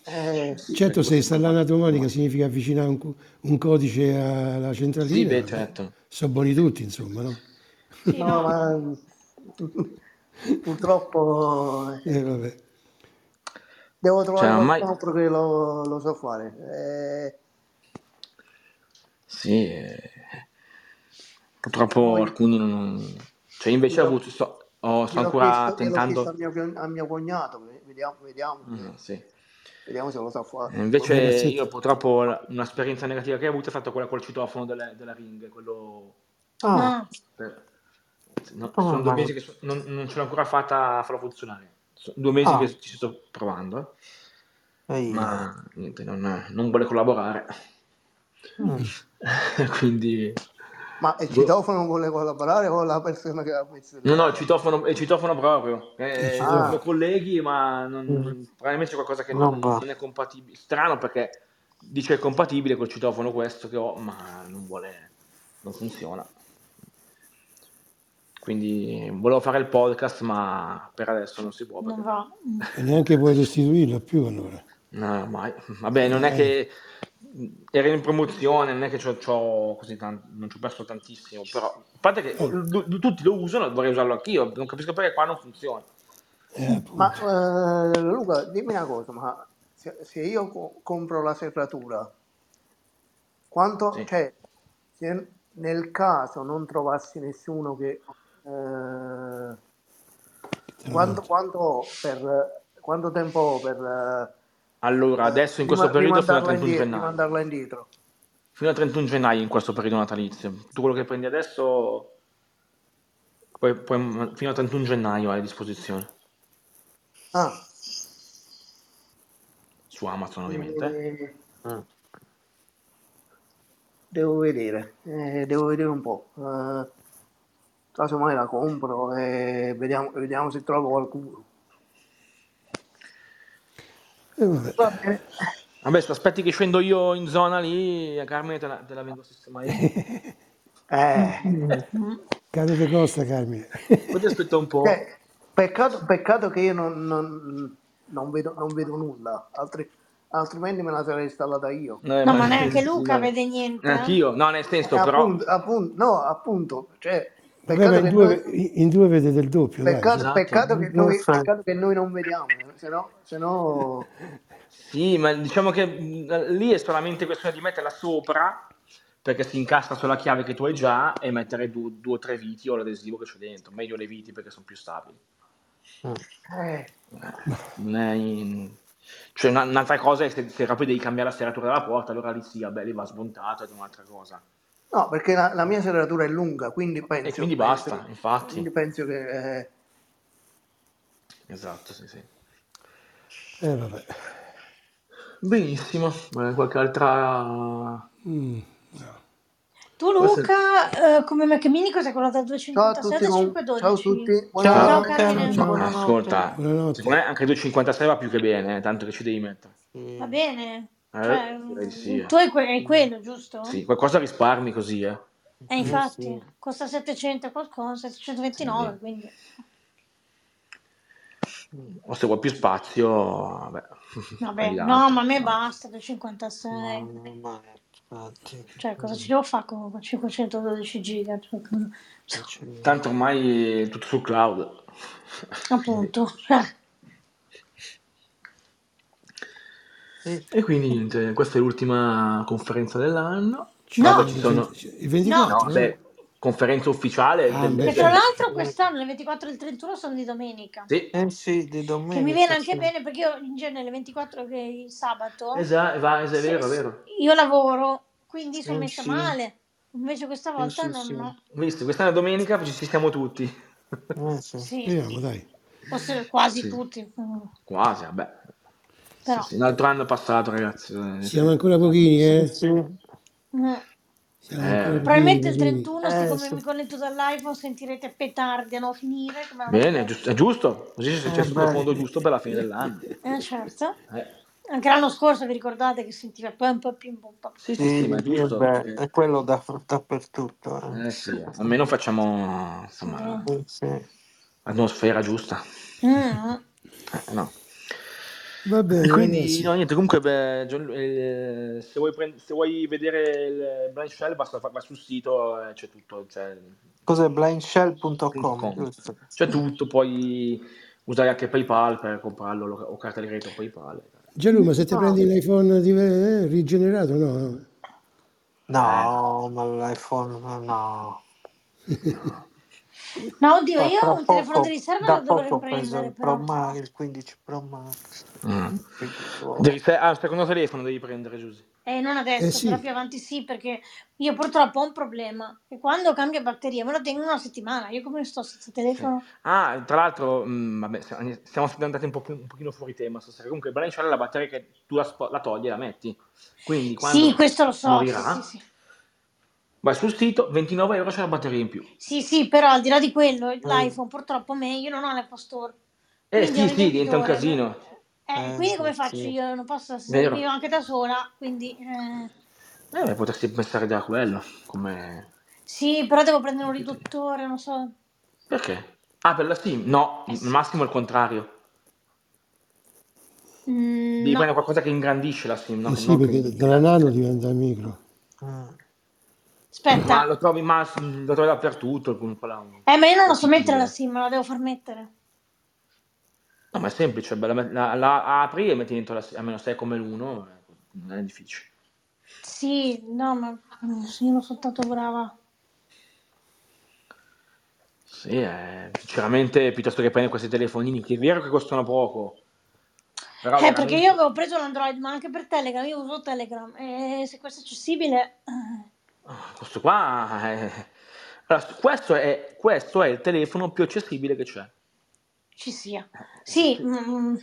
[SPEAKER 8] eh,
[SPEAKER 2] Sì, perché
[SPEAKER 5] Certo, se
[SPEAKER 2] questo è
[SPEAKER 5] installare una domotica
[SPEAKER 2] domotica.
[SPEAKER 5] significa avvicinare un, co- un codice alla
[SPEAKER 2] Sì,
[SPEAKER 5] centralina,
[SPEAKER 2] beh,
[SPEAKER 5] vabbè,
[SPEAKER 2] certo.
[SPEAKER 5] sono buoni tutti, insomma, no?
[SPEAKER 1] Sì,
[SPEAKER 8] no,
[SPEAKER 1] no,
[SPEAKER 4] Ah,
[SPEAKER 8] ma purtroppo... eh,
[SPEAKER 5] Eh, vabbè.
[SPEAKER 2] Cioè,
[SPEAKER 8] Devo trovare
[SPEAKER 2] ormai...
[SPEAKER 8] qualcun altro che lo, lo so fare. Eh,
[SPEAKER 2] Sì, eh,
[SPEAKER 8] Eh,
[SPEAKER 2] purtroppo
[SPEAKER 8] poi
[SPEAKER 2] alcuni non... Cioè, invece ho
[SPEAKER 8] gliel'ho
[SPEAKER 2] avuto... Sto, oh, sto
[SPEAKER 8] gliel'ho
[SPEAKER 2] ancora
[SPEAKER 8] chiesto, gliel'ho chiesto a
[SPEAKER 2] tentando...
[SPEAKER 8] mio, cogn- a mio cognato, ve- vediamo, vediamo,
[SPEAKER 2] Mm, sì.
[SPEAKER 8] vediamo se lo sa fare.
[SPEAKER 2] E
[SPEAKER 5] Eh,
[SPEAKER 2] Invece io
[SPEAKER 5] Razzetti.
[SPEAKER 2] purtroppo la- un'esperienza negativa che ho avuto è stata quella col citofono delle- della ring, quello...
[SPEAKER 4] Ah,
[SPEAKER 1] ah,
[SPEAKER 2] per- No,
[SPEAKER 4] Come
[SPEAKER 2] sono due
[SPEAKER 4] mai?
[SPEAKER 2] mesi che so- non, non ce l'ho ancora fatta a farla funzionare. Sono due mesi
[SPEAKER 4] Ah.
[SPEAKER 2] che ci sto provando,
[SPEAKER 4] Ehi.
[SPEAKER 2] ma niente, non, non vuole collaborare.
[SPEAKER 4] Mm.
[SPEAKER 2] Quindi...
[SPEAKER 8] Ma eh, il
[SPEAKER 2] boh.
[SPEAKER 8] citofono vuole collaborare o la persona che ha messo?
[SPEAKER 2] No, no, il citofono, il citofono proprio.
[SPEAKER 5] Il
[SPEAKER 2] Eh, sono
[SPEAKER 5] citofono.
[SPEAKER 2] colleghi, ma
[SPEAKER 4] Mm.
[SPEAKER 2] non- probabilmente c'è qualcosa che
[SPEAKER 4] Non
[SPEAKER 2] non,
[SPEAKER 4] va.
[SPEAKER 2] non è compatibile. Strano perché dice è compatibile col citofono questo che ho, ma non vuole, non funziona. Quindi volevo fare il podcast, ma per adesso non si può
[SPEAKER 1] Non
[SPEAKER 2] perché
[SPEAKER 1] va. Mm.
[SPEAKER 5] E neanche puoi restituirlo più allora.
[SPEAKER 2] no, mai. Vabbè, non è
[SPEAKER 5] Eh,
[SPEAKER 2] che era in promozione, non è che c'ho, c'ho così tanto, non ci ho perso tantissimo, però a parte che
[SPEAKER 5] oh,
[SPEAKER 2] l- l- tutti lo usano, vorrei usarlo anch'io, non capisco perché qua non funziona.
[SPEAKER 5] eh,
[SPEAKER 8] Ma
[SPEAKER 5] appunto.
[SPEAKER 8] eh, Luca, dimmi una cosa, ma se, se io co- compro la serratura, quanto,
[SPEAKER 2] Sì.
[SPEAKER 8] cioè, se nel caso non trovassi nessuno che, eh,
[SPEAKER 2] Eh,
[SPEAKER 5] Te lo
[SPEAKER 8] quanto,
[SPEAKER 5] metto.
[SPEAKER 8] quanto, ho per, quanto tempo ho per eh,
[SPEAKER 2] Allora,
[SPEAKER 8] eh,
[SPEAKER 2] adesso in questo
[SPEAKER 8] rima-
[SPEAKER 2] periodo fino al
[SPEAKER 8] rimandarla
[SPEAKER 2] 31
[SPEAKER 8] indietro,
[SPEAKER 2] gennaio.
[SPEAKER 8] rimandarla indietro?
[SPEAKER 2] Fino al 31 gennaio in questo periodo natalizio. Tutto quello che prendi adesso, poi, poi fino al 31 gennaio hai a disposizione.
[SPEAKER 8] Ah,
[SPEAKER 2] Su Amazon ovviamente.
[SPEAKER 8] eh,
[SPEAKER 4] Mm.
[SPEAKER 8] devo vedere, eh, devo vedere un po'. eh, casomai la compro e vediamo, vediamo se trovo qualcuno.
[SPEAKER 5] E Eh, vabbè.
[SPEAKER 8] Va bene.
[SPEAKER 2] Vabbè, se aspetti che scendo io in zona lì, a Carmine te la, te la vengo a sistemare io.
[SPEAKER 8] Eh,
[SPEAKER 5] Cadete costa, Carmine.
[SPEAKER 2] Poi ti aspetto un po'.
[SPEAKER 8] cioè, peccato, peccato che io non, non- non vedo, non vedo nulla, altri- altrimenti me la sarei installata io.
[SPEAKER 2] No, ma
[SPEAKER 1] No, Eh, ma neanche Luca
[SPEAKER 2] scusami.
[SPEAKER 1] vede niente. eh?
[SPEAKER 2] Anch'io, no, nel
[SPEAKER 8] Eh,
[SPEAKER 2] senso però...
[SPEAKER 8] appunto, appunto, no, appunto, cioè,
[SPEAKER 5] Vabbè, ma
[SPEAKER 8] peccato
[SPEAKER 5] in
[SPEAKER 8] che noi,
[SPEAKER 5] due, in due vedete il doppio, dai.
[SPEAKER 8] peccato,
[SPEAKER 2] Esatto.
[SPEAKER 8] peccato che noi,
[SPEAKER 4] Perfetto.
[SPEAKER 8] peccato che noi non vediamo, se no, se no
[SPEAKER 2] Sì, ma diciamo che mh, lì è solamente questione di metterla sopra perché si incastra sulla chiave che tu hai già e mettere du- due o tre viti o l'adesivo che c'è dentro. Meglio le viti perché sono più stabili.
[SPEAKER 4] Mm.
[SPEAKER 8] eh,
[SPEAKER 2] Non è in- Cioè, una- un'altra cosa è se, se proprio devi cambiare la serratura della porta, allora lì sì, vabbè, lì va smontato ed è un'altra cosa.
[SPEAKER 8] no, perché la, la mia serratura è lunga, quindi
[SPEAKER 2] E
[SPEAKER 8] penso,
[SPEAKER 2] quindi
[SPEAKER 8] penso,
[SPEAKER 2] basta, infatti.
[SPEAKER 8] quindi penso che eh,
[SPEAKER 2] Esatto, sì, sì.
[SPEAKER 5] Eh, vabbè.
[SPEAKER 2] Benissimo. Eh, qualche altra...
[SPEAKER 5] Mm, no.
[SPEAKER 1] Tu
[SPEAKER 2] Forse...
[SPEAKER 1] Luca, eh, come Mac Mini cos'è quello da
[SPEAKER 8] Ciao a tutti,
[SPEAKER 1] 256 a
[SPEAKER 8] con- ciao a
[SPEAKER 1] 512?
[SPEAKER 8] tutti,
[SPEAKER 4] Ciao
[SPEAKER 1] Ciao
[SPEAKER 8] buonanotte.
[SPEAKER 4] Luca,
[SPEAKER 1] Carmine,
[SPEAKER 5] Ciao.
[SPEAKER 4] buonanotte.
[SPEAKER 2] Ascolta, secondo
[SPEAKER 5] Buonanotte.
[SPEAKER 2] me anche 2,56 va più che bene, eh, tanto che ci devi mettere.
[SPEAKER 1] va
[SPEAKER 4] Sì.
[SPEAKER 1] bene?
[SPEAKER 2] Eh,
[SPEAKER 1] Cioè,
[SPEAKER 2] direi di sì.
[SPEAKER 1] mm, tu
[SPEAKER 2] eh.
[SPEAKER 1] hai, que- hai quello, giusto?
[SPEAKER 2] Sì, qualcosa risparmi così, eh.
[SPEAKER 1] E
[SPEAKER 4] Eh
[SPEAKER 1] infatti,
[SPEAKER 4] sì.
[SPEAKER 1] costa 700 qualcosa,
[SPEAKER 2] Sì, sì.
[SPEAKER 1] 729, quindi...
[SPEAKER 2] O se vuoi più spazio, vabbè, fagli
[SPEAKER 1] Vabbè, no,
[SPEAKER 2] l'altro.
[SPEAKER 1] ma a me
[SPEAKER 2] Ah.
[SPEAKER 1] basta, 256.
[SPEAKER 4] Mamma mia, infatti.
[SPEAKER 1] Cioè, cosa
[SPEAKER 4] Mm.
[SPEAKER 1] ci devo fare con 512 giga? Cioè, con-
[SPEAKER 4] Non c'è niente.
[SPEAKER 2] Tanto ormai è tutto sul cloud. Quindi-
[SPEAKER 1] Appunto.
[SPEAKER 4] Sì.
[SPEAKER 2] E quindi niente, questa è l'ultima conferenza dell'anno.
[SPEAKER 5] C'è
[SPEAKER 2] Vabbè,
[SPEAKER 1] No,
[SPEAKER 2] ci
[SPEAKER 5] il, 20
[SPEAKER 2] sono...
[SPEAKER 1] no,
[SPEAKER 5] il
[SPEAKER 2] No,
[SPEAKER 5] 24, eh?
[SPEAKER 2] vabbè, conferenza ufficiale
[SPEAKER 5] Ah,
[SPEAKER 2] del...
[SPEAKER 5] beh,
[SPEAKER 1] che tra
[SPEAKER 2] Cioè,
[SPEAKER 5] certo.
[SPEAKER 1] l'altro quest'anno le 24 e il 31 sono di domenica.
[SPEAKER 2] sì,
[SPEAKER 4] Eh sì, di
[SPEAKER 1] Che mi viene
[SPEAKER 4] domenica,
[SPEAKER 1] anche
[SPEAKER 4] sì.
[SPEAKER 1] bene perché io in genere le 24 che il sabato
[SPEAKER 2] esatto, va, es- è
[SPEAKER 1] se-
[SPEAKER 2] vero, è
[SPEAKER 1] se-
[SPEAKER 2] vero.
[SPEAKER 1] io lavoro, quindi sono
[SPEAKER 4] Eh
[SPEAKER 1] messa
[SPEAKER 4] sì,
[SPEAKER 1] male. Invece questa
[SPEAKER 4] eh
[SPEAKER 1] volta
[SPEAKER 4] sì, sì.
[SPEAKER 1] non...
[SPEAKER 2] Visto, quest'anno è domenica, ci ci siamo tutti.
[SPEAKER 4] Eh sì.
[SPEAKER 1] Sì,
[SPEAKER 5] Speriamo, dai.
[SPEAKER 1] forse quasi
[SPEAKER 2] Sì,
[SPEAKER 1] tutti, mm,
[SPEAKER 2] quasi, vabbè. Sì,
[SPEAKER 1] però...
[SPEAKER 2] sì, l'altro anno è passato, ragazzi. Eh, sì.
[SPEAKER 5] Siamo ancora pochini,
[SPEAKER 4] Sì,
[SPEAKER 5] eh?
[SPEAKER 4] sì.
[SPEAKER 1] mm.
[SPEAKER 5] Siamo ancora
[SPEAKER 2] Eh,
[SPEAKER 5] pochini,
[SPEAKER 1] Probabilmente il
[SPEAKER 5] pochini.
[SPEAKER 1] 31,
[SPEAKER 4] Eh
[SPEAKER 1] siccome
[SPEAKER 4] sì.
[SPEAKER 1] mi connetto dall'iPhone, sentirete petardi a non finire come la volta
[SPEAKER 2] Bene,
[SPEAKER 1] scorsa.
[SPEAKER 2] giust- è giusto, così c'è c'è
[SPEAKER 4] Eh
[SPEAKER 2] il
[SPEAKER 4] beh.
[SPEAKER 2] sottofondo giusto per la fine dell'anno.
[SPEAKER 1] Eh, certo.
[SPEAKER 2] Eh,
[SPEAKER 1] Anche l'anno scorso vi ricordate che sentiva poi un po' più un po'
[SPEAKER 2] Sì, sì, sì, ma è
[SPEAKER 4] Sì, eh
[SPEAKER 2] giusto.
[SPEAKER 4] beh,
[SPEAKER 2] Cioè,
[SPEAKER 4] è quello da, dappertutto.
[SPEAKER 2] eh sì, almeno facciamo
[SPEAKER 1] più.
[SPEAKER 2] insomma,
[SPEAKER 4] Eh. Eh sì.
[SPEAKER 2] l'atmosfera giusta.
[SPEAKER 1] Mm.
[SPEAKER 2] Eh, no.
[SPEAKER 5] Va
[SPEAKER 2] E
[SPEAKER 5] bene,
[SPEAKER 2] quindi,
[SPEAKER 5] ragazzi.
[SPEAKER 2] no, niente, comunque, beh, Gianlu- eh, se, vuoi prend- se vuoi vedere il Blind Shell, basta fa- vai sul sito, eh, c'è tutto, c'è
[SPEAKER 4] Cos'è? blindshell.com,
[SPEAKER 2] .com.
[SPEAKER 4] giusto?
[SPEAKER 2] C'è tutto, puoi usare anche PayPal per comprarlo lo- o carta di credito PayPal.
[SPEAKER 5] Gianlu, ma se ti
[SPEAKER 4] Ah.
[SPEAKER 5] prendi l'iPhone di- eh, rigenerato, no? no.
[SPEAKER 2] Eh, no,
[SPEAKER 4] No, ma l'iPhone no.
[SPEAKER 2] no.
[SPEAKER 1] No, oddio,
[SPEAKER 4] Da,
[SPEAKER 1] io
[SPEAKER 4] tra
[SPEAKER 1] un telefono di
[SPEAKER 4] poco,
[SPEAKER 1] riserva
[SPEAKER 4] da
[SPEAKER 1] lo dovrei
[SPEAKER 4] poco ho preso
[SPEAKER 1] prendere,
[SPEAKER 4] il Pro
[SPEAKER 1] però.
[SPEAKER 4] Max, il 15 Pro Max.
[SPEAKER 2] Mm.
[SPEAKER 4] Quindi, boh.
[SPEAKER 2] Devi se- ah, il secondo telefono devi prendere, Giuse.
[SPEAKER 1] Eh, non
[SPEAKER 5] Eh
[SPEAKER 1] adesso,
[SPEAKER 5] sì,
[SPEAKER 1] però più avanti sì, perché io purtroppo ho un problema, che quando cambio batteria me lo tengo una settimana, io come sto senza
[SPEAKER 2] Sì.
[SPEAKER 1] telefono?
[SPEAKER 2] Ah, tra l'altro, mh, vabbè, se- siamo andati un, po più- un pochino fuori tema stasera. Comunque, Balanciare è la batteria che tu la, spo- la togli e la metti. Quindi,
[SPEAKER 1] Sì,
[SPEAKER 2] quando
[SPEAKER 1] questo lo so, sì, sì,
[SPEAKER 2] morirà,
[SPEAKER 1] sì.
[SPEAKER 2] vai sul sito, 29 euro c'è la batteria in più.
[SPEAKER 1] Sì, sì, però al di là di quello,
[SPEAKER 2] Mm.
[SPEAKER 1] l'iPhone purtroppo me, io non ho l'Apple Store,
[SPEAKER 2] Eh
[SPEAKER 1] quindi ho
[SPEAKER 2] sì,
[SPEAKER 1] il
[SPEAKER 2] sì, diventa un
[SPEAKER 1] venditore. no?
[SPEAKER 2] casino.
[SPEAKER 1] Eh,
[SPEAKER 10] Eh,
[SPEAKER 1] quindi come faccio
[SPEAKER 10] infatti,
[SPEAKER 1] io? Non posso, se vivo
[SPEAKER 2] Vero?
[SPEAKER 1] anche da sola, quindi... eh,
[SPEAKER 2] Eh, beh, potresti pensare da quello, come
[SPEAKER 1] Sì, però devo prendere un
[SPEAKER 2] computer.
[SPEAKER 1] riduttore, non so.
[SPEAKER 2] Perché? Ah, per la Steam? No,
[SPEAKER 1] Eh
[SPEAKER 2] il
[SPEAKER 1] sì.
[SPEAKER 2] massimo è il contrario.
[SPEAKER 1] Mm,
[SPEAKER 2] Devi
[SPEAKER 1] no.
[SPEAKER 2] prendere qualcosa che ingrandisce la Steam, no?
[SPEAKER 5] eh
[SPEAKER 2] Che
[SPEAKER 5] sì,
[SPEAKER 2] non che
[SPEAKER 5] perché dalla nano diventa micro.
[SPEAKER 4] Mm.
[SPEAKER 2] Ma
[SPEAKER 1] Aspetta.
[SPEAKER 2] lo trovi, ma lo trovi dappertutto, con quella
[SPEAKER 1] Eh, ma io non la
[SPEAKER 2] col
[SPEAKER 1] so mettere la
[SPEAKER 2] piccino.
[SPEAKER 1] SIM, la devo far mettere.
[SPEAKER 2] No, ma è semplice, beh, la, la- la apri e metti dentro la a meno 6 come l'1, non è difficile.
[SPEAKER 1] Sì, no, ma mm, io non sono tanto brava.
[SPEAKER 2] Sì, eh, sinceramente, piuttosto che prendere questi telefonini, che è vero che costano poco, però
[SPEAKER 1] Eh, perché io
[SPEAKER 2] veramente...
[SPEAKER 1] avevo preso l'Android, ma anche per Telegram, io uso Telegram. E se questo è accessibile... eh.
[SPEAKER 2] ah, Questo qua è... Allora, questo è, questo è il telefono più accessibile che c'è.
[SPEAKER 1] ci sia.
[SPEAKER 2] Eh,
[SPEAKER 1] Sì,
[SPEAKER 2] sì.
[SPEAKER 1] mm,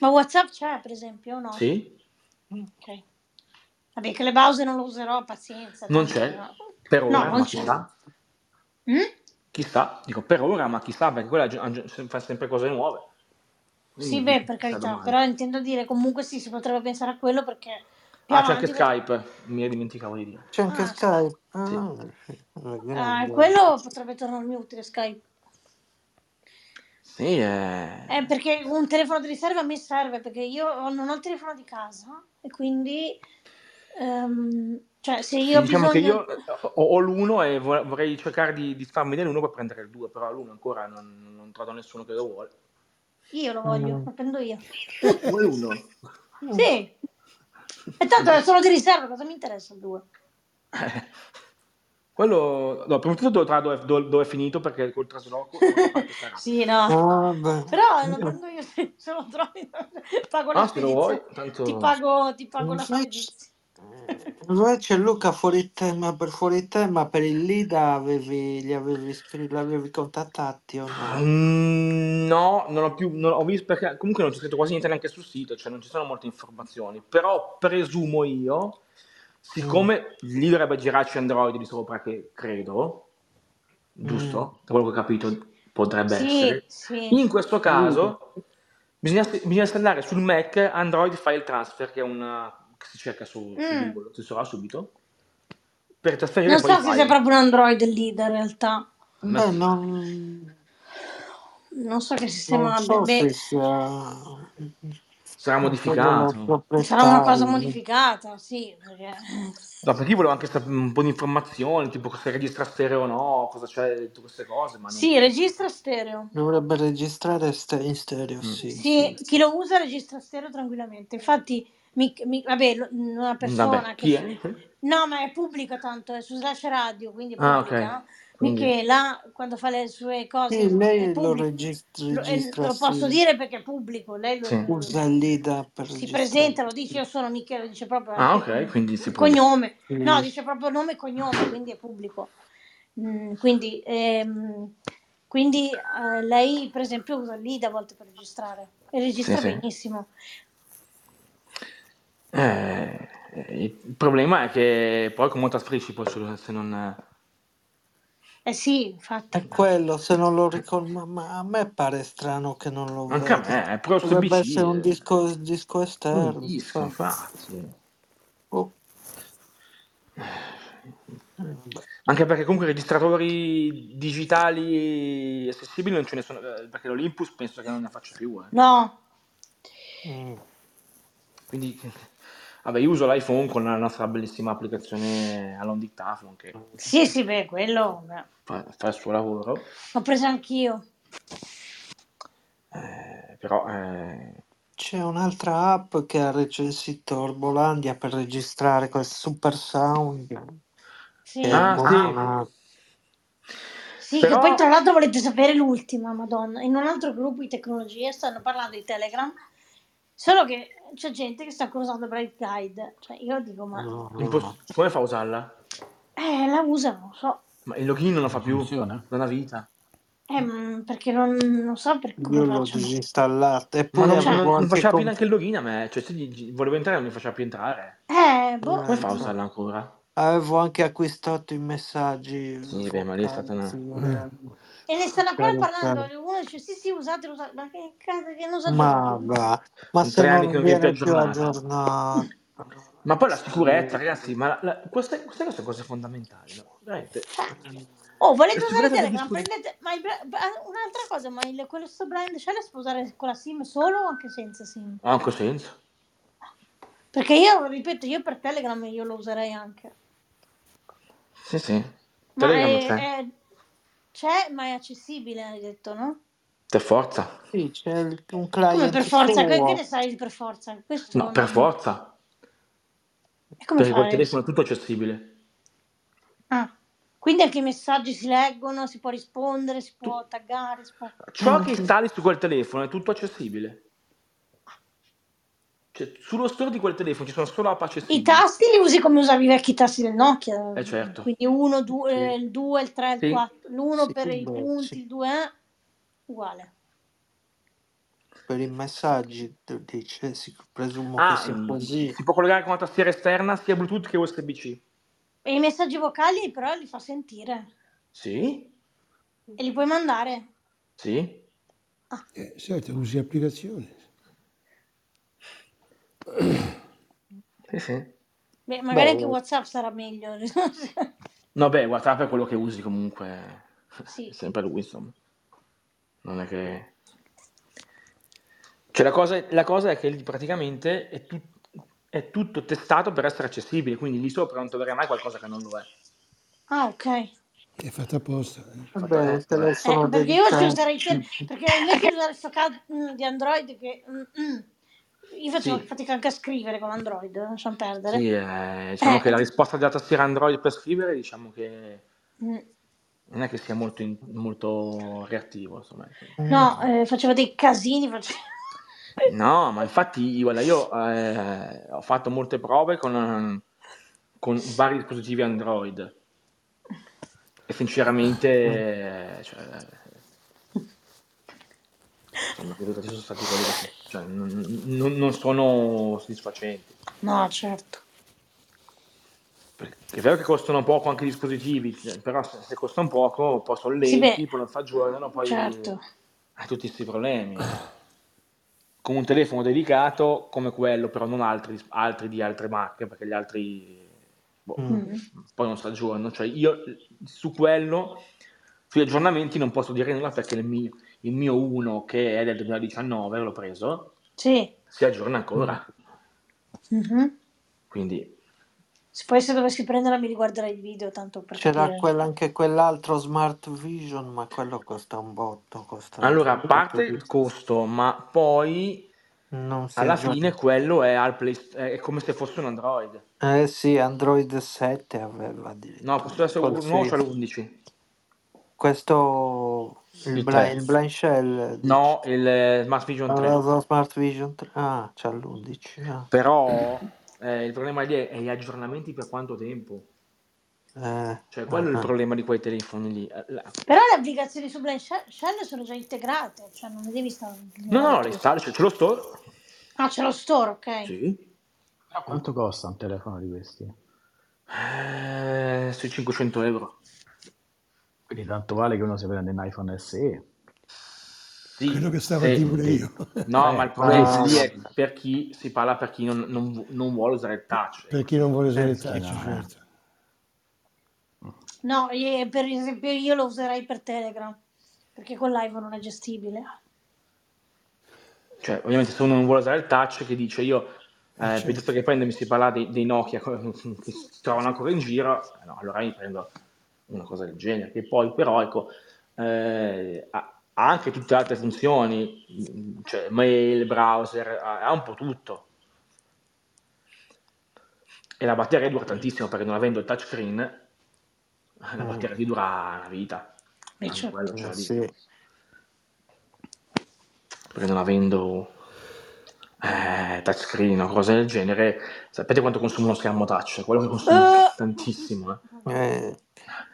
[SPEAKER 1] ma WhatsApp c'è per esempio o no?
[SPEAKER 2] Sì?
[SPEAKER 1] Mm, Ok. Vabbè, che le pause non lo userò, pazienza,
[SPEAKER 2] Non
[SPEAKER 1] tanto
[SPEAKER 2] c'è,
[SPEAKER 1] no.
[SPEAKER 2] per
[SPEAKER 1] No,
[SPEAKER 2] ora,
[SPEAKER 1] non
[SPEAKER 2] ma
[SPEAKER 1] c'è.
[SPEAKER 2] chissà.
[SPEAKER 1] Mm?
[SPEAKER 2] Chissà, dico per ora, ma chissà, perché quella aggi- aggi- fa sempre cose nuove.
[SPEAKER 1] Sì,
[SPEAKER 2] Quindi cioè,
[SPEAKER 1] beh, per
[SPEAKER 2] chissà
[SPEAKER 1] carità,
[SPEAKER 2] domani.
[SPEAKER 1] però intendo dire comunque sì, si potrebbe pensare a quello perché più
[SPEAKER 2] Ah, c'è anche
[SPEAKER 1] avanti... per-
[SPEAKER 2] Skype, mi dimenticavo di dire.
[SPEAKER 4] C'è anche
[SPEAKER 1] Ah, Skype.
[SPEAKER 4] Skype.
[SPEAKER 2] Sì.
[SPEAKER 4] Ah, sì, la
[SPEAKER 1] Ah,
[SPEAKER 4] grande.
[SPEAKER 1] quello potrebbe tornarmi utile Skype.
[SPEAKER 2] Sì,
[SPEAKER 1] Eh,
[SPEAKER 2] eh,
[SPEAKER 1] perché un telefono di riserva mi serve perché io ho- non ho il telefono di casa e quindi, ehm, cioè, se io
[SPEAKER 2] sì,
[SPEAKER 1] ho
[SPEAKER 2] diciamo che
[SPEAKER 1] bisogno...
[SPEAKER 2] io eh, ho, ho l'uno e vo- vorrei cercare di, di farmi dell'uno per prendere il due, però l'uno ancora non, non trovo nessuno che lo vuole.
[SPEAKER 1] Io lo voglio,
[SPEAKER 4] Mm.
[SPEAKER 1] lo prendo io.
[SPEAKER 2] Vuole uno?
[SPEAKER 1] Sì, e tanto è solo di riserva, cosa mi interessa il due?
[SPEAKER 2] Eh. Quello, no, prima di tutto devo trovare dove, dove- dove è finito perché col trasloco non l'ho fatto sarà.
[SPEAKER 1] Sì, no.
[SPEAKER 4] Ah, beh.
[SPEAKER 1] Però lo prendo io se se lo trovi, pago la
[SPEAKER 2] Ah, se lo vuoi,
[SPEAKER 1] spedizione. Ti
[SPEAKER 2] tanto...
[SPEAKER 1] pago, ti pago la
[SPEAKER 4] Invece,
[SPEAKER 1] spedizione.
[SPEAKER 4] invece Luca fuori tema, per fuori tema per il Lida avevi, li avevi, iscri- l'avevi contattati o no?
[SPEAKER 2] Mm, No, non ho più, non ho visto perché comunque non c'è scritto quasi niente neanche sul sito, cioè non ci sono molte informazioni, però presumo io,
[SPEAKER 4] Mm,
[SPEAKER 2] siccome lì dovrebbe girarci Android di sopra, che credo,
[SPEAKER 4] mm,
[SPEAKER 2] giusto? Da quello che ho capito potrebbe
[SPEAKER 1] Sì,
[SPEAKER 2] essere,
[SPEAKER 1] sì.
[SPEAKER 2] in questo
[SPEAKER 4] sì.
[SPEAKER 2] caso bisogna, bisogna installare sul Mac Android File Transfer, che è una che si cerca su, su
[SPEAKER 1] Mm.
[SPEAKER 2] Google, si trova subito, per trasferire
[SPEAKER 1] Non
[SPEAKER 2] poi i
[SPEAKER 1] so se sia
[SPEAKER 2] file.
[SPEAKER 1] proprio un Android il leader in realtà.
[SPEAKER 2] A me
[SPEAKER 4] Beh,
[SPEAKER 2] sì.
[SPEAKER 4] non,
[SPEAKER 1] Non so che
[SPEAKER 4] non
[SPEAKER 1] sistema abbia.
[SPEAKER 4] so
[SPEAKER 1] Beh,
[SPEAKER 4] se sia...
[SPEAKER 2] Sarà
[SPEAKER 4] Non credo
[SPEAKER 2] modificato.
[SPEAKER 1] sarà una cosa
[SPEAKER 4] proprietario.
[SPEAKER 1] modificata, sì, perché...
[SPEAKER 2] No, perché io volevo anche sapere un po' di informazioni, tipo se registra stereo o no, cosa c'è, tutte queste cose, ma non...
[SPEAKER 1] Sì, registra stereo.
[SPEAKER 4] Dovrebbe registrare ste- in stereo,
[SPEAKER 2] Mm.
[SPEAKER 4] sì,
[SPEAKER 1] Sì,
[SPEAKER 4] sì.
[SPEAKER 1] chi lo usa registra stereo tranquillamente. Infatti, mi- mi- vabbè, lo- una
[SPEAKER 2] Vabbè,
[SPEAKER 1] persona che...
[SPEAKER 2] chi
[SPEAKER 1] f-
[SPEAKER 2] è?
[SPEAKER 1] No, ma è pubblica tanto, è su Slash Radio, quindi è
[SPEAKER 2] Ah, ok,
[SPEAKER 1] pubblica.
[SPEAKER 2] quindi...
[SPEAKER 1] Michela, quando fa le sue
[SPEAKER 4] Sì,
[SPEAKER 1] cose, è
[SPEAKER 4] lei lo
[SPEAKER 1] pubblica.
[SPEAKER 4] regis-
[SPEAKER 1] Lo, e te
[SPEAKER 4] registra,
[SPEAKER 1] lo posso
[SPEAKER 4] sì.
[SPEAKER 1] dire perché è pubblico. Lei lo-
[SPEAKER 2] Sì.
[SPEAKER 1] lo-
[SPEAKER 4] Usa il Lida per
[SPEAKER 1] si
[SPEAKER 4] registrare.
[SPEAKER 1] presenta, lo dice io sono Michela, dice proprio
[SPEAKER 2] Ah,
[SPEAKER 1] anche
[SPEAKER 2] ok, quindi si
[SPEAKER 1] il
[SPEAKER 2] pubblica.
[SPEAKER 1] cognome. No,
[SPEAKER 4] Sì.
[SPEAKER 1] dice proprio nome e cognome, quindi è pubblico. Mm, quindi ehm, quindi eh, lei, per esempio, usa lì da volte per registrare e
[SPEAKER 2] Sì,
[SPEAKER 1] registra
[SPEAKER 2] sì.
[SPEAKER 1] benissimo.
[SPEAKER 2] Eh, il problema è che poi come trasferisci poi se se non...
[SPEAKER 1] Eh sì, infatti.
[SPEAKER 4] È quello, se non lo ricordo, ma a me pare strano che non lo
[SPEAKER 2] Anche a
[SPEAKER 4] vedi.
[SPEAKER 2] me, eh, pure
[SPEAKER 4] Dovrebbe
[SPEAKER 2] USB-C,
[SPEAKER 4] essere un
[SPEAKER 2] eh,
[SPEAKER 4] disco, disco
[SPEAKER 2] un
[SPEAKER 4] esterno,
[SPEAKER 2] disco,
[SPEAKER 4] chissà.
[SPEAKER 2] infatti.
[SPEAKER 4] Oh, eh, vabbè.
[SPEAKER 2] Anche perché comunque registratori digitali accessibili non ce ne sono, eh, perché l'Olympus penso che non ne faccia più, eh.
[SPEAKER 1] No,
[SPEAKER 4] Mm.
[SPEAKER 2] Quindi, vabbè, io uso l'iPhone con la nostra bellissima applicazione Alon Dictaphone che
[SPEAKER 1] sì, sì, beh, quello beh.
[SPEAKER 2] fa, fa il suo lavoro,
[SPEAKER 1] l'ho preso anch'io.
[SPEAKER 2] eh, però eh,
[SPEAKER 4] C'è un'altra app che ha recensito Orbolandia per registrare quel super sound. È
[SPEAKER 1] Sì.
[SPEAKER 2] Ah, sì.
[SPEAKER 4] buona.
[SPEAKER 1] Sì, che poi
[SPEAKER 2] Però
[SPEAKER 1] tra l'altro volete sapere l'ultima, Madonna. In un altro gruppo di tecnologie stanno parlando di Telegram Solo che c'è gente che sta ancora usando Bright Guide. Cioè, io dico, ma
[SPEAKER 4] No, no, no.
[SPEAKER 2] Impos- come fa a usarla?
[SPEAKER 1] eh, la usano, non so.
[SPEAKER 2] Ma il login non la fa
[SPEAKER 3] Non
[SPEAKER 2] più
[SPEAKER 3] funziona.
[SPEAKER 2] da una vita.
[SPEAKER 1] Eh, mm, perché non, non so per come
[SPEAKER 4] Io l'ho
[SPEAKER 1] facciano.
[SPEAKER 4] disinstallata.
[SPEAKER 2] Ma
[SPEAKER 4] Eppure
[SPEAKER 2] non,
[SPEAKER 1] Cioè,
[SPEAKER 2] non-
[SPEAKER 4] avevo
[SPEAKER 2] non
[SPEAKER 4] anche
[SPEAKER 2] faceva più
[SPEAKER 4] comp-
[SPEAKER 2] neanche il login a me. Cioè, se gli- gli- volevo entrare, non mi faceva più entrare.
[SPEAKER 1] eh, boh,
[SPEAKER 2] Come
[SPEAKER 4] eh,
[SPEAKER 2] fa a
[SPEAKER 1] non
[SPEAKER 2] usarla
[SPEAKER 1] so.
[SPEAKER 2] ancora?
[SPEAKER 4] avevo anche acquistato i messaggi
[SPEAKER 2] Sì, beh, ma lì è stata
[SPEAKER 4] vocali.
[SPEAKER 2] una. Mm.
[SPEAKER 4] figurati.
[SPEAKER 1] E ne stanno ancora
[SPEAKER 4] Caro,
[SPEAKER 1] parlando.
[SPEAKER 4] caro.
[SPEAKER 1] Uno dice, sì, sì, usatelo, usatelo. Ma che cazzo, che ne usate
[SPEAKER 4] Ma,
[SPEAKER 1] voi?
[SPEAKER 4] va, ma
[SPEAKER 2] Sono
[SPEAKER 4] se
[SPEAKER 2] tre anni che
[SPEAKER 4] non
[SPEAKER 2] non viene più
[SPEAKER 4] viene più
[SPEAKER 2] aggiornata.
[SPEAKER 4] aggiornato,
[SPEAKER 2] Ma poi la sicurezza,
[SPEAKER 4] sì.
[SPEAKER 2] ragazzi, ma la- la- questa, questa è una cosa fondamentale, no? Veramente.
[SPEAKER 1] Oh,
[SPEAKER 2] La
[SPEAKER 1] volete usare
[SPEAKER 2] sicurezza dei
[SPEAKER 1] Telegram?
[SPEAKER 2] dispositivi.
[SPEAKER 1] Prendete. Ma il bra- bra- un'altra cosa, ma il, quello sto blind shell si può usare con la SIM solo o anche senza SIM?
[SPEAKER 2] Ha anche senso.
[SPEAKER 1] Perché io, ripeto, io per Telegram io lo userei anche.
[SPEAKER 2] Sì, sì.
[SPEAKER 1] Ma
[SPEAKER 2] Telegram
[SPEAKER 1] è,
[SPEAKER 2] c'è.
[SPEAKER 1] è- c'è, ma è accessibile, hai detto, no?
[SPEAKER 2] Per forza.
[SPEAKER 4] Sì, c'è il-
[SPEAKER 1] Come
[SPEAKER 4] un
[SPEAKER 1] per
[SPEAKER 4] client
[SPEAKER 1] forza? Che, che
[SPEAKER 4] suo.
[SPEAKER 1] ne sai di per forza? Questo
[SPEAKER 2] No, per
[SPEAKER 1] non...
[SPEAKER 2] forza.
[SPEAKER 1] E come
[SPEAKER 2] Perché col
[SPEAKER 1] fai?
[SPEAKER 2] telefono è tutto accessibile.
[SPEAKER 1] Ah, quindi anche i messaggi si leggono, si può rispondere, si
[SPEAKER 2] Tu- Mm.
[SPEAKER 1] può taggare, si può...
[SPEAKER 2] Ciò che installi su quel telefono è tutto accessibile. Cioè, sullo store di quel telefono ci sono solo app
[SPEAKER 1] I
[SPEAKER 2] accessibili.
[SPEAKER 1] tasti li usi come usavi i vecchi tasti del Nokia,
[SPEAKER 2] Eh certo.
[SPEAKER 1] quindi 1, 2,
[SPEAKER 4] Sì,
[SPEAKER 1] il 2, il 3, il
[SPEAKER 2] Sì.
[SPEAKER 1] 4, l'1
[SPEAKER 4] sì,
[SPEAKER 1] per i
[SPEAKER 4] beh,
[SPEAKER 1] punti,
[SPEAKER 4] sì.
[SPEAKER 1] il 2 è uguale.
[SPEAKER 4] Per i messaggi, tu dice, si- presumo che
[SPEAKER 2] Ah,
[SPEAKER 4] sia
[SPEAKER 2] mm,
[SPEAKER 4] così.
[SPEAKER 2] si può collegare con una tastiera esterna sia Bluetooth che USB-C.
[SPEAKER 1] E i messaggi vocali però li fa sentire
[SPEAKER 2] Sì?
[SPEAKER 1] e li puoi mandare.
[SPEAKER 2] Sì?
[SPEAKER 1] Ah,
[SPEAKER 5] Eh, certo, usi applicazioni.
[SPEAKER 2] Sì, sì.
[SPEAKER 1] beh, magari anche
[SPEAKER 2] Boh.
[SPEAKER 1] WhatsApp sarà meglio.
[SPEAKER 2] No, beh, WhatsApp è quello che usi comunque. È
[SPEAKER 1] sì.
[SPEAKER 2] sempre lui, insomma. Non è che... Cioè, la cosa, la cosa è che lì praticamente è, tut- è tutto testato per essere accessibile, quindi lì sopra non troverai mai qualcosa che non lo è.
[SPEAKER 1] Ah, ok.
[SPEAKER 5] È fatta apposta. eh.
[SPEAKER 4] Vabbè,
[SPEAKER 2] Fatta
[SPEAKER 4] un
[SPEAKER 2] apposta, eh.
[SPEAKER 1] Eh,
[SPEAKER 4] telefono
[SPEAKER 1] perché io ci
[SPEAKER 4] dedicato.
[SPEAKER 1] userei te- perché invece di usare sto cazzo mm, di Android che mm, mm, io facevo
[SPEAKER 2] Sì,
[SPEAKER 1] fatica anche a scrivere con Android, eh, lasciamo perdere.
[SPEAKER 2] sì, eh, diciamo che la
[SPEAKER 1] Eh,
[SPEAKER 2] risposta della tastiera Android per scrivere, diciamo che
[SPEAKER 1] mm,
[SPEAKER 2] non è che sia molto, in- molto reattivo, insomma. ecco.
[SPEAKER 1] no, eh, facevo dei casini, facevo...
[SPEAKER 2] No, ma infatti, guarda, io eh, ho fatto molte prove con, con vari dispositivi Android e sinceramente, eh, cioè, insomma, i risultati sono stati quelli che sono, cioè, non, non- non sono soddisfacenti.
[SPEAKER 1] No, certo.
[SPEAKER 2] Perché è vero che costano poco anche i dispositivi, cioè, però se, se costano poco, poi sono
[SPEAKER 1] Sì, beh,
[SPEAKER 2] lenti, poi non si aggiornano, poi
[SPEAKER 1] certo.
[SPEAKER 2] hai tutti questi problemi. Con un telefono dedicato come quello, però non altri, altri di altre marche, perché gli altri boh,
[SPEAKER 4] Mm.
[SPEAKER 1] Mm.
[SPEAKER 2] poi non si aggiornano. Cioè io su quello, sugli aggiornamenti non posso dire nulla perché il mio, il mio 1 che è del 2019, l'ho preso,
[SPEAKER 1] Sì.
[SPEAKER 2] si aggiorna
[SPEAKER 4] Mm.
[SPEAKER 2] ancora.
[SPEAKER 1] Mhm.
[SPEAKER 2] Quindi
[SPEAKER 1] Se poi se dovessi prenderla mi riguarderei il video, tanto per
[SPEAKER 4] C'era
[SPEAKER 1] capire.
[SPEAKER 4] quella- anche quell'altro Smart Vision, ma quello costa un botto, costa
[SPEAKER 2] Allora, a
[SPEAKER 4] costa
[SPEAKER 2] parte
[SPEAKER 4] più di-
[SPEAKER 2] il costo, ma poi
[SPEAKER 4] Non si
[SPEAKER 2] alla
[SPEAKER 4] aggiorna.
[SPEAKER 2] fine quello è, al Play- è come se fosse un Android.
[SPEAKER 4] Eh sì, Android 7 aveva
[SPEAKER 2] No,
[SPEAKER 4] addirittura.
[SPEAKER 2] questo adesso
[SPEAKER 4] Col
[SPEAKER 2] u- nuovo c'è
[SPEAKER 4] Face.
[SPEAKER 2] l'11.
[SPEAKER 4] Questo, il,
[SPEAKER 2] Il
[SPEAKER 4] bla-
[SPEAKER 2] 3.
[SPEAKER 4] il Blind Shell dice.
[SPEAKER 2] No, il eh, Smart Vision 3.
[SPEAKER 4] Aveva Smart Vision 3. Ah, c'ha l'11. Ah.
[SPEAKER 2] Però eh, il problema lì è, è gli aggiornamenti per quanto tempo.
[SPEAKER 4] Eh,
[SPEAKER 2] Cioè, quello è il
[SPEAKER 4] ah,
[SPEAKER 2] problema di quei telefoni lì. Eh, la-
[SPEAKER 1] Però le applicazioni su Blind Shell Shell sono già integrate, cioè non le devi
[SPEAKER 2] No, no,
[SPEAKER 1] installare
[SPEAKER 2] no, le
[SPEAKER 1] tu.
[SPEAKER 2] installi, c'è c'è lo store.
[SPEAKER 1] Ah, c'è lo store, ok.
[SPEAKER 2] Sì.
[SPEAKER 3] Però quanto costa un telefono di questi?
[SPEAKER 2] Eh, sui 500 euro.
[SPEAKER 3] Quindi tanto vale che uno si prende un iPhone SE.
[SPEAKER 5] Quello
[SPEAKER 2] Sì,
[SPEAKER 5] che stavo a dire
[SPEAKER 2] se,
[SPEAKER 5] pure
[SPEAKER 2] se-
[SPEAKER 5] io.
[SPEAKER 2] No, ma il
[SPEAKER 3] Eh,
[SPEAKER 2] problema
[SPEAKER 4] ah,
[SPEAKER 2] lì
[SPEAKER 3] questo.
[SPEAKER 2] è
[SPEAKER 4] vabbè.
[SPEAKER 2] per chi si parla per chi non, non vu- non vuole usare il touch.
[SPEAKER 5] per
[SPEAKER 2] ecco.
[SPEAKER 5] chi non vuole usare
[SPEAKER 4] Sì, sì.
[SPEAKER 5] il
[SPEAKER 3] Sì,
[SPEAKER 5] touch,
[SPEAKER 3] no, eh.
[SPEAKER 5] certo.
[SPEAKER 1] No, eh, per esempio io lo userei per Telegram, perché con l'iPhone non è gestibile. Ah,
[SPEAKER 2] Ah, Cioè, ovviamente se uno non vuole usare il touch, che dice io,
[SPEAKER 5] Eh,
[SPEAKER 2] eh, piuttosto
[SPEAKER 5] certo.
[SPEAKER 2] che prendermi si parla dei, dei Nokia che si trovano ancora in giro, eh, no, allora mi prendo una cosa del genere. Che poi però, ecco, eh, ha, ha anche tutte le altre funzioni, mh, cioè mail, browser, ha, ha un po' tutto. E la batteria dura tantissimo, perché non avendo il touchscreen, la batteria ti dura una vita.
[SPEAKER 1] Beh,
[SPEAKER 2] Anche Ah, quello
[SPEAKER 1] certo.
[SPEAKER 4] Mm,
[SPEAKER 2] c'è
[SPEAKER 4] eh,
[SPEAKER 2] da dire.
[SPEAKER 4] sì.
[SPEAKER 2] perché non avendo eh, eh, touchscreen o cose del genere, sapete quanto consuma uno schermo touch? Quello che consuma
[SPEAKER 1] Eh.
[SPEAKER 2] tantissimo. eh.
[SPEAKER 4] Eh,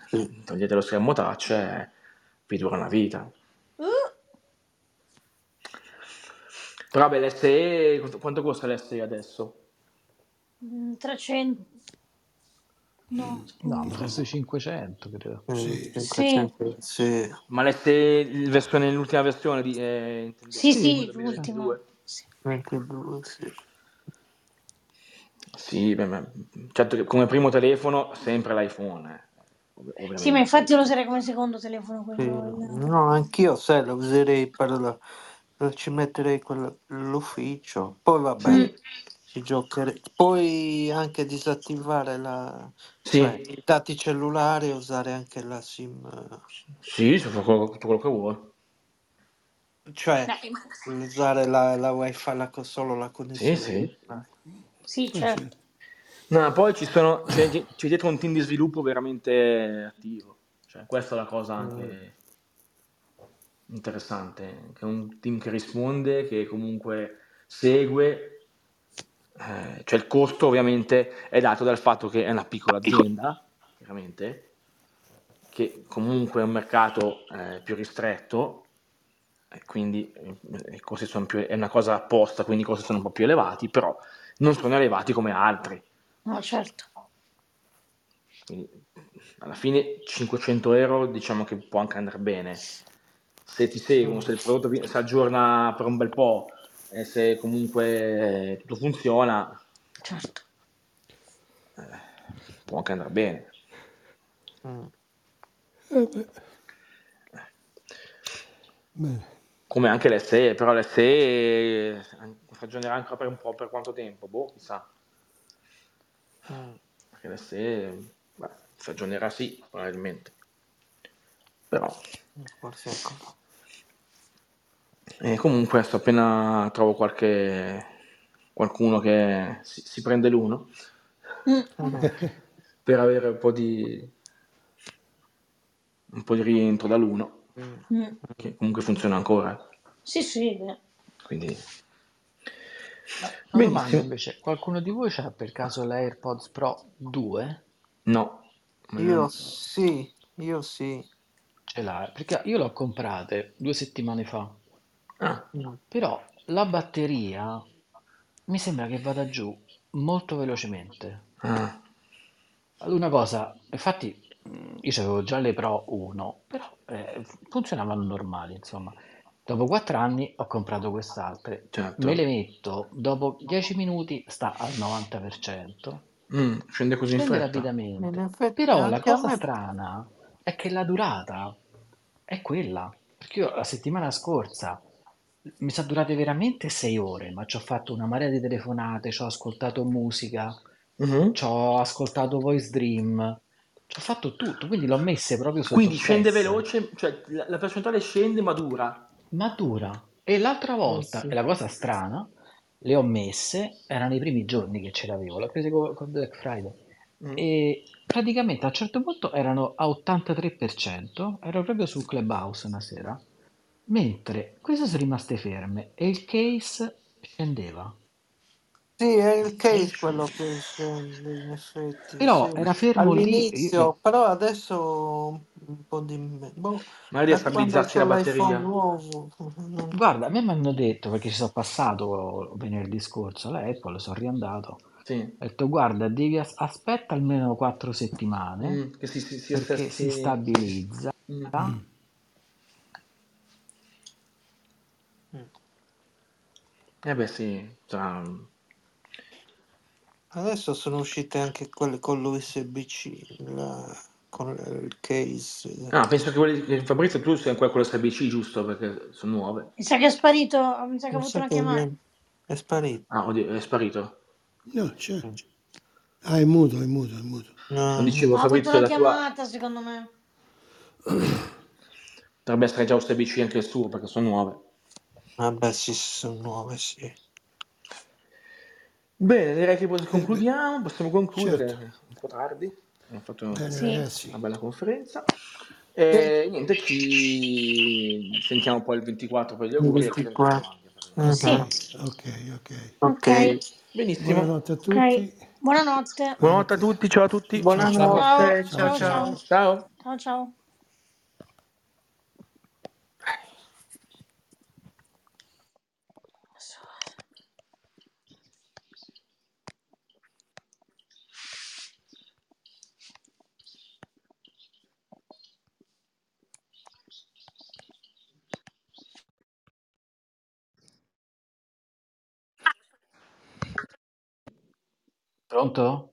[SPEAKER 4] sì.
[SPEAKER 2] Togliete lo schermo touch e vi dura una vita.
[SPEAKER 1] Uh,
[SPEAKER 2] Però beh, l'SE, quanto costa l'SE adesso?
[SPEAKER 1] mm, 300.
[SPEAKER 2] Mm,
[SPEAKER 1] No.
[SPEAKER 3] No, mi costa 500, credo.
[SPEAKER 4] Eh,
[SPEAKER 5] Sì.
[SPEAKER 1] Sì,
[SPEAKER 4] 500, sì.
[SPEAKER 2] Ma l'SE, il versione- l'ultima versione di, eh,
[SPEAKER 1] sì,
[SPEAKER 2] intendevo,
[SPEAKER 3] Sì,
[SPEAKER 1] sì,
[SPEAKER 2] 2022?
[SPEAKER 1] l'ultima. Sì.
[SPEAKER 4] 22, sì.
[SPEAKER 2] Sì, beh, ma- certo che come primo telefono sempre l'iPhone, eh, ov-
[SPEAKER 1] Sì, ma
[SPEAKER 2] ovviamente.
[SPEAKER 1] infatti lo userei come secondo telefono
[SPEAKER 4] Sì.
[SPEAKER 1] quello. Mm. il-
[SPEAKER 4] No, anch'io, sai, lo userei per la- per- ci metterei quello- l'ufficio. Poi vabbè,
[SPEAKER 1] Mm.
[SPEAKER 2] Sì.
[SPEAKER 4] ci giocherei. Puoi anche disattivare la, cioè,
[SPEAKER 2] Sì,
[SPEAKER 4] i dati cellulari e usare anche la SIM,
[SPEAKER 2] sì, si fa quello- tutto quello che vuoi.
[SPEAKER 4] eh, cioè
[SPEAKER 1] Dai, ma-
[SPEAKER 4] usare la, la wifi, la, co- solo la
[SPEAKER 2] Sì,
[SPEAKER 4] connessione
[SPEAKER 2] sì.
[SPEAKER 4] wifi.
[SPEAKER 1] Sì,
[SPEAKER 5] Eh, certo.
[SPEAKER 1] certo.
[SPEAKER 2] No, poi ci sono, c'è, c'è dietro un team di sviluppo veramente attivo. Cioè, questa è la cosa
[SPEAKER 4] Mm.
[SPEAKER 2] anche interessante, che è un team che risponde, che comunque segue. Eh, cioè il costo ovviamente è dato dal fatto che è una piccola azienda, chiaramente, che comunque è un mercato eh, più ristretto, e quindi eh, i costi sono più, è una cosa apposta, quindi i costi sono un po' più elevati, però non sono elevati come altri.
[SPEAKER 1] No, certo.
[SPEAKER 2] Quindi, alla fine 500 euro diciamo che può anche andare bene. Se ti seguono,
[SPEAKER 4] Mm.
[SPEAKER 2] se il prodotto vi- si aggiorna per un bel po' e se comunque eh, tutto funziona, eh,
[SPEAKER 1] Certo.
[SPEAKER 2] può anche andare bene.
[SPEAKER 4] Mm.
[SPEAKER 5] Eh, beh, bene.
[SPEAKER 2] Come anche l'SE, però l'SE ragionerà ancora per un po' per quanto tempo, boh, chissà.
[SPEAKER 4] Mm.
[SPEAKER 2] Perché l'SE beh, ragionerà sì, probabilmente. Però
[SPEAKER 4] Forse ecco. ancora.
[SPEAKER 2] eh, comunque adesso appena trovo qualche qualcuno che si, si prende l'uno
[SPEAKER 1] Mm.
[SPEAKER 4] Mm.
[SPEAKER 2] per avere un po' di un po' di rientro dall'uno,
[SPEAKER 4] Mm.
[SPEAKER 1] Mm.
[SPEAKER 2] che comunque funziona ancora. eh.
[SPEAKER 1] Sì, sì. beh.
[SPEAKER 2] Quindi
[SPEAKER 3] Ma una domanda
[SPEAKER 2] benissimo.
[SPEAKER 3] invece, qualcuno di voi c'ha per caso l'AirPods Pro 2?
[SPEAKER 2] No, ma
[SPEAKER 4] Io
[SPEAKER 2] non-
[SPEAKER 4] sì, io sì.
[SPEAKER 3] Ce l'ha, perché io l'ho comprate due settimane fa,
[SPEAKER 2] ah,
[SPEAKER 4] Mm.
[SPEAKER 3] però la batteria mi sembra che vada giù molto velocemente.
[SPEAKER 2] ah,
[SPEAKER 3] Una cosa, infatti mh, io avevo già le Pro 1, però eh, funzionavano normali, insomma. Dopo 4 anni ho comprato quest'altre, me
[SPEAKER 2] certo.
[SPEAKER 3] le metto, dopo 10 minuti sta al 90%,
[SPEAKER 2] Mm, scende così in
[SPEAKER 3] scende
[SPEAKER 2] fretta.
[SPEAKER 4] In
[SPEAKER 3] rapidamente,
[SPEAKER 4] effetti
[SPEAKER 3] però la
[SPEAKER 4] anche a
[SPEAKER 3] cosa
[SPEAKER 4] me.
[SPEAKER 3] strana è che la durata è quella, perché io la settimana scorsa mi sono durate veramente 6 ore, ma ci ho fatto una marea di telefonate, ci ho ascoltato musica
[SPEAKER 2] Mhm.
[SPEAKER 3] ci ho ascoltato Voice Dream, ci ho fatto tutto, quindi l'ho messe proprio sotto
[SPEAKER 2] Quindi scende
[SPEAKER 3] stress,
[SPEAKER 2] veloce, cioè la, la percentuale scende ma dura.
[SPEAKER 3] ma dura. E l'altra
[SPEAKER 4] Eh
[SPEAKER 3] volta, e
[SPEAKER 4] sì.
[SPEAKER 3] la cosa strana, le ho messe, erano i primi giorni che ce l'avevo, l'ho presa co- con Black Friday,
[SPEAKER 2] Mm.
[SPEAKER 3] e praticamente a un certo punto erano a 83%, ero proprio su Clubhouse una sera, mentre queste sono rimaste ferme e il case scendeva.
[SPEAKER 4] Sì, è il
[SPEAKER 2] Sì,
[SPEAKER 4] case
[SPEAKER 2] sì.
[SPEAKER 4] quello che scende, in effetti,
[SPEAKER 3] Però
[SPEAKER 4] sì.
[SPEAKER 3] era fermo lì, eh, e io-
[SPEAKER 4] All'inizio, però adesso un po' di... me- Boh,
[SPEAKER 2] Magari a
[SPEAKER 4] da quando
[SPEAKER 2] stabilizzarsi
[SPEAKER 4] c'ho
[SPEAKER 2] la
[SPEAKER 4] l'iPhone
[SPEAKER 2] batteria.
[SPEAKER 4] nuovo, non...
[SPEAKER 3] Guarda, a me mi hanno detto, perché ci sono passato venerdì scorso alla Apple, sono riandato,
[SPEAKER 2] Sì.
[SPEAKER 3] ho detto guarda, devi as- aspetta almeno quattro settimane
[SPEAKER 2] Mm, che si, si, si,
[SPEAKER 3] Eh? perché si
[SPEAKER 2] si- si-
[SPEAKER 3] stabilizza
[SPEAKER 2] mm.
[SPEAKER 4] Mm.
[SPEAKER 2] Eh beh sì, tra-
[SPEAKER 4] Adesso sono uscite anche quelle con l'USB-C, la- con il case.
[SPEAKER 2] Ah, penso che quelli- che Fabrizio tu sei ancora con la SBC, giusto? Perché sono nuove.
[SPEAKER 1] Mi sa che è sparito, mi sa che ha
[SPEAKER 4] Mi
[SPEAKER 1] avuto
[SPEAKER 4] sa
[SPEAKER 1] una
[SPEAKER 4] Eh, che
[SPEAKER 1] chiamata.
[SPEAKER 4] viene- è sparito.
[SPEAKER 2] Ah, oddio, è sparito.
[SPEAKER 5] No, c'è.
[SPEAKER 4] Mm.
[SPEAKER 5] Ah, è muto, è muto, è muto.
[SPEAKER 2] Non
[SPEAKER 4] No, no.
[SPEAKER 2] dicevo
[SPEAKER 1] Ha avuto
[SPEAKER 2] Fabrizio,
[SPEAKER 1] una
[SPEAKER 2] la tua
[SPEAKER 1] chiamata, secondo me.
[SPEAKER 2] dovrebbe essere già USB-C anche il suo perché sono nuove.
[SPEAKER 4] Vabbè, sì, sono nuove, sì.
[SPEAKER 2] Bene, direi che pos-
[SPEAKER 5] Eh, beh,
[SPEAKER 2] concludiamo, possiamo
[SPEAKER 5] certo.
[SPEAKER 2] concludere un po' tardi, abbiamo fatto
[SPEAKER 5] Bene,
[SPEAKER 1] Sì.
[SPEAKER 5] ragazzi.
[SPEAKER 2] una bella conferenza.
[SPEAKER 4] Sì.
[SPEAKER 2] E niente, ci sentiamo poi il 24 per gli
[SPEAKER 4] Il
[SPEAKER 2] auguri e il
[SPEAKER 4] 24.
[SPEAKER 2] 31 anche.
[SPEAKER 9] Sì.
[SPEAKER 4] Mhm.
[SPEAKER 5] Ok, ok.
[SPEAKER 1] Ok,
[SPEAKER 4] Ok, benissimo.
[SPEAKER 5] Buonanotte a
[SPEAKER 1] ok.
[SPEAKER 5] tutti.
[SPEAKER 1] Buonanotte.
[SPEAKER 5] Buonanotte
[SPEAKER 2] Buonanotte a tutti, ciao a tutti.
[SPEAKER 5] ciao ciao.
[SPEAKER 1] Ciao,
[SPEAKER 4] Buonanotte, ciao
[SPEAKER 1] ciao,
[SPEAKER 5] Ciao ciao.
[SPEAKER 1] ciao.
[SPEAKER 4] ciao.
[SPEAKER 2] Ciao.
[SPEAKER 1] Ciao, ciao.
[SPEAKER 3] Pronto?